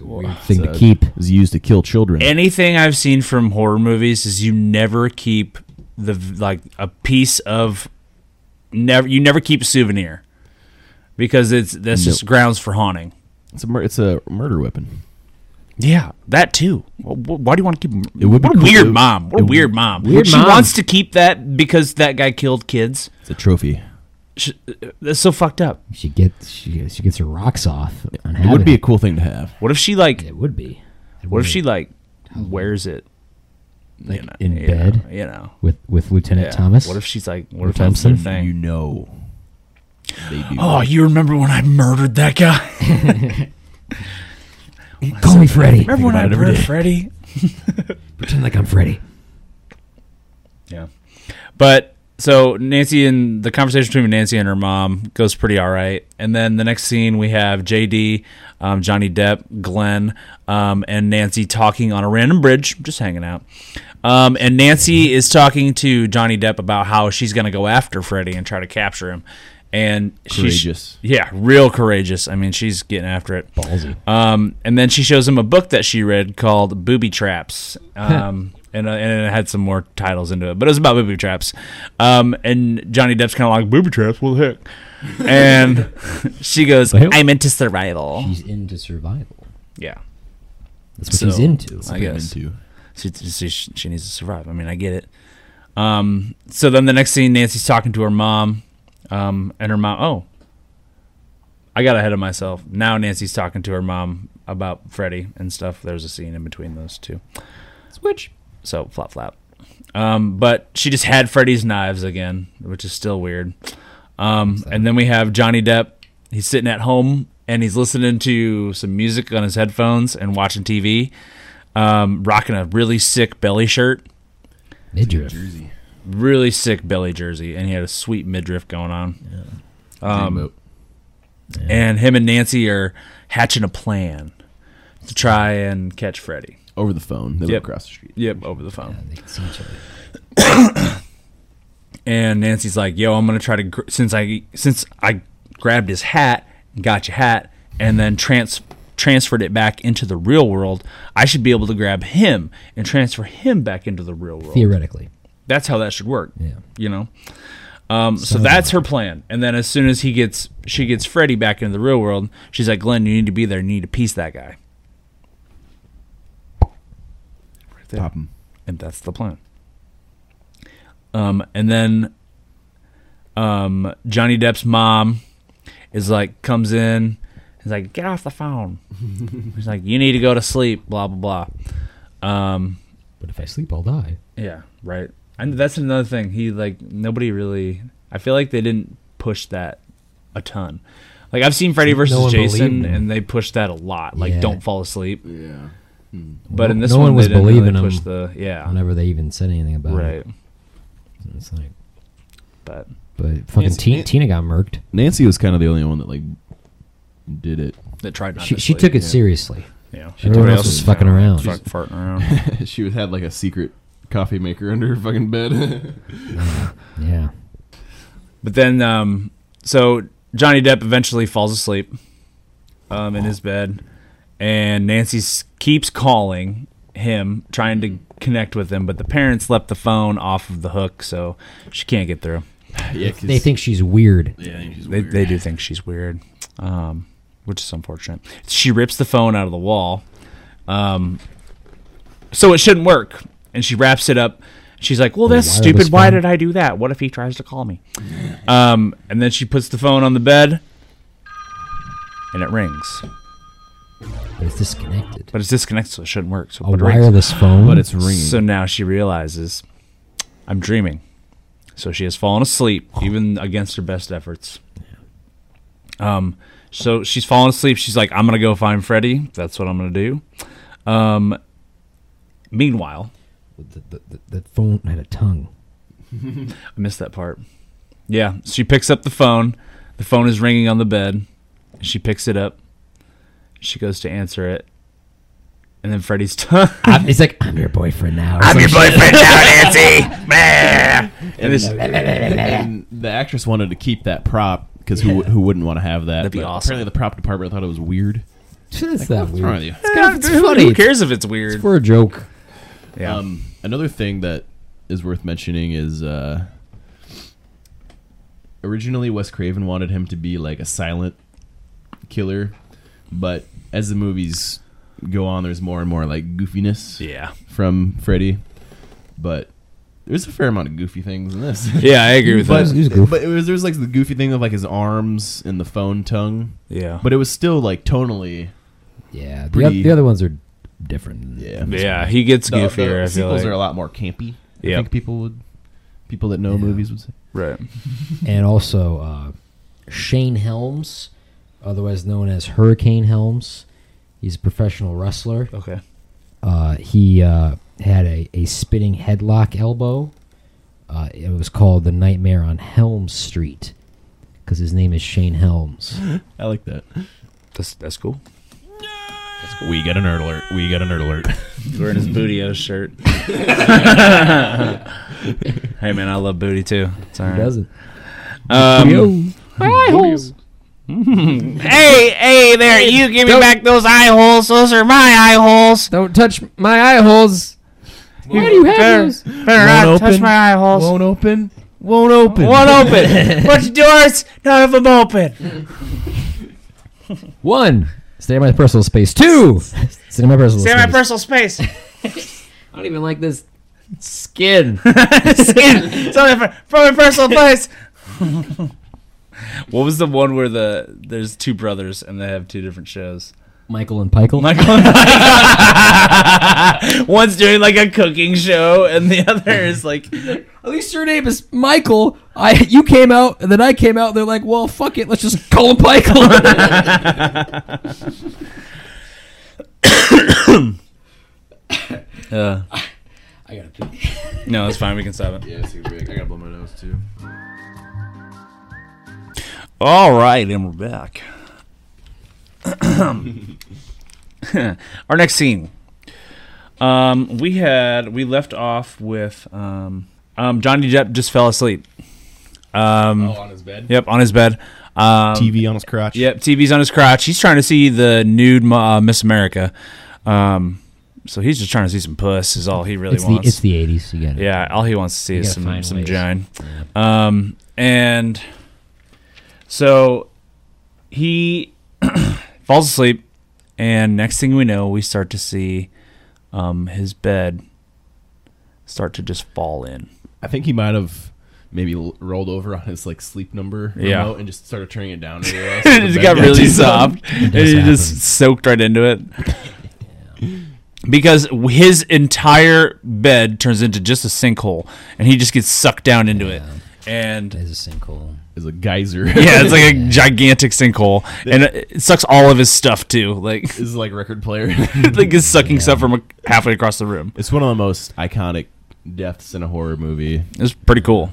[SPEAKER 2] Weird thing to
[SPEAKER 1] So-
[SPEAKER 2] keep.
[SPEAKER 1] it was used to kill children
[SPEAKER 6] anything I've seen from horror movies is you never keep the v- like a piece of never you never keep a souvenir because it's that's just grounds for haunting.
[SPEAKER 1] it's a mur- it's a murder weapon
[SPEAKER 6] Yeah, that too. Wh- wh- Why do you want to keep?
[SPEAKER 1] It would be
[SPEAKER 6] what a
[SPEAKER 1] cool.
[SPEAKER 6] weird
[SPEAKER 1] It-
[SPEAKER 6] mom. What a weird mom.
[SPEAKER 2] Weird
[SPEAKER 6] she
[SPEAKER 2] mom.
[SPEAKER 6] wants to keep that because that guy killed kids.
[SPEAKER 1] it's a trophy
[SPEAKER 6] Sh uh, that's so fucked up.
[SPEAKER 2] She gets she she gets her rocks off. On
[SPEAKER 1] it would be a
[SPEAKER 2] having
[SPEAKER 1] cool thing to have
[SPEAKER 6] What if she like?
[SPEAKER 2] It would be. It
[SPEAKER 6] What if
[SPEAKER 2] would.
[SPEAKER 6] she like wears it you know,
[SPEAKER 7] in
[SPEAKER 6] you
[SPEAKER 7] bed?
[SPEAKER 6] know, you know.
[SPEAKER 7] with with Lieutenant
[SPEAKER 6] Yeah.
[SPEAKER 7] Thomas.
[SPEAKER 6] What if she's like? What if
[SPEAKER 7] Thompson?
[SPEAKER 6] that's their thing?
[SPEAKER 1] You know, they do.
[SPEAKER 6] Oh, you remember when I murdered that guy?
[SPEAKER 7] Call me Freddy.
[SPEAKER 6] Remember when I murdered Freddy?
[SPEAKER 7] Pretend like I'm Freddy.
[SPEAKER 6] Yeah. But so Nancy and the conversation between Nancy and her mom goes pretty all right. And then the next scene we have JD, um, Johnny Depp, Glenn, um, and Nancy talking on a random bridge, just hanging out. Um, and Nancy is talking to Johnny Depp about how she's going to go after Freddy and try to capture him. And she's
[SPEAKER 1] Courageous.
[SPEAKER 6] yeah, real courageous. I mean, she's getting after it.
[SPEAKER 7] Ballsy.
[SPEAKER 6] Um, and then she shows him a book that she read called Booby Traps. Um, and, uh, and it had some more titles into it, but it was about booby traps. Um, and Johnny Depp's kind of like, booby traps? What the heck? And *laughs* she goes,
[SPEAKER 7] Well-
[SPEAKER 6] I'm into survival.
[SPEAKER 7] He's into survival.
[SPEAKER 6] Yeah.
[SPEAKER 7] That's what he's
[SPEAKER 6] So-
[SPEAKER 7] into.
[SPEAKER 6] I
[SPEAKER 1] Been
[SPEAKER 6] guess.
[SPEAKER 1] into.
[SPEAKER 6] She, she, she needs to survive. I mean, I get it. Um, so then the next scene, Nancy's talking to her mom, um, and her mom. Oh, I got ahead of myself. Now Nancy's talking to her mom about Freddy and stuff. There's a scene in between those two.
[SPEAKER 7] Switch.
[SPEAKER 6] So flop flop. Um, but she just had Freddy's knives again, which is still weird. Um, and then we have Johnny Depp. He's sitting at home and he's listening to some music on his headphones and watching TV. Um, rocking a really sick belly shirt,
[SPEAKER 7] Midriff.
[SPEAKER 1] Jersey.
[SPEAKER 6] really sick belly jersey, and he had a sweet midriff going on.
[SPEAKER 1] Um,
[SPEAKER 6] And him and Nancy are hatching a plan to try and catch Freddy.
[SPEAKER 1] over the phone. They live
[SPEAKER 6] Yep.
[SPEAKER 1] across the street.
[SPEAKER 6] Yep, over the phone.
[SPEAKER 7] They can see each other.
[SPEAKER 6] and Nancy's like, "Yo, I'm gonna try to gr- since I since I grabbed his hat, and got your hat, and then trans transferred it back into the real world. I should be able to grab him and transfer him back into the real world.
[SPEAKER 7] Theoretically.
[SPEAKER 6] That's how that should work.
[SPEAKER 7] Yeah.
[SPEAKER 6] you know. Um, so that's her plan. And then as soon as he gets she gets Freddy back into the real world, she's like, "Glenn, you need to be there. You need to piece that guy." Right there
[SPEAKER 1] Pop 'em.
[SPEAKER 6] and that's the plan. Um, and then um, Johnny Depp's mom is like comes in, is like, "Get off the
[SPEAKER 7] *laughs*
[SPEAKER 6] phone." He's like, "You need to go to sleep." Blah blah blah. Um,
[SPEAKER 7] But if I sleep, I'll die.
[SPEAKER 6] yeah, right. And that's another thing. He like nobody really. I feel like they didn't push that a ton. Like I've seen Freddy versus
[SPEAKER 7] one believed
[SPEAKER 6] Jason,
[SPEAKER 7] him.
[SPEAKER 6] and they pushed that a lot. Like
[SPEAKER 7] Yeah.
[SPEAKER 6] don't fall asleep.
[SPEAKER 1] Yeah.
[SPEAKER 6] But in this
[SPEAKER 7] no
[SPEAKER 6] one,
[SPEAKER 7] one was
[SPEAKER 6] they didn't really
[SPEAKER 7] believing him
[SPEAKER 6] push the yeah
[SPEAKER 7] Whenever they even said anything about it.
[SPEAKER 6] right.
[SPEAKER 7] It's like,
[SPEAKER 6] But
[SPEAKER 7] but fucking
[SPEAKER 1] Nancy-
[SPEAKER 7] Ti-
[SPEAKER 1] Nan-
[SPEAKER 7] Tina got murked.
[SPEAKER 1] Nancy was kind of the only one that like did it.
[SPEAKER 6] they tried. Not
[SPEAKER 7] She,
[SPEAKER 6] to
[SPEAKER 7] she
[SPEAKER 6] sleep.
[SPEAKER 7] took it seriously.
[SPEAKER 6] Yeah.
[SPEAKER 7] Everyone else was fucking around.
[SPEAKER 6] Fuck, farting
[SPEAKER 1] *laughs*
[SPEAKER 6] around.
[SPEAKER 1] she was had like a secret coffee maker under her fucking bed. *laughs*
[SPEAKER 7] Yeah.
[SPEAKER 6] *laughs* but then, um, so Johnny Depp eventually falls asleep um, in his bed, and Nancy s- keeps calling him, trying to connect with him, but the parents left the phone off of the hook, so she can't get through.
[SPEAKER 1] yeah, 'cause-
[SPEAKER 7] They think she's weird.
[SPEAKER 1] Yeah, I think *laughs* she's
[SPEAKER 6] They,
[SPEAKER 1] weird.
[SPEAKER 6] they do think she's weird, um, which is unfortunate. She rips the phone out of the wall, um, so it shouldn't work. And she wraps it up. She's like, "Well, that's
[SPEAKER 7] wireless
[SPEAKER 6] stupid. Why
[SPEAKER 7] phone.
[SPEAKER 6] did I do that? What if he tries to call me?" Um, and then she puts the phone on the bed, and it rings,
[SPEAKER 7] But it's disconnected.
[SPEAKER 6] but it's disconnected, so it shouldn't work. So
[SPEAKER 7] A
[SPEAKER 6] but it rings.
[SPEAKER 7] wireless phone.
[SPEAKER 1] but it's ringing.
[SPEAKER 6] So now she realizes, I'm dreaming. So she has fallen asleep, even against her best efforts. Um, so she's fallen asleep. She's like, I'm gonna go find Freddy. That's what I'm gonna do. Um, meanwhile,
[SPEAKER 7] the, the, the, the phone had a tongue.
[SPEAKER 6] I missed that part. Yeah, she picks up the phone. The phone is ringing on the bed. She picks it up. She goes to answer it, and then Freddy's. *laughs* T-
[SPEAKER 7] I'm, it's like I'm your boyfriend now. I'm your
[SPEAKER 1] and, this- and the actress wanted to keep that prop because who, who wouldn't want to have that?
[SPEAKER 6] That'd be
[SPEAKER 1] But
[SPEAKER 6] awesome.
[SPEAKER 1] Apparently, the prop department thought it was weird.
[SPEAKER 7] That's that
[SPEAKER 1] What's wrong
[SPEAKER 7] weird.
[SPEAKER 1] with you?
[SPEAKER 7] *laughs* It's, kind of, it's
[SPEAKER 6] Who-
[SPEAKER 7] funny.
[SPEAKER 6] Who cares if it's weird?
[SPEAKER 7] It's for a joke.
[SPEAKER 6] yeah.
[SPEAKER 1] Um, *laughs* another thing that is worth mentioning is uh, originally Wes Craven wanted him to be like a silent killer, but as the movies go on, there's more and more like goofiness
[SPEAKER 6] yeah.
[SPEAKER 1] from Freddy. But there's a fair amount of goofy things in this. *laughs*
[SPEAKER 6] Yeah, I agree with
[SPEAKER 1] But,
[SPEAKER 6] that.
[SPEAKER 7] He's a goof.
[SPEAKER 1] but it was, there was like the goofy thing of like his arms and the phone tongue,
[SPEAKER 6] Yeah.
[SPEAKER 1] but it was still like tonally
[SPEAKER 7] Yeah. The,
[SPEAKER 1] Pretty-
[SPEAKER 7] oth- the other ones are
[SPEAKER 2] different.
[SPEAKER 1] Yeah.
[SPEAKER 6] Yeah, he gets
[SPEAKER 1] The, the
[SPEAKER 6] goofier. I feel
[SPEAKER 1] sequels
[SPEAKER 6] like.
[SPEAKER 1] are a lot more campy. I
[SPEAKER 6] Yep.
[SPEAKER 1] think people would, people that know movies would say.
[SPEAKER 6] right.
[SPEAKER 2] and also uh, Shane Helms, otherwise known as Hurricane Helms. He's a professional wrestler.
[SPEAKER 1] Oh.
[SPEAKER 6] Okay.
[SPEAKER 2] Uh, he uh, had a, a spinning headlock elbow. Uh, it was called the Nightmare on Helm Street because his name is Shane Helms.
[SPEAKER 1] I like that.
[SPEAKER 6] That's that's cool.
[SPEAKER 1] We got a nerd alert. We got a nerd alert.
[SPEAKER 6] He's wearing his bootio *laughs* shirt. hey man, I love booty too. It's all right.
[SPEAKER 2] He doesn't.
[SPEAKER 6] Um, *laughs* hey, hey there, you give me back those eye holes. Those are my eye holes.
[SPEAKER 8] Don't touch my eye holes. Where do you have those?
[SPEAKER 6] Better not touch my eye holes.
[SPEAKER 1] Won't open. Won't open.
[SPEAKER 6] One *laughs* open. Bunch of doors, none of them *laughs* open.
[SPEAKER 2] One, stay in my personal space.
[SPEAKER 6] *laughs*
[SPEAKER 2] Two, stay in my personal
[SPEAKER 6] Stay in
[SPEAKER 2] space.
[SPEAKER 6] my personal space. *laughs*
[SPEAKER 8] I don't even like this
[SPEAKER 6] *laughs*
[SPEAKER 8] skin. *laughs*
[SPEAKER 6] Skin something from, from my personal
[SPEAKER 1] *laughs*
[SPEAKER 6] place. what was the one where the there's two brothers and they have two different shows?
[SPEAKER 2] Michael and Michael.
[SPEAKER 6] *laughs* Michael *laughs* One's doing like a cooking show and the *laughs* other is like
[SPEAKER 8] At least your name is Michael. I you came out and then I came out. They're like, well, fuck it, let's just call him Michael.
[SPEAKER 6] *laughs* uh,
[SPEAKER 9] I gotta pee.
[SPEAKER 6] no, it's fine, we can stop it.
[SPEAKER 1] *laughs* Yeah, it's big. I gotta blow my nose too.
[SPEAKER 6] All right, and we're back. *coughs* Our next scene. Um, we had we left off with um, um, Johnny Depp just fell asleep. Um,
[SPEAKER 1] Oh, on his bed.
[SPEAKER 6] Yep, on his bed. Um,
[SPEAKER 1] TV on his crotch.
[SPEAKER 6] Yep, TV's on his crotch. He's trying to see the nude Mo- uh, Miss America. Um, so he's just trying to see some puss. Is all he really
[SPEAKER 2] it's the
[SPEAKER 6] wants.
[SPEAKER 2] it's the eighties. You got it.
[SPEAKER 6] yeah, all he wants to see is
[SPEAKER 2] gotta
[SPEAKER 6] some
[SPEAKER 2] find
[SPEAKER 6] some
[SPEAKER 2] ways.
[SPEAKER 6] Joan. Um, and so he *clears throat* falls asleep, and next thing we know, we start to see um, his bed start to just
[SPEAKER 2] *laughs*
[SPEAKER 6] fall in.
[SPEAKER 1] I think he might have maybe l- rolled over on his like sleep number
[SPEAKER 6] Yeah.
[SPEAKER 1] remote and just started turning it
[SPEAKER 6] *laughs*
[SPEAKER 1] down. Really loud so the
[SPEAKER 6] it just
[SPEAKER 1] bed
[SPEAKER 6] got really
[SPEAKER 1] too
[SPEAKER 6] soft. and
[SPEAKER 2] does
[SPEAKER 6] he
[SPEAKER 2] happen.
[SPEAKER 6] just soaked right into it. Because his entire bed turns into just a sinkhole, and he just gets sucked down into it. And
[SPEAKER 2] It's a sinkhole.
[SPEAKER 1] It's a geyser. *laughs*
[SPEAKER 6] yeah, it's like a gigantic sinkhole, and it it sucks all of his stuff too. Like, *laughs*
[SPEAKER 1] this is like record player. *laughs*
[SPEAKER 6] like it's sucking stuff from halfway across the room.
[SPEAKER 1] it's one of the most iconic deaths in a horror movie.
[SPEAKER 6] It's pretty cool.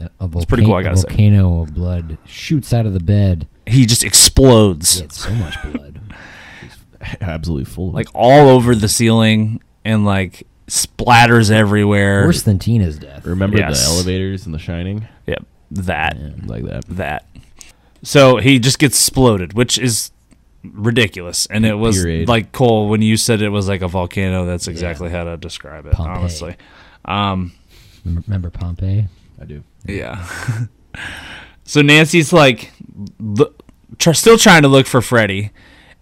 [SPEAKER 2] A, a volcano,
[SPEAKER 6] pretty cool, I gotta
[SPEAKER 2] a
[SPEAKER 6] say.
[SPEAKER 2] volcano of blood shoots out of the bed.
[SPEAKER 6] He just explodes
[SPEAKER 2] It's so much
[SPEAKER 6] *laughs*
[SPEAKER 2] blood.
[SPEAKER 1] Absolutely full.
[SPEAKER 6] like all over the ceiling, and like splatters everywhere.
[SPEAKER 2] Worse than Tina's death.
[SPEAKER 1] remember
[SPEAKER 6] Yes.
[SPEAKER 1] the elevators in The Shining,
[SPEAKER 6] Yep, that.
[SPEAKER 1] like that.
[SPEAKER 6] that. So he just gets exploded, which is ridiculous. And it was
[SPEAKER 1] Period.
[SPEAKER 6] like Cole when you said it was like a volcano. That's exactly how to describe it,
[SPEAKER 2] Pompeii.
[SPEAKER 6] honestly. Um,
[SPEAKER 2] Remember Pompeii?
[SPEAKER 1] I do.
[SPEAKER 6] yeah. *laughs* so Nancy's like l- tr- still trying to look for Freddy,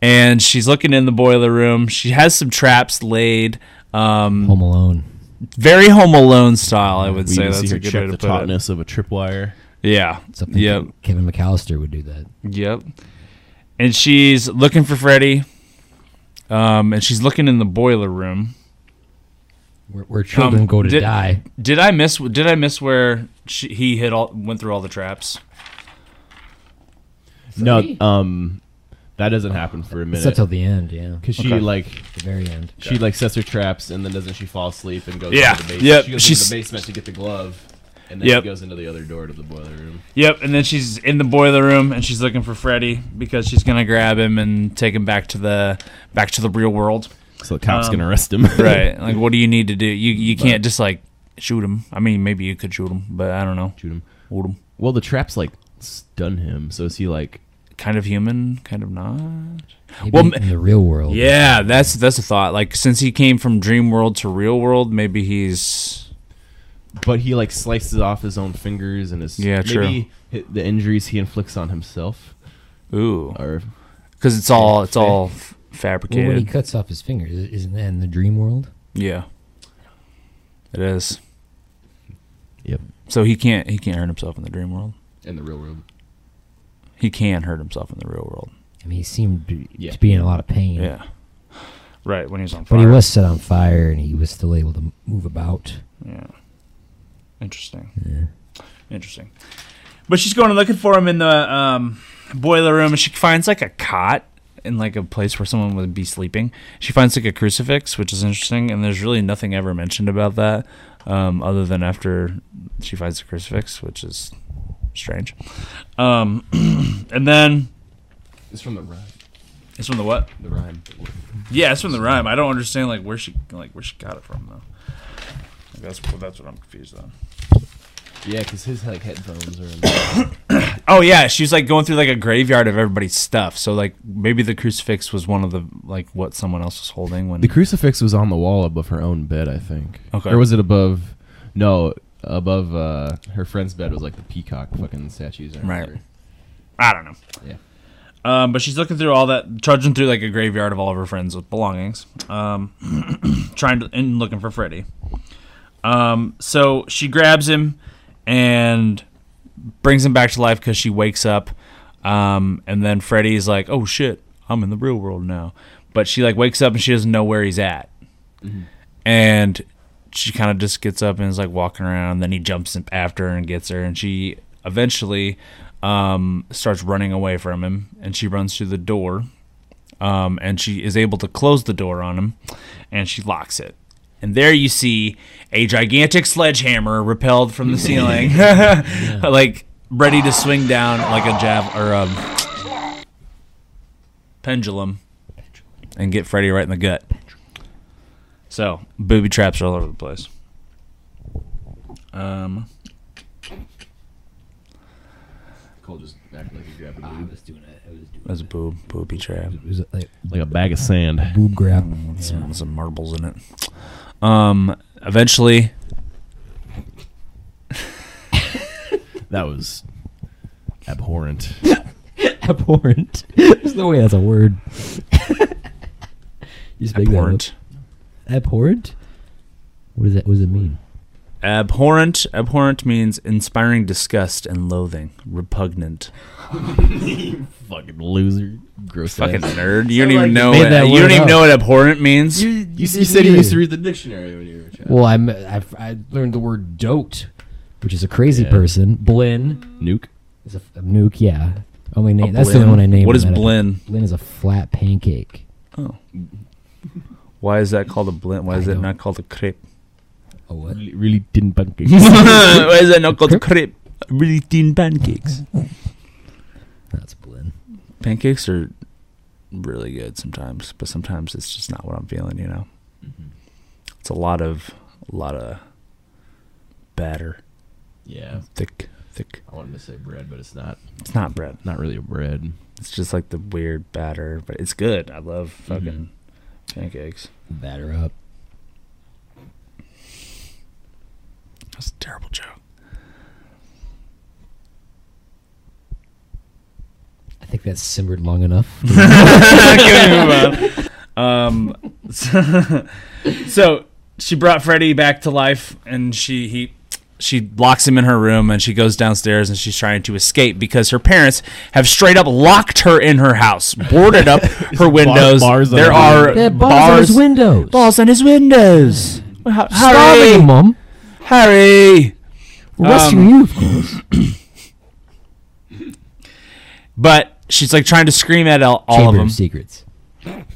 [SPEAKER 6] and she's looking in the boiler room. She has some traps laid. Um,
[SPEAKER 2] Home Alone.
[SPEAKER 6] very Home Alone style, I would
[SPEAKER 1] We
[SPEAKER 6] say.
[SPEAKER 1] even
[SPEAKER 6] That's
[SPEAKER 1] see
[SPEAKER 6] a
[SPEAKER 1] her
[SPEAKER 6] good way
[SPEAKER 1] check
[SPEAKER 6] to
[SPEAKER 1] the
[SPEAKER 6] put it.
[SPEAKER 1] tautness of a tripwire.
[SPEAKER 6] Yeah.
[SPEAKER 2] Something
[SPEAKER 6] Yep.
[SPEAKER 2] Ke- Kevin McAllister would do that.
[SPEAKER 6] Yep. And she's looking for Freddy. Um, and she's looking in the boiler room.
[SPEAKER 2] Where, where children
[SPEAKER 6] Um,
[SPEAKER 2] go to
[SPEAKER 6] did-
[SPEAKER 2] die.
[SPEAKER 6] Did I miss? Did I miss where she, he hit all went through all the traps?
[SPEAKER 1] No, um, that doesn't
[SPEAKER 6] Uh,
[SPEAKER 1] happen for a
[SPEAKER 2] It's up
[SPEAKER 1] minute.
[SPEAKER 2] till the end, yeah.
[SPEAKER 1] Cause she like
[SPEAKER 2] The very end.
[SPEAKER 1] she like sets her traps and then doesn't she fall asleep and goes
[SPEAKER 6] Yeah.
[SPEAKER 1] into the basement?
[SPEAKER 6] Yep.
[SPEAKER 1] She goes
[SPEAKER 6] She's-
[SPEAKER 1] into the basement to get the glove, and then
[SPEAKER 6] Yep.
[SPEAKER 1] she goes into the other door to the boiler room.
[SPEAKER 6] Yep. And then she's in the boiler room and she's looking for Freddy because she's gonna grab him and take him back to the back to the real world.
[SPEAKER 1] So the cops can arrest him.
[SPEAKER 6] Um, *laughs* Right. like, what do you need to do? You you can't just like shoot him. I mean, maybe you could shoot him, but I don't know.
[SPEAKER 1] Shoot him.
[SPEAKER 6] Hold him.
[SPEAKER 1] *laughs* Well, the traps like stun him, so is he like?
[SPEAKER 6] Kind of human, kind of not.
[SPEAKER 2] Maybe
[SPEAKER 6] Well,
[SPEAKER 2] in the real world.
[SPEAKER 6] Yeah, that's that's a thought. Like since he came from dream world to real world, maybe he's
[SPEAKER 1] But he like slices off his own fingers and his
[SPEAKER 6] Yeah,
[SPEAKER 1] maybe hi- the injuries he inflicts on himself
[SPEAKER 6] ooh
[SPEAKER 1] are
[SPEAKER 6] because it's all it's all f-
[SPEAKER 2] Well, when he
[SPEAKER 6] fabricated.
[SPEAKER 2] cuts off his fingers, is- isn't that in the dream world?
[SPEAKER 6] yeah, it is.
[SPEAKER 1] Yep.
[SPEAKER 6] So he can't he can't hurt himself in the dream world.
[SPEAKER 1] in the real world.
[SPEAKER 6] He can hurt himself in the real world.
[SPEAKER 2] I mean, he seemed to,
[SPEAKER 1] Yeah.
[SPEAKER 2] to be in a lot of pain.
[SPEAKER 6] Yeah. Right when he was on fire.
[SPEAKER 2] But he was set on fire and he was still able to move about.
[SPEAKER 6] Yeah. Interesting. Interesting. But she's going and looking for him in the um, boiler room, and she finds like a cot in like a place where someone would be sleeping. She finds like a crucifix, which is interesting, and there's really nothing ever mentioned about that, um, other than after she finds the crucifix, which is strange. Um, *clears throat* and then
[SPEAKER 1] It's from the right.
[SPEAKER 6] it's from the what?
[SPEAKER 1] The rhyme.
[SPEAKER 6] Yeah, it's from the rhyme. I don't understand like where she like where she got it from though. Like, That's that's what I'm confused on.
[SPEAKER 1] Yeah, because his like headphones are. In
[SPEAKER 6] Oh yeah, she's like going through like a graveyard of everybody's stuff. So like maybe the crucifix was one of the like what someone else was holding when
[SPEAKER 1] The crucifix was on the wall above her own bed, I think.
[SPEAKER 6] Okay.
[SPEAKER 1] Or was it above? No, above uh, her friend's bed was like the peacock fucking statues. Or
[SPEAKER 6] Right.
[SPEAKER 1] whatever.
[SPEAKER 6] I don't know.
[SPEAKER 1] Yeah.
[SPEAKER 6] Um, but she's looking through all that, trudging through like a graveyard of all of her friends with belongings, um, *clears throat* trying to and looking for Freddy. Um, so she grabs him and brings him back to life because she wakes up. Um, and then Freddy's like, "Oh shit, I'm in the real world now." But she like wakes up and she doesn't know where he's at, and she kind of just gets up and is like walking around. then he jumps in after her and gets her, and she eventually um, starts running away from him. And she runs through the door, um, and she is able to close the door on him, and she locks it. And there you see a gigantic sledgehammer repelled from the ceiling, *laughs* like ready to swing down like a jav or a pendulum, and get Freddy right in the gut. So booby traps are all over the place. Um,
[SPEAKER 1] Cole just acted like he grabbed a boob.
[SPEAKER 6] that's a boob booby trap.
[SPEAKER 2] It was like
[SPEAKER 1] Like a bag of sand.
[SPEAKER 2] boob grab.
[SPEAKER 6] Some, some marbles in it. Um, eventually,
[SPEAKER 1] That was abhorrent.
[SPEAKER 2] Abhorrent. *laughs* There's no way that's a word. *laughs* you just make that up.
[SPEAKER 6] abhorrent,
[SPEAKER 2] Abhorrent? What does that what does it mean?
[SPEAKER 6] abhorrent, abhorrent means inspiring disgust and loathing, repugnant.
[SPEAKER 1] *laughs* fucking loser. Gross.
[SPEAKER 6] Fucking
[SPEAKER 1] ass.
[SPEAKER 6] nerd, you don't even know.
[SPEAKER 2] made
[SPEAKER 6] What,
[SPEAKER 2] that
[SPEAKER 6] you
[SPEAKER 2] word
[SPEAKER 6] don't even
[SPEAKER 2] up.
[SPEAKER 6] know what abhorrent means.
[SPEAKER 1] You, you said you used to read the dictionary when you were a child.
[SPEAKER 2] Well, I'm, I've, I learned the word dote, which is a crazy
[SPEAKER 1] Yeah.
[SPEAKER 2] person. Blin
[SPEAKER 1] Nuke.
[SPEAKER 2] is a, f- a nuke, yeah. Only
[SPEAKER 6] A
[SPEAKER 2] name. That's the
[SPEAKER 6] blin.
[SPEAKER 2] only one I named.
[SPEAKER 6] What is
[SPEAKER 2] that I-
[SPEAKER 6] blin?
[SPEAKER 2] Blin is a flat pancake.
[SPEAKER 6] Why is that called a blin? Why is
[SPEAKER 2] I
[SPEAKER 6] it
[SPEAKER 2] don't-
[SPEAKER 6] not called a crepe?
[SPEAKER 2] Oh, what?
[SPEAKER 1] Really, really thin *laughs* pancake.
[SPEAKER 6] *laughs* Why is that not called a crepe? Really thin pancakes.
[SPEAKER 2] That's blin.
[SPEAKER 6] pancakes are really good sometimes, but sometimes it's just not what I'm feeling, you know. It's a lot of a lot of batter,
[SPEAKER 1] yeah,
[SPEAKER 6] thick, thick.
[SPEAKER 1] I wanted to say bread, but it's not.
[SPEAKER 6] It's not bread.
[SPEAKER 1] Not really a bread.
[SPEAKER 6] It's just like the weird batter, but it's good. I love fucking Mm-hmm. pancakes.
[SPEAKER 2] Batter up.
[SPEAKER 6] That's a terrible joke.
[SPEAKER 2] I think that's simmered long enough.
[SPEAKER 6] Um, *laughs* so, so she brought Freddy back to life, and she he she locks him in her room, and she goes downstairs, and she's trying to escape because her parents have straight up locked her in her house, boarded up her windows.
[SPEAKER 1] bars on her
[SPEAKER 6] there are
[SPEAKER 2] That bars, on
[SPEAKER 6] bars,
[SPEAKER 2] his windows.
[SPEAKER 6] bars on his windows. Har-
[SPEAKER 2] Starving him,
[SPEAKER 6] Harry,
[SPEAKER 2] mom.
[SPEAKER 6] Harry.
[SPEAKER 2] We're rescuing you, of course.
[SPEAKER 6] But she's like trying to scream at all, all of
[SPEAKER 2] Chamber
[SPEAKER 6] them.
[SPEAKER 2] secrets.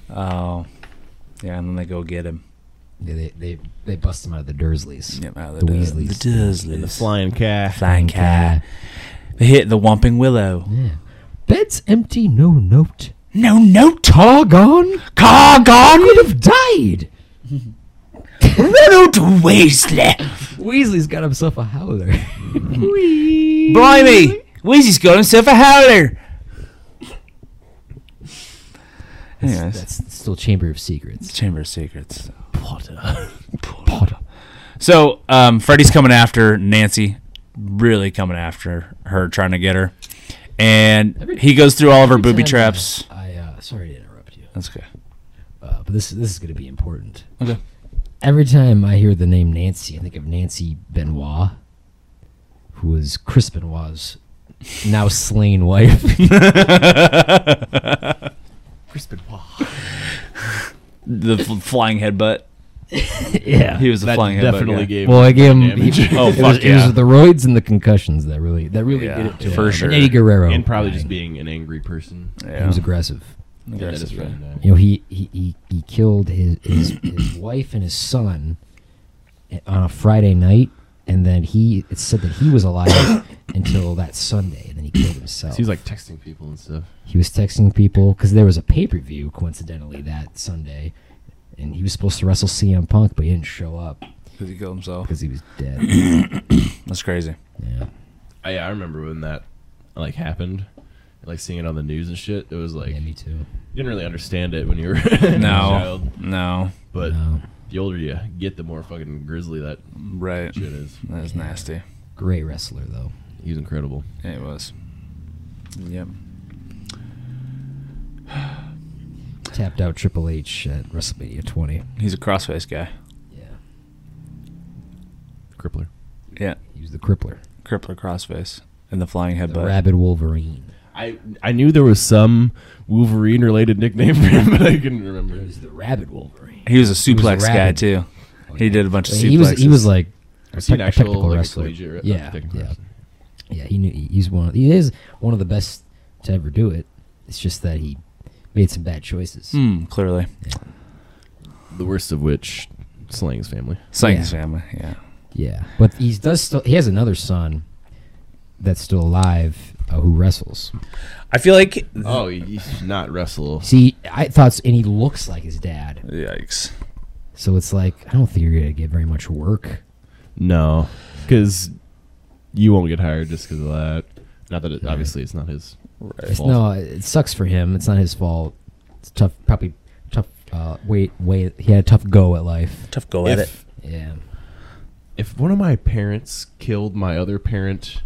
[SPEAKER 6] Oh, yeah, and then they go get him.
[SPEAKER 2] They, they, they, they bust him out of the Dursleys.
[SPEAKER 6] Yep, out of
[SPEAKER 2] The
[SPEAKER 6] Du-
[SPEAKER 2] Weasleys.
[SPEAKER 6] The Dursleys.
[SPEAKER 1] Flying calf.
[SPEAKER 6] flying cat. They hit the Whomping Willow.
[SPEAKER 2] Bed's empty, no note.
[SPEAKER 6] Mm. No, no,
[SPEAKER 2] Car gone?
[SPEAKER 6] car gone.
[SPEAKER 2] Could have died.
[SPEAKER 6] Riddle to Weasley.
[SPEAKER 2] Weasley's got himself a howler. *laughs*
[SPEAKER 6] Blimey, Weasley's got himself a howler. Anyways,
[SPEAKER 2] That's still Chamber of Secrets.
[SPEAKER 6] Chamber of Secrets. Potter. *laughs* Potter. So, um, Freddy's coming after Nancy, really coming after her, trying to get her. And he goes through all of her booby traps.
[SPEAKER 2] I uh, sorry to interrupt you,
[SPEAKER 6] That's okay.
[SPEAKER 2] uh, but this this is going to be important.
[SPEAKER 6] Okay.
[SPEAKER 2] Every time I hear the name Nancy, I think of Nancy Benoit, who was Chris Benoit's now slain wife.
[SPEAKER 1] Crispin.
[SPEAKER 6] the f- flying headbutt.
[SPEAKER 2] *laughs* Yeah.
[SPEAKER 6] He was the
[SPEAKER 1] That
[SPEAKER 6] flying headbutt.
[SPEAKER 1] definitely
[SPEAKER 6] guy.
[SPEAKER 1] gave.
[SPEAKER 2] Well, I gave him.
[SPEAKER 1] Damage.
[SPEAKER 2] he- *laughs*
[SPEAKER 6] Oh,
[SPEAKER 2] it,
[SPEAKER 6] fuck
[SPEAKER 2] was, it was
[SPEAKER 6] yeah.
[SPEAKER 2] the roids and the concussions that really that really
[SPEAKER 6] Yeah,
[SPEAKER 2] did it to
[SPEAKER 6] for
[SPEAKER 2] him.
[SPEAKER 6] sure.
[SPEAKER 2] And Eddie Guerrero.
[SPEAKER 1] and probably
[SPEAKER 2] dying.
[SPEAKER 1] just being an angry person.
[SPEAKER 6] Yeah.
[SPEAKER 2] He was aggressive.
[SPEAKER 1] Yeah, that
[SPEAKER 6] Aggressive,
[SPEAKER 1] is
[SPEAKER 6] yeah.
[SPEAKER 1] really bad.
[SPEAKER 2] You know, he he, he, he killed his, his his *coughs* wife and his son on a Friday night, and then he it's said that he was alive *coughs* until that Sunday, and then he killed himself.
[SPEAKER 1] He was like texting people and stuff.
[SPEAKER 2] he was texting people because there was a pay per view coincidentally that Sunday, and he was supposed to wrestle CM Punk, but he didn't show up
[SPEAKER 6] 'Cause he killed himself.
[SPEAKER 2] because he was dead. *coughs*
[SPEAKER 6] That's crazy.
[SPEAKER 2] yeah.
[SPEAKER 1] I, yeah, I remember when that like happened, like seeing it on the news and shit. It was like
[SPEAKER 2] yeah, me
[SPEAKER 1] you
[SPEAKER 2] too.
[SPEAKER 1] didn't really understand it when you *laughs* were a
[SPEAKER 6] No,
[SPEAKER 1] child,
[SPEAKER 6] no,
[SPEAKER 1] but
[SPEAKER 2] No.
[SPEAKER 1] the older you get, the more fucking grisly that
[SPEAKER 6] right.
[SPEAKER 1] shit is.
[SPEAKER 6] That was nasty.
[SPEAKER 2] Great wrestler though.
[SPEAKER 1] He's incredible.
[SPEAKER 6] It was. Yep.
[SPEAKER 2] Tapped out Triple H at WrestleMania 20.
[SPEAKER 6] He's a crossface guy.
[SPEAKER 2] Yeah.
[SPEAKER 1] Crippler.
[SPEAKER 6] Yeah,
[SPEAKER 2] He was the crippler,
[SPEAKER 6] crippler crossface and the flying headbutt.
[SPEAKER 2] the rabid Wolverine.
[SPEAKER 1] I I knew there was some Wolverine related nickname for him, *laughs* but I couldn't remember.
[SPEAKER 2] He was the rabid Wolverine.
[SPEAKER 6] He was a suplex guy
[SPEAKER 2] rabid.
[SPEAKER 6] too. He did a bunch of suplexes.
[SPEAKER 2] He was he was like
[SPEAKER 1] Was he an
[SPEAKER 2] a
[SPEAKER 1] actual,
[SPEAKER 2] technical
[SPEAKER 1] like, a
[SPEAKER 2] wrestler.
[SPEAKER 1] collegiate re-
[SPEAKER 2] yeah,
[SPEAKER 1] uh, technical
[SPEAKER 2] yeah,
[SPEAKER 1] wrestler?
[SPEAKER 2] yeah. He knew he- he's one. Of, he is one of the best to ever do it. It's just that he made some bad choices.
[SPEAKER 6] Hmm, clearly
[SPEAKER 1] The worst of which, Slang's family.
[SPEAKER 6] Sankey's
[SPEAKER 2] Yeah.
[SPEAKER 6] family. Yeah,
[SPEAKER 2] Yeah, but he does still. He has another son that's still alive uh, who wrestles.
[SPEAKER 6] I feel like.
[SPEAKER 1] Oh, he, he should not wrestle.
[SPEAKER 2] See, I thought, and he looks like his dad.
[SPEAKER 6] Yikes!
[SPEAKER 2] So it's like I don't think you're gonna get very much work.
[SPEAKER 1] No, because you won't get hired just because of that. Not that it, obviously it's not his
[SPEAKER 2] It's-
[SPEAKER 1] fault.
[SPEAKER 2] No, it sucks for him. It's not his fault. It's tough, probably tough. Uh, wait, wait. He had a tough go at life.
[SPEAKER 6] Tough go at it.
[SPEAKER 1] If,
[SPEAKER 2] Yeah.
[SPEAKER 1] if one of my parents killed my other parent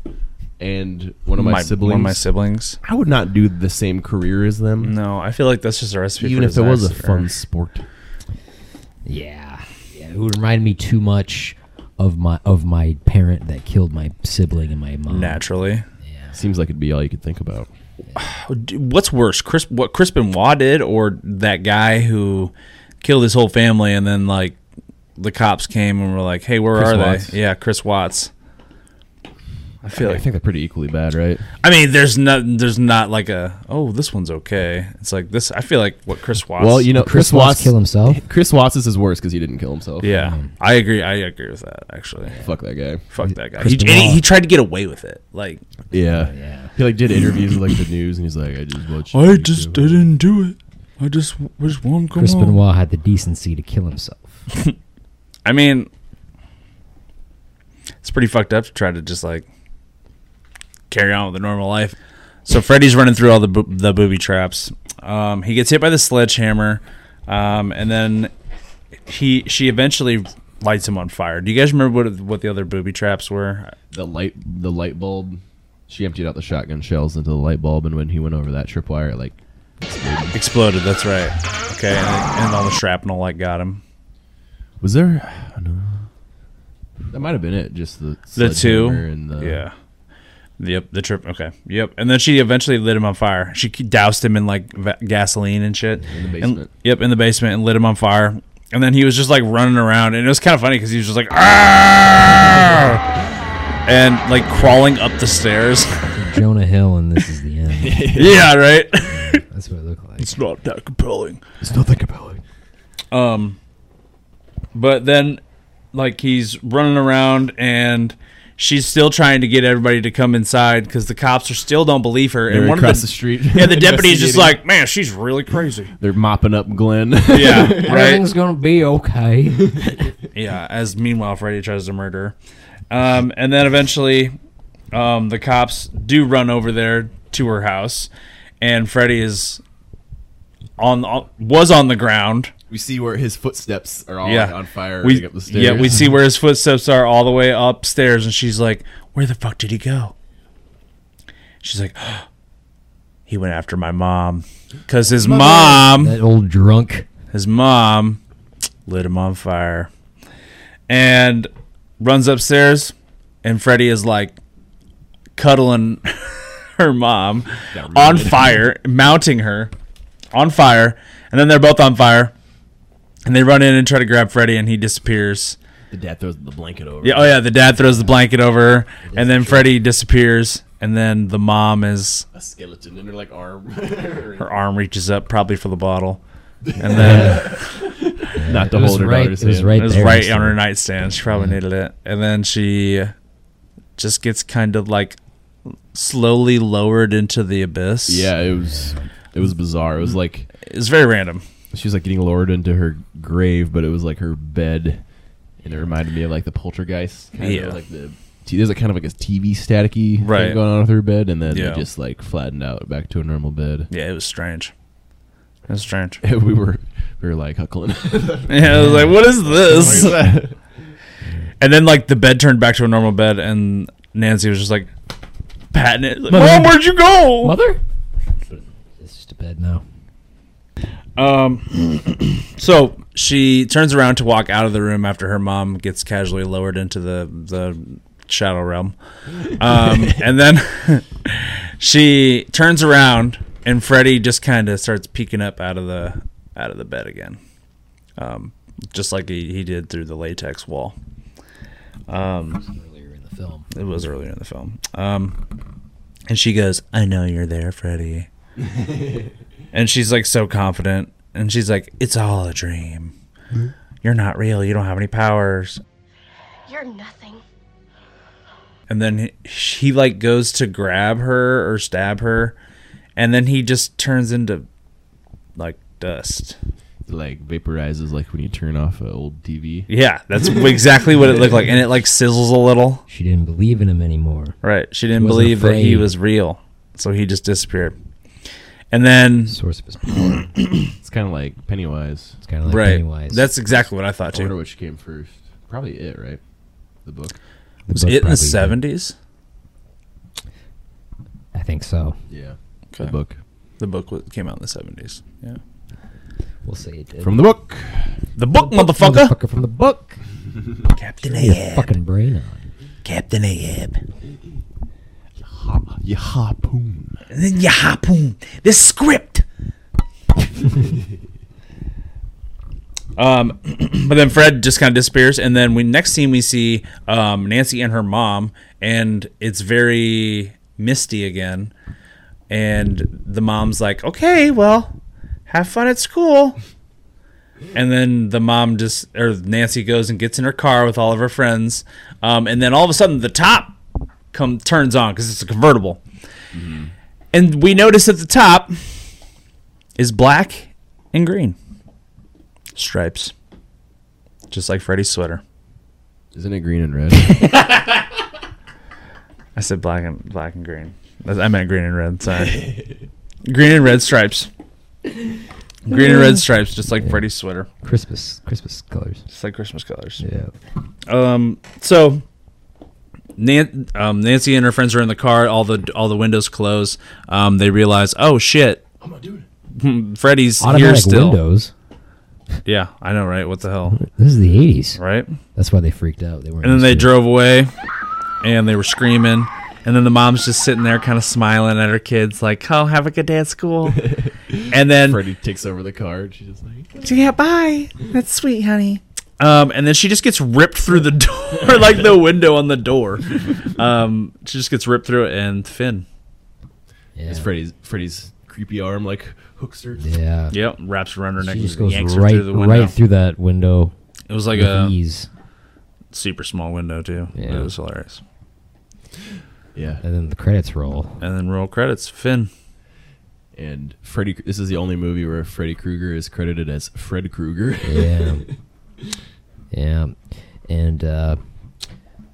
[SPEAKER 1] and one of my, siblings,
[SPEAKER 6] One of my siblings.
[SPEAKER 1] I would not do the same career as them,
[SPEAKER 6] No, I feel like that's just a recipe.
[SPEAKER 1] even
[SPEAKER 6] for
[SPEAKER 1] if it was a
[SPEAKER 6] disaster.
[SPEAKER 1] fun sport.
[SPEAKER 2] Yeah. Yeah. It would remind me too much of my of my parent that killed my sibling and my mom.
[SPEAKER 6] Naturally,
[SPEAKER 1] Seems like it'd be all you could think about.
[SPEAKER 6] what's worse, Chris? What Chris Benoit did, or that guy who killed his whole family, and then like the cops came and were like, "Hey, where
[SPEAKER 1] Chris
[SPEAKER 6] are
[SPEAKER 1] Watts.
[SPEAKER 6] they?" Yeah, Chris Watts. I feel
[SPEAKER 1] I
[SPEAKER 6] like
[SPEAKER 1] think they're pretty equally bad, right?
[SPEAKER 6] I mean, there's not there's not like a oh this one's okay. It's like this. I feel like what Chris Watts.
[SPEAKER 1] Well, you know, Chris,
[SPEAKER 2] Chris Watts
[SPEAKER 1] Watts
[SPEAKER 2] kill
[SPEAKER 1] *laughs*
[SPEAKER 2] himself?
[SPEAKER 1] Chris Watts is his worst because he didn't kill himself.
[SPEAKER 6] yeah, I agree. I agree with that. Actually,
[SPEAKER 1] Fuck that guy.
[SPEAKER 6] fuck that guy.
[SPEAKER 2] Chris
[SPEAKER 6] He, and he,
[SPEAKER 2] Benoit.
[SPEAKER 6] he tried to get away with it. Like
[SPEAKER 1] Yeah. He like did interviews with like the news, and he's like, "I just watched." YouTube."
[SPEAKER 6] didn't do it. I just I just want to
[SPEAKER 2] Chris Benoit had the decency to kill himself.
[SPEAKER 6] I mean, it's pretty fucked up to try to just like carry on with a normal life. So Freddy's running through all the bo- the booby traps. Um, he gets hit by the sledgehammer, um, and then he she eventually lights him on fire. Do you guys remember what what the other booby traps were?
[SPEAKER 1] the light the light bulb. She emptied out the shotgun shells into the light bulb, and when he went over that tripwire, it, like
[SPEAKER 6] Exploded. That's right. Okay, and, and all the shrapnel like got him.
[SPEAKER 1] was there? No, that might have been it. Just the
[SPEAKER 6] the two
[SPEAKER 1] sledgehammer and the
[SPEAKER 6] yeah yep the trip okay yep and then she eventually lit him on fire she k- doused him in like va- gasoline and shit in
[SPEAKER 1] the basement.
[SPEAKER 6] yep in the basement and lit him on fire and then he was just like running around and it was kind of funny because he was just like "Arr!" and like crawling up
[SPEAKER 1] *laughs*
[SPEAKER 6] the stairs
[SPEAKER 2] Jonah Hill, and this is the end.
[SPEAKER 6] *laughs* yeah right
[SPEAKER 2] That's what it looked like.
[SPEAKER 6] it's not that compelling
[SPEAKER 1] It's not that compelling.
[SPEAKER 6] but then like he's running around and she's still trying to get everybody to come inside because the cops are still don't believe her
[SPEAKER 1] They're
[SPEAKER 6] and one of
[SPEAKER 1] across the, *laughs* street.
[SPEAKER 6] Yeah, the deputy's just
[SPEAKER 1] Investigating.
[SPEAKER 6] like, man, she's really crazy.
[SPEAKER 1] they're mopping up Glenn.
[SPEAKER 6] *laughs* Yeah,
[SPEAKER 2] Everything's gonna be okay.
[SPEAKER 6] yeah. As meanwhile, Freddy tries to murder, her. um, and then eventually, um, the cops do run over there to her house, and Freddy is on was on the ground.
[SPEAKER 1] we see where his footsteps are all
[SPEAKER 6] yeah,
[SPEAKER 1] on fire,
[SPEAKER 6] We,
[SPEAKER 1] running up the stairs.
[SPEAKER 6] Yeah,
[SPEAKER 1] *laughs*
[SPEAKER 6] we see where his footsteps are all the way upstairs, and she's like, "Where the fuck did he go?" She's like, *gasps* "He went after my mom, because his
[SPEAKER 2] *laughs*
[SPEAKER 6] mom."
[SPEAKER 2] that old drunk.
[SPEAKER 6] his mom lit him on fire and runs upstairs and freddy is like cuddling *laughs* her mom on fire mounting her on fire and then they're both on fire And they run in and try to grab Freddy, and he disappears.
[SPEAKER 1] The dad throws the blanket over.
[SPEAKER 6] Yeah, oh yeah, the dad throws the blanket over, and then Freddy disappears, and then the mom is
[SPEAKER 1] A skeleton in her like arm. *laughs*
[SPEAKER 6] her arm reaches up probably for the bottle, and then
[SPEAKER 1] Not to
[SPEAKER 2] It was
[SPEAKER 1] hold her
[SPEAKER 2] right-
[SPEAKER 1] daughter's
[SPEAKER 2] it was
[SPEAKER 1] hand.
[SPEAKER 2] right
[SPEAKER 6] it was
[SPEAKER 2] there
[SPEAKER 6] right
[SPEAKER 2] next to
[SPEAKER 6] on
[SPEAKER 2] her.
[SPEAKER 6] her nightstand. She probably needed it, and then she just gets kind of like slowly lowered into the abyss.
[SPEAKER 1] Yeah, it was. It was bizarre. It was like
[SPEAKER 6] it's very random.
[SPEAKER 1] she was like getting lowered into her grave, but it was like her bed, and it reminded me of like the poltergeist. Kind
[SPEAKER 6] Yeah.
[SPEAKER 1] of like the t- there's like kind of like a TV staticky
[SPEAKER 6] Right.
[SPEAKER 1] thing going on with her bed, and then
[SPEAKER 6] Yeah.
[SPEAKER 1] it just like flattened out back to a normal bed. *laughs*
[SPEAKER 6] Yeah, it was strange. It was *laughs* strange.
[SPEAKER 1] we were we were like
[SPEAKER 6] *laughs*
[SPEAKER 1] huckling. *laughs*
[SPEAKER 6] Yeah, I was like, what is this? And then like the bed turned back to a normal bed, and Nancy was just like patting it. Like, Mom, where'd you go?
[SPEAKER 2] Mother? It's just a bed now.
[SPEAKER 6] Um, *clears throat* so she turns around to walk out of the room after her mom gets casually lowered into the the shadow realm, um, and then *laughs* she turns around and Freddy just kind of starts peeking up out of the out of the bed again, um, just like he, he did through the latex wall.
[SPEAKER 2] Earlier in the film.
[SPEAKER 6] It was earlier in the film. Um, and she goes, "I know you're there, Freddy," and she's like so confident, and she's like, "It's all a dream. You're not real. You don't have any powers."
[SPEAKER 5] You're nothing.
[SPEAKER 6] And then he, he like goes to grab her or stab her, and then he just turns into like dust.
[SPEAKER 1] like vaporizes like when you turn off an old TV.
[SPEAKER 6] Yeah, that's exactly what it looked like, and it like sizzles a little.
[SPEAKER 2] She didn't believe in him anymore.
[SPEAKER 6] Right? She didn't
[SPEAKER 2] wasn't
[SPEAKER 6] believe that he
[SPEAKER 2] afraid.
[SPEAKER 6] was real, so he just disappeared. And then
[SPEAKER 2] Source of his power.
[SPEAKER 1] It's kind of like Pennywise.
[SPEAKER 2] It's kind of like
[SPEAKER 6] right.
[SPEAKER 2] Pennywise.
[SPEAKER 6] That's exactly what I thought
[SPEAKER 1] I wonder
[SPEAKER 6] too.
[SPEAKER 1] which came first. Probably it, right? The book.
[SPEAKER 2] The
[SPEAKER 6] Was
[SPEAKER 2] book
[SPEAKER 6] it in the
[SPEAKER 2] probably-
[SPEAKER 6] seventies?
[SPEAKER 2] I think so.
[SPEAKER 1] Yeah. The
[SPEAKER 6] Okay.
[SPEAKER 1] book.
[SPEAKER 6] The book wa- came out in the seventies. Yeah.
[SPEAKER 2] We'll say it did.
[SPEAKER 1] From the book.
[SPEAKER 6] The book, motherfucker.
[SPEAKER 2] Motherfucker from the book.
[SPEAKER 6] Captain
[SPEAKER 2] Get your fucking brain on.
[SPEAKER 6] Captain Ahab.
[SPEAKER 1] Yeah, harpoon.
[SPEAKER 6] And then you harpoon this script. *laughs* um, *clears throat* but then Fred just kind of disappears, and then we next scene we see um, Nancy and her mom, and it's very misty again. And the mom's like, "Okay, well, have fun at school." And then the mom just or Nancy goes and gets in her car with all of her friends, um, and then all of a sudden the top come turns on because it's a convertible, and we notice at the top is black and green stripes, just like Freddy's sweater.
[SPEAKER 1] Isn't it green and
[SPEAKER 6] *laughs*
[SPEAKER 1] red?
[SPEAKER 6] I said black and black and green. I meant green and red. Sorry,
[SPEAKER 2] *laughs*
[SPEAKER 6] green and red stripes. Green
[SPEAKER 2] Mm.
[SPEAKER 6] and red stripes, just like Freddy's sweater,
[SPEAKER 2] Christmas. Christmas colors.
[SPEAKER 6] just like Christmas colors.
[SPEAKER 2] Yeah.
[SPEAKER 6] Um, so Nan- um, Nancy and her friends are in the car. All the all the windows close. Um, they realize, oh shit,
[SPEAKER 1] I'm not
[SPEAKER 6] *laughs*
[SPEAKER 1] doing
[SPEAKER 6] Freddy's here
[SPEAKER 2] Automatic
[SPEAKER 6] still.
[SPEAKER 2] windows.
[SPEAKER 6] Yeah, I know, right? What the hell,
[SPEAKER 2] This is the 80s.
[SPEAKER 6] right?
[SPEAKER 2] That's why they freaked out. They weren't.
[SPEAKER 6] And then
[SPEAKER 2] used
[SPEAKER 6] they
[SPEAKER 2] to it.
[SPEAKER 6] drove away, and they were screaming. And then the mom's just sitting there, kind of smiling at her kids, like, "Oh, have a good day
[SPEAKER 2] *laughs*
[SPEAKER 6] at school." and then
[SPEAKER 1] it. Freddy takes over the car. and She's just like,
[SPEAKER 6] yeah, bye. That's sweet, honey. Um, and then she just gets ripped through the *laughs* door, like the window on the door. Um, she just gets ripped through it, and Finn,
[SPEAKER 2] Yeah.
[SPEAKER 1] it's Freddy's Freddy's creepy arm like hooks her.
[SPEAKER 2] Yeah.
[SPEAKER 6] yep, wraps around her neck,
[SPEAKER 2] She
[SPEAKER 6] and
[SPEAKER 2] just goes
[SPEAKER 6] yanks her
[SPEAKER 2] right,
[SPEAKER 6] through the window.
[SPEAKER 2] right through that window
[SPEAKER 6] it was like uh,
[SPEAKER 2] with
[SPEAKER 6] a
[SPEAKER 2] ease.
[SPEAKER 6] super small window too.
[SPEAKER 2] Yeah.
[SPEAKER 6] It was hilarious.
[SPEAKER 1] Yeah.
[SPEAKER 2] And then the credits roll.
[SPEAKER 6] And then roll credits, Finn.
[SPEAKER 1] And Freddy. This is the only movie where Freddy Krueger is credited as Fred Krueger.
[SPEAKER 2] Yeah. yeah. And uh,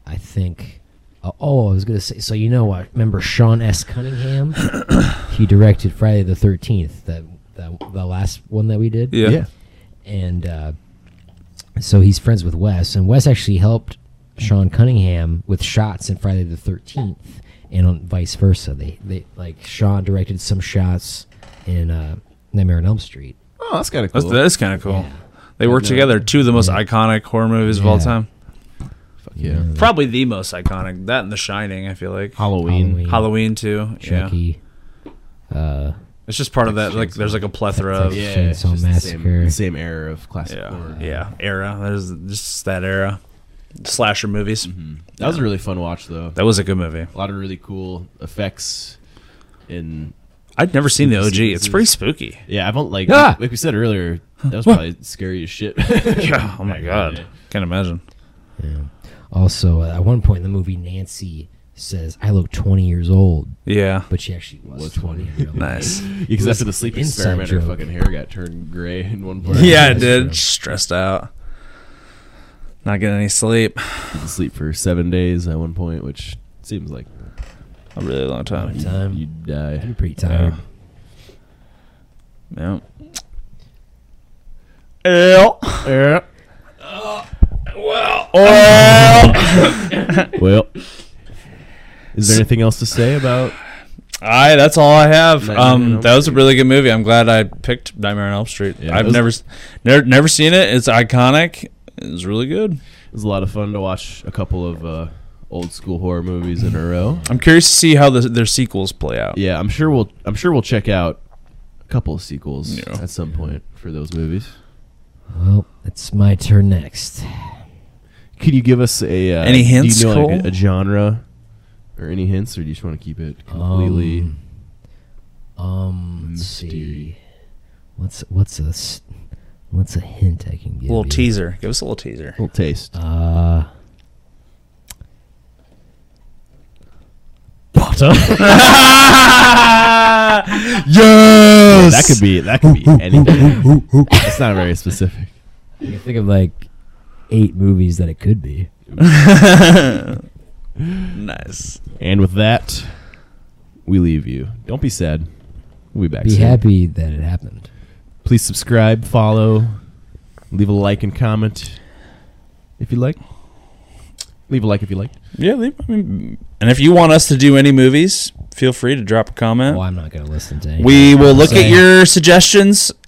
[SPEAKER 2] I think. Uh, oh, I was going to say. So, you know, I remember Sean S.
[SPEAKER 6] *coughs*
[SPEAKER 2] Cunningham. he directed Friday the 13th, that, that the last one that we did.
[SPEAKER 1] *laughs*
[SPEAKER 2] And uh, so he's friends with Wes. And Wes actually helped Sean Cunningham with shots in Friday the 13th and on vice versa. They, they like, Sean directed some shots in uh, Nightmare on Elm Street.
[SPEAKER 1] Oh, that's kind of
[SPEAKER 6] That's,
[SPEAKER 1] cool.
[SPEAKER 6] that is kind of cool.
[SPEAKER 2] Yeah.
[SPEAKER 6] They work
[SPEAKER 1] Yeah.
[SPEAKER 6] together. Two of the most iconic horror movies of all
[SPEAKER 2] Yeah.
[SPEAKER 6] time.
[SPEAKER 1] Fuck yeah.
[SPEAKER 6] Probably the most iconic. That and The Shining. I feel like
[SPEAKER 1] Halloween.
[SPEAKER 2] Halloween.
[SPEAKER 6] E. Halloween too.
[SPEAKER 2] Chucky. Uh,
[SPEAKER 6] It's just part of that. Like, there's like a plethora of yeah,
[SPEAKER 1] Yeah,
[SPEAKER 2] Chainsaw
[SPEAKER 1] it's just the same-
[SPEAKER 2] Massacre.
[SPEAKER 1] The same, era of classic
[SPEAKER 6] yeah,
[SPEAKER 1] horror.
[SPEAKER 6] era. There's just that era slasher movies.
[SPEAKER 1] That was a really fun watch though.
[SPEAKER 6] That was a good movie.
[SPEAKER 1] A lot of really cool effects. And
[SPEAKER 6] I'd never seen the OG. It's
[SPEAKER 1] This
[SPEAKER 6] pretty
[SPEAKER 1] is-
[SPEAKER 6] spooky.
[SPEAKER 1] yeah, I don't like
[SPEAKER 2] Ah!
[SPEAKER 1] like we said earlier. That was probably scary as shit. *laughs*
[SPEAKER 6] Yeah. Oh my god. Can't imagine.
[SPEAKER 2] Yeah. Also, uh, at one point in the movie, Nancy says, "I look 20 years old,"
[SPEAKER 6] Yeah.
[SPEAKER 2] but she actually was 20. *laughs* years old.
[SPEAKER 6] Nice.
[SPEAKER 1] Because after the sleep
[SPEAKER 2] Inside
[SPEAKER 1] experiment, her
[SPEAKER 2] joke.
[SPEAKER 1] fucking hair got turned gray in one part.
[SPEAKER 6] *laughs* Yeah, it did. Stressed out. Not getting any sleep.
[SPEAKER 1] Didn't sleep for seven days at one point, which seems like
[SPEAKER 6] A really long time.
[SPEAKER 2] Time.
[SPEAKER 1] you'd die.
[SPEAKER 2] You're pretty tired.
[SPEAKER 6] Yeah. Ew. Ew. Well.
[SPEAKER 1] Well, is there anything else to say about?
[SPEAKER 6] I that's all I have.
[SPEAKER 1] Nightmare on
[SPEAKER 6] Um,
[SPEAKER 1] Elm
[SPEAKER 6] that was a really good movie. I'm glad I picked Nightmare on Elm Street.
[SPEAKER 1] Yeah, it
[SPEAKER 6] I've
[SPEAKER 1] was-
[SPEAKER 6] never, s- never, never seen it. It's iconic. It's really good.
[SPEAKER 1] It was a lot of fun to watch a couple of uh, old school horror movies in a row.
[SPEAKER 6] I'm curious to see how the, their sequels play out.
[SPEAKER 1] Yeah, I'm sure we'll I'm sure we'll check out a couple of sequels
[SPEAKER 6] Yeah.
[SPEAKER 1] at some point for those movies.
[SPEAKER 2] Well, it's my turn next.
[SPEAKER 1] Can you give us a uh,
[SPEAKER 6] Any hints,
[SPEAKER 1] Do you know like,
[SPEAKER 6] Cole?
[SPEAKER 1] a, a genre or any hints, or do you just want to keep it completely?
[SPEAKER 2] Um, let's see.
[SPEAKER 1] Mystery.
[SPEAKER 2] What's what's a s- what's a hint I can give?
[SPEAKER 6] little
[SPEAKER 2] you?
[SPEAKER 6] teaser. Give us a little teaser.
[SPEAKER 1] little taste.
[SPEAKER 2] Uh,
[SPEAKER 1] Yeah, that could be that could *laughs* be anything. It's not very specific.
[SPEAKER 2] I can think of like eight movies that it could be.
[SPEAKER 6] nice.
[SPEAKER 1] And with that, we leave you. Don't be sad. We'll be back
[SPEAKER 2] Be
[SPEAKER 1] soon.
[SPEAKER 2] happy that it happened.
[SPEAKER 1] Please subscribe, follow, leave a like and comment if you like. Leave a like if you like.
[SPEAKER 6] Yeah. Leave, I mean, and if you want us to do any movies, feel free to drop a comment.
[SPEAKER 2] Well, I'm not gonna listen to. Anything
[SPEAKER 6] we
[SPEAKER 2] I'm
[SPEAKER 6] will look at
[SPEAKER 2] saying.
[SPEAKER 6] your suggestions
[SPEAKER 2] I'm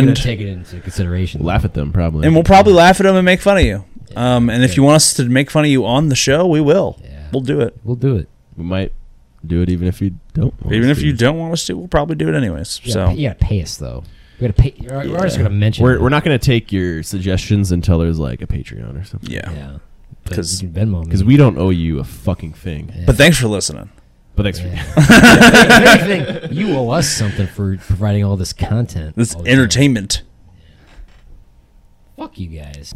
[SPEAKER 2] gonna
[SPEAKER 6] and
[SPEAKER 2] take it into consideration.
[SPEAKER 1] Laugh at them probably.
[SPEAKER 6] and we'll probably laugh at them and make fun of you. Um, and if you want us to make fun of you on the show, we will.
[SPEAKER 2] Yeah.
[SPEAKER 6] We'll do it.
[SPEAKER 2] We'll do it.
[SPEAKER 1] we might do it even if you don't. want
[SPEAKER 6] Even
[SPEAKER 1] us
[SPEAKER 6] if
[SPEAKER 1] to.
[SPEAKER 6] you don't want us to, we'll probably do it anyways.
[SPEAKER 2] You
[SPEAKER 6] so
[SPEAKER 2] gotta, pay, you gotta pay us though. We gotta pay. We're, we're just gonna mention.
[SPEAKER 1] we're
[SPEAKER 2] it.
[SPEAKER 1] we're not going to take your suggestions until there's like a Patreon or something.
[SPEAKER 6] yeah.
[SPEAKER 2] Yeah. Because
[SPEAKER 6] 'Cause-
[SPEAKER 2] Venmo me.
[SPEAKER 6] *laughs*
[SPEAKER 1] Because we don't owe you a fucking thing.
[SPEAKER 2] Yeah.
[SPEAKER 6] But thanks for listening.
[SPEAKER 1] But thanks for
[SPEAKER 2] Yeah. If anything, you owe us something for providing all this content.
[SPEAKER 6] This
[SPEAKER 2] all
[SPEAKER 6] entertainment.
[SPEAKER 2] Fuck you guys.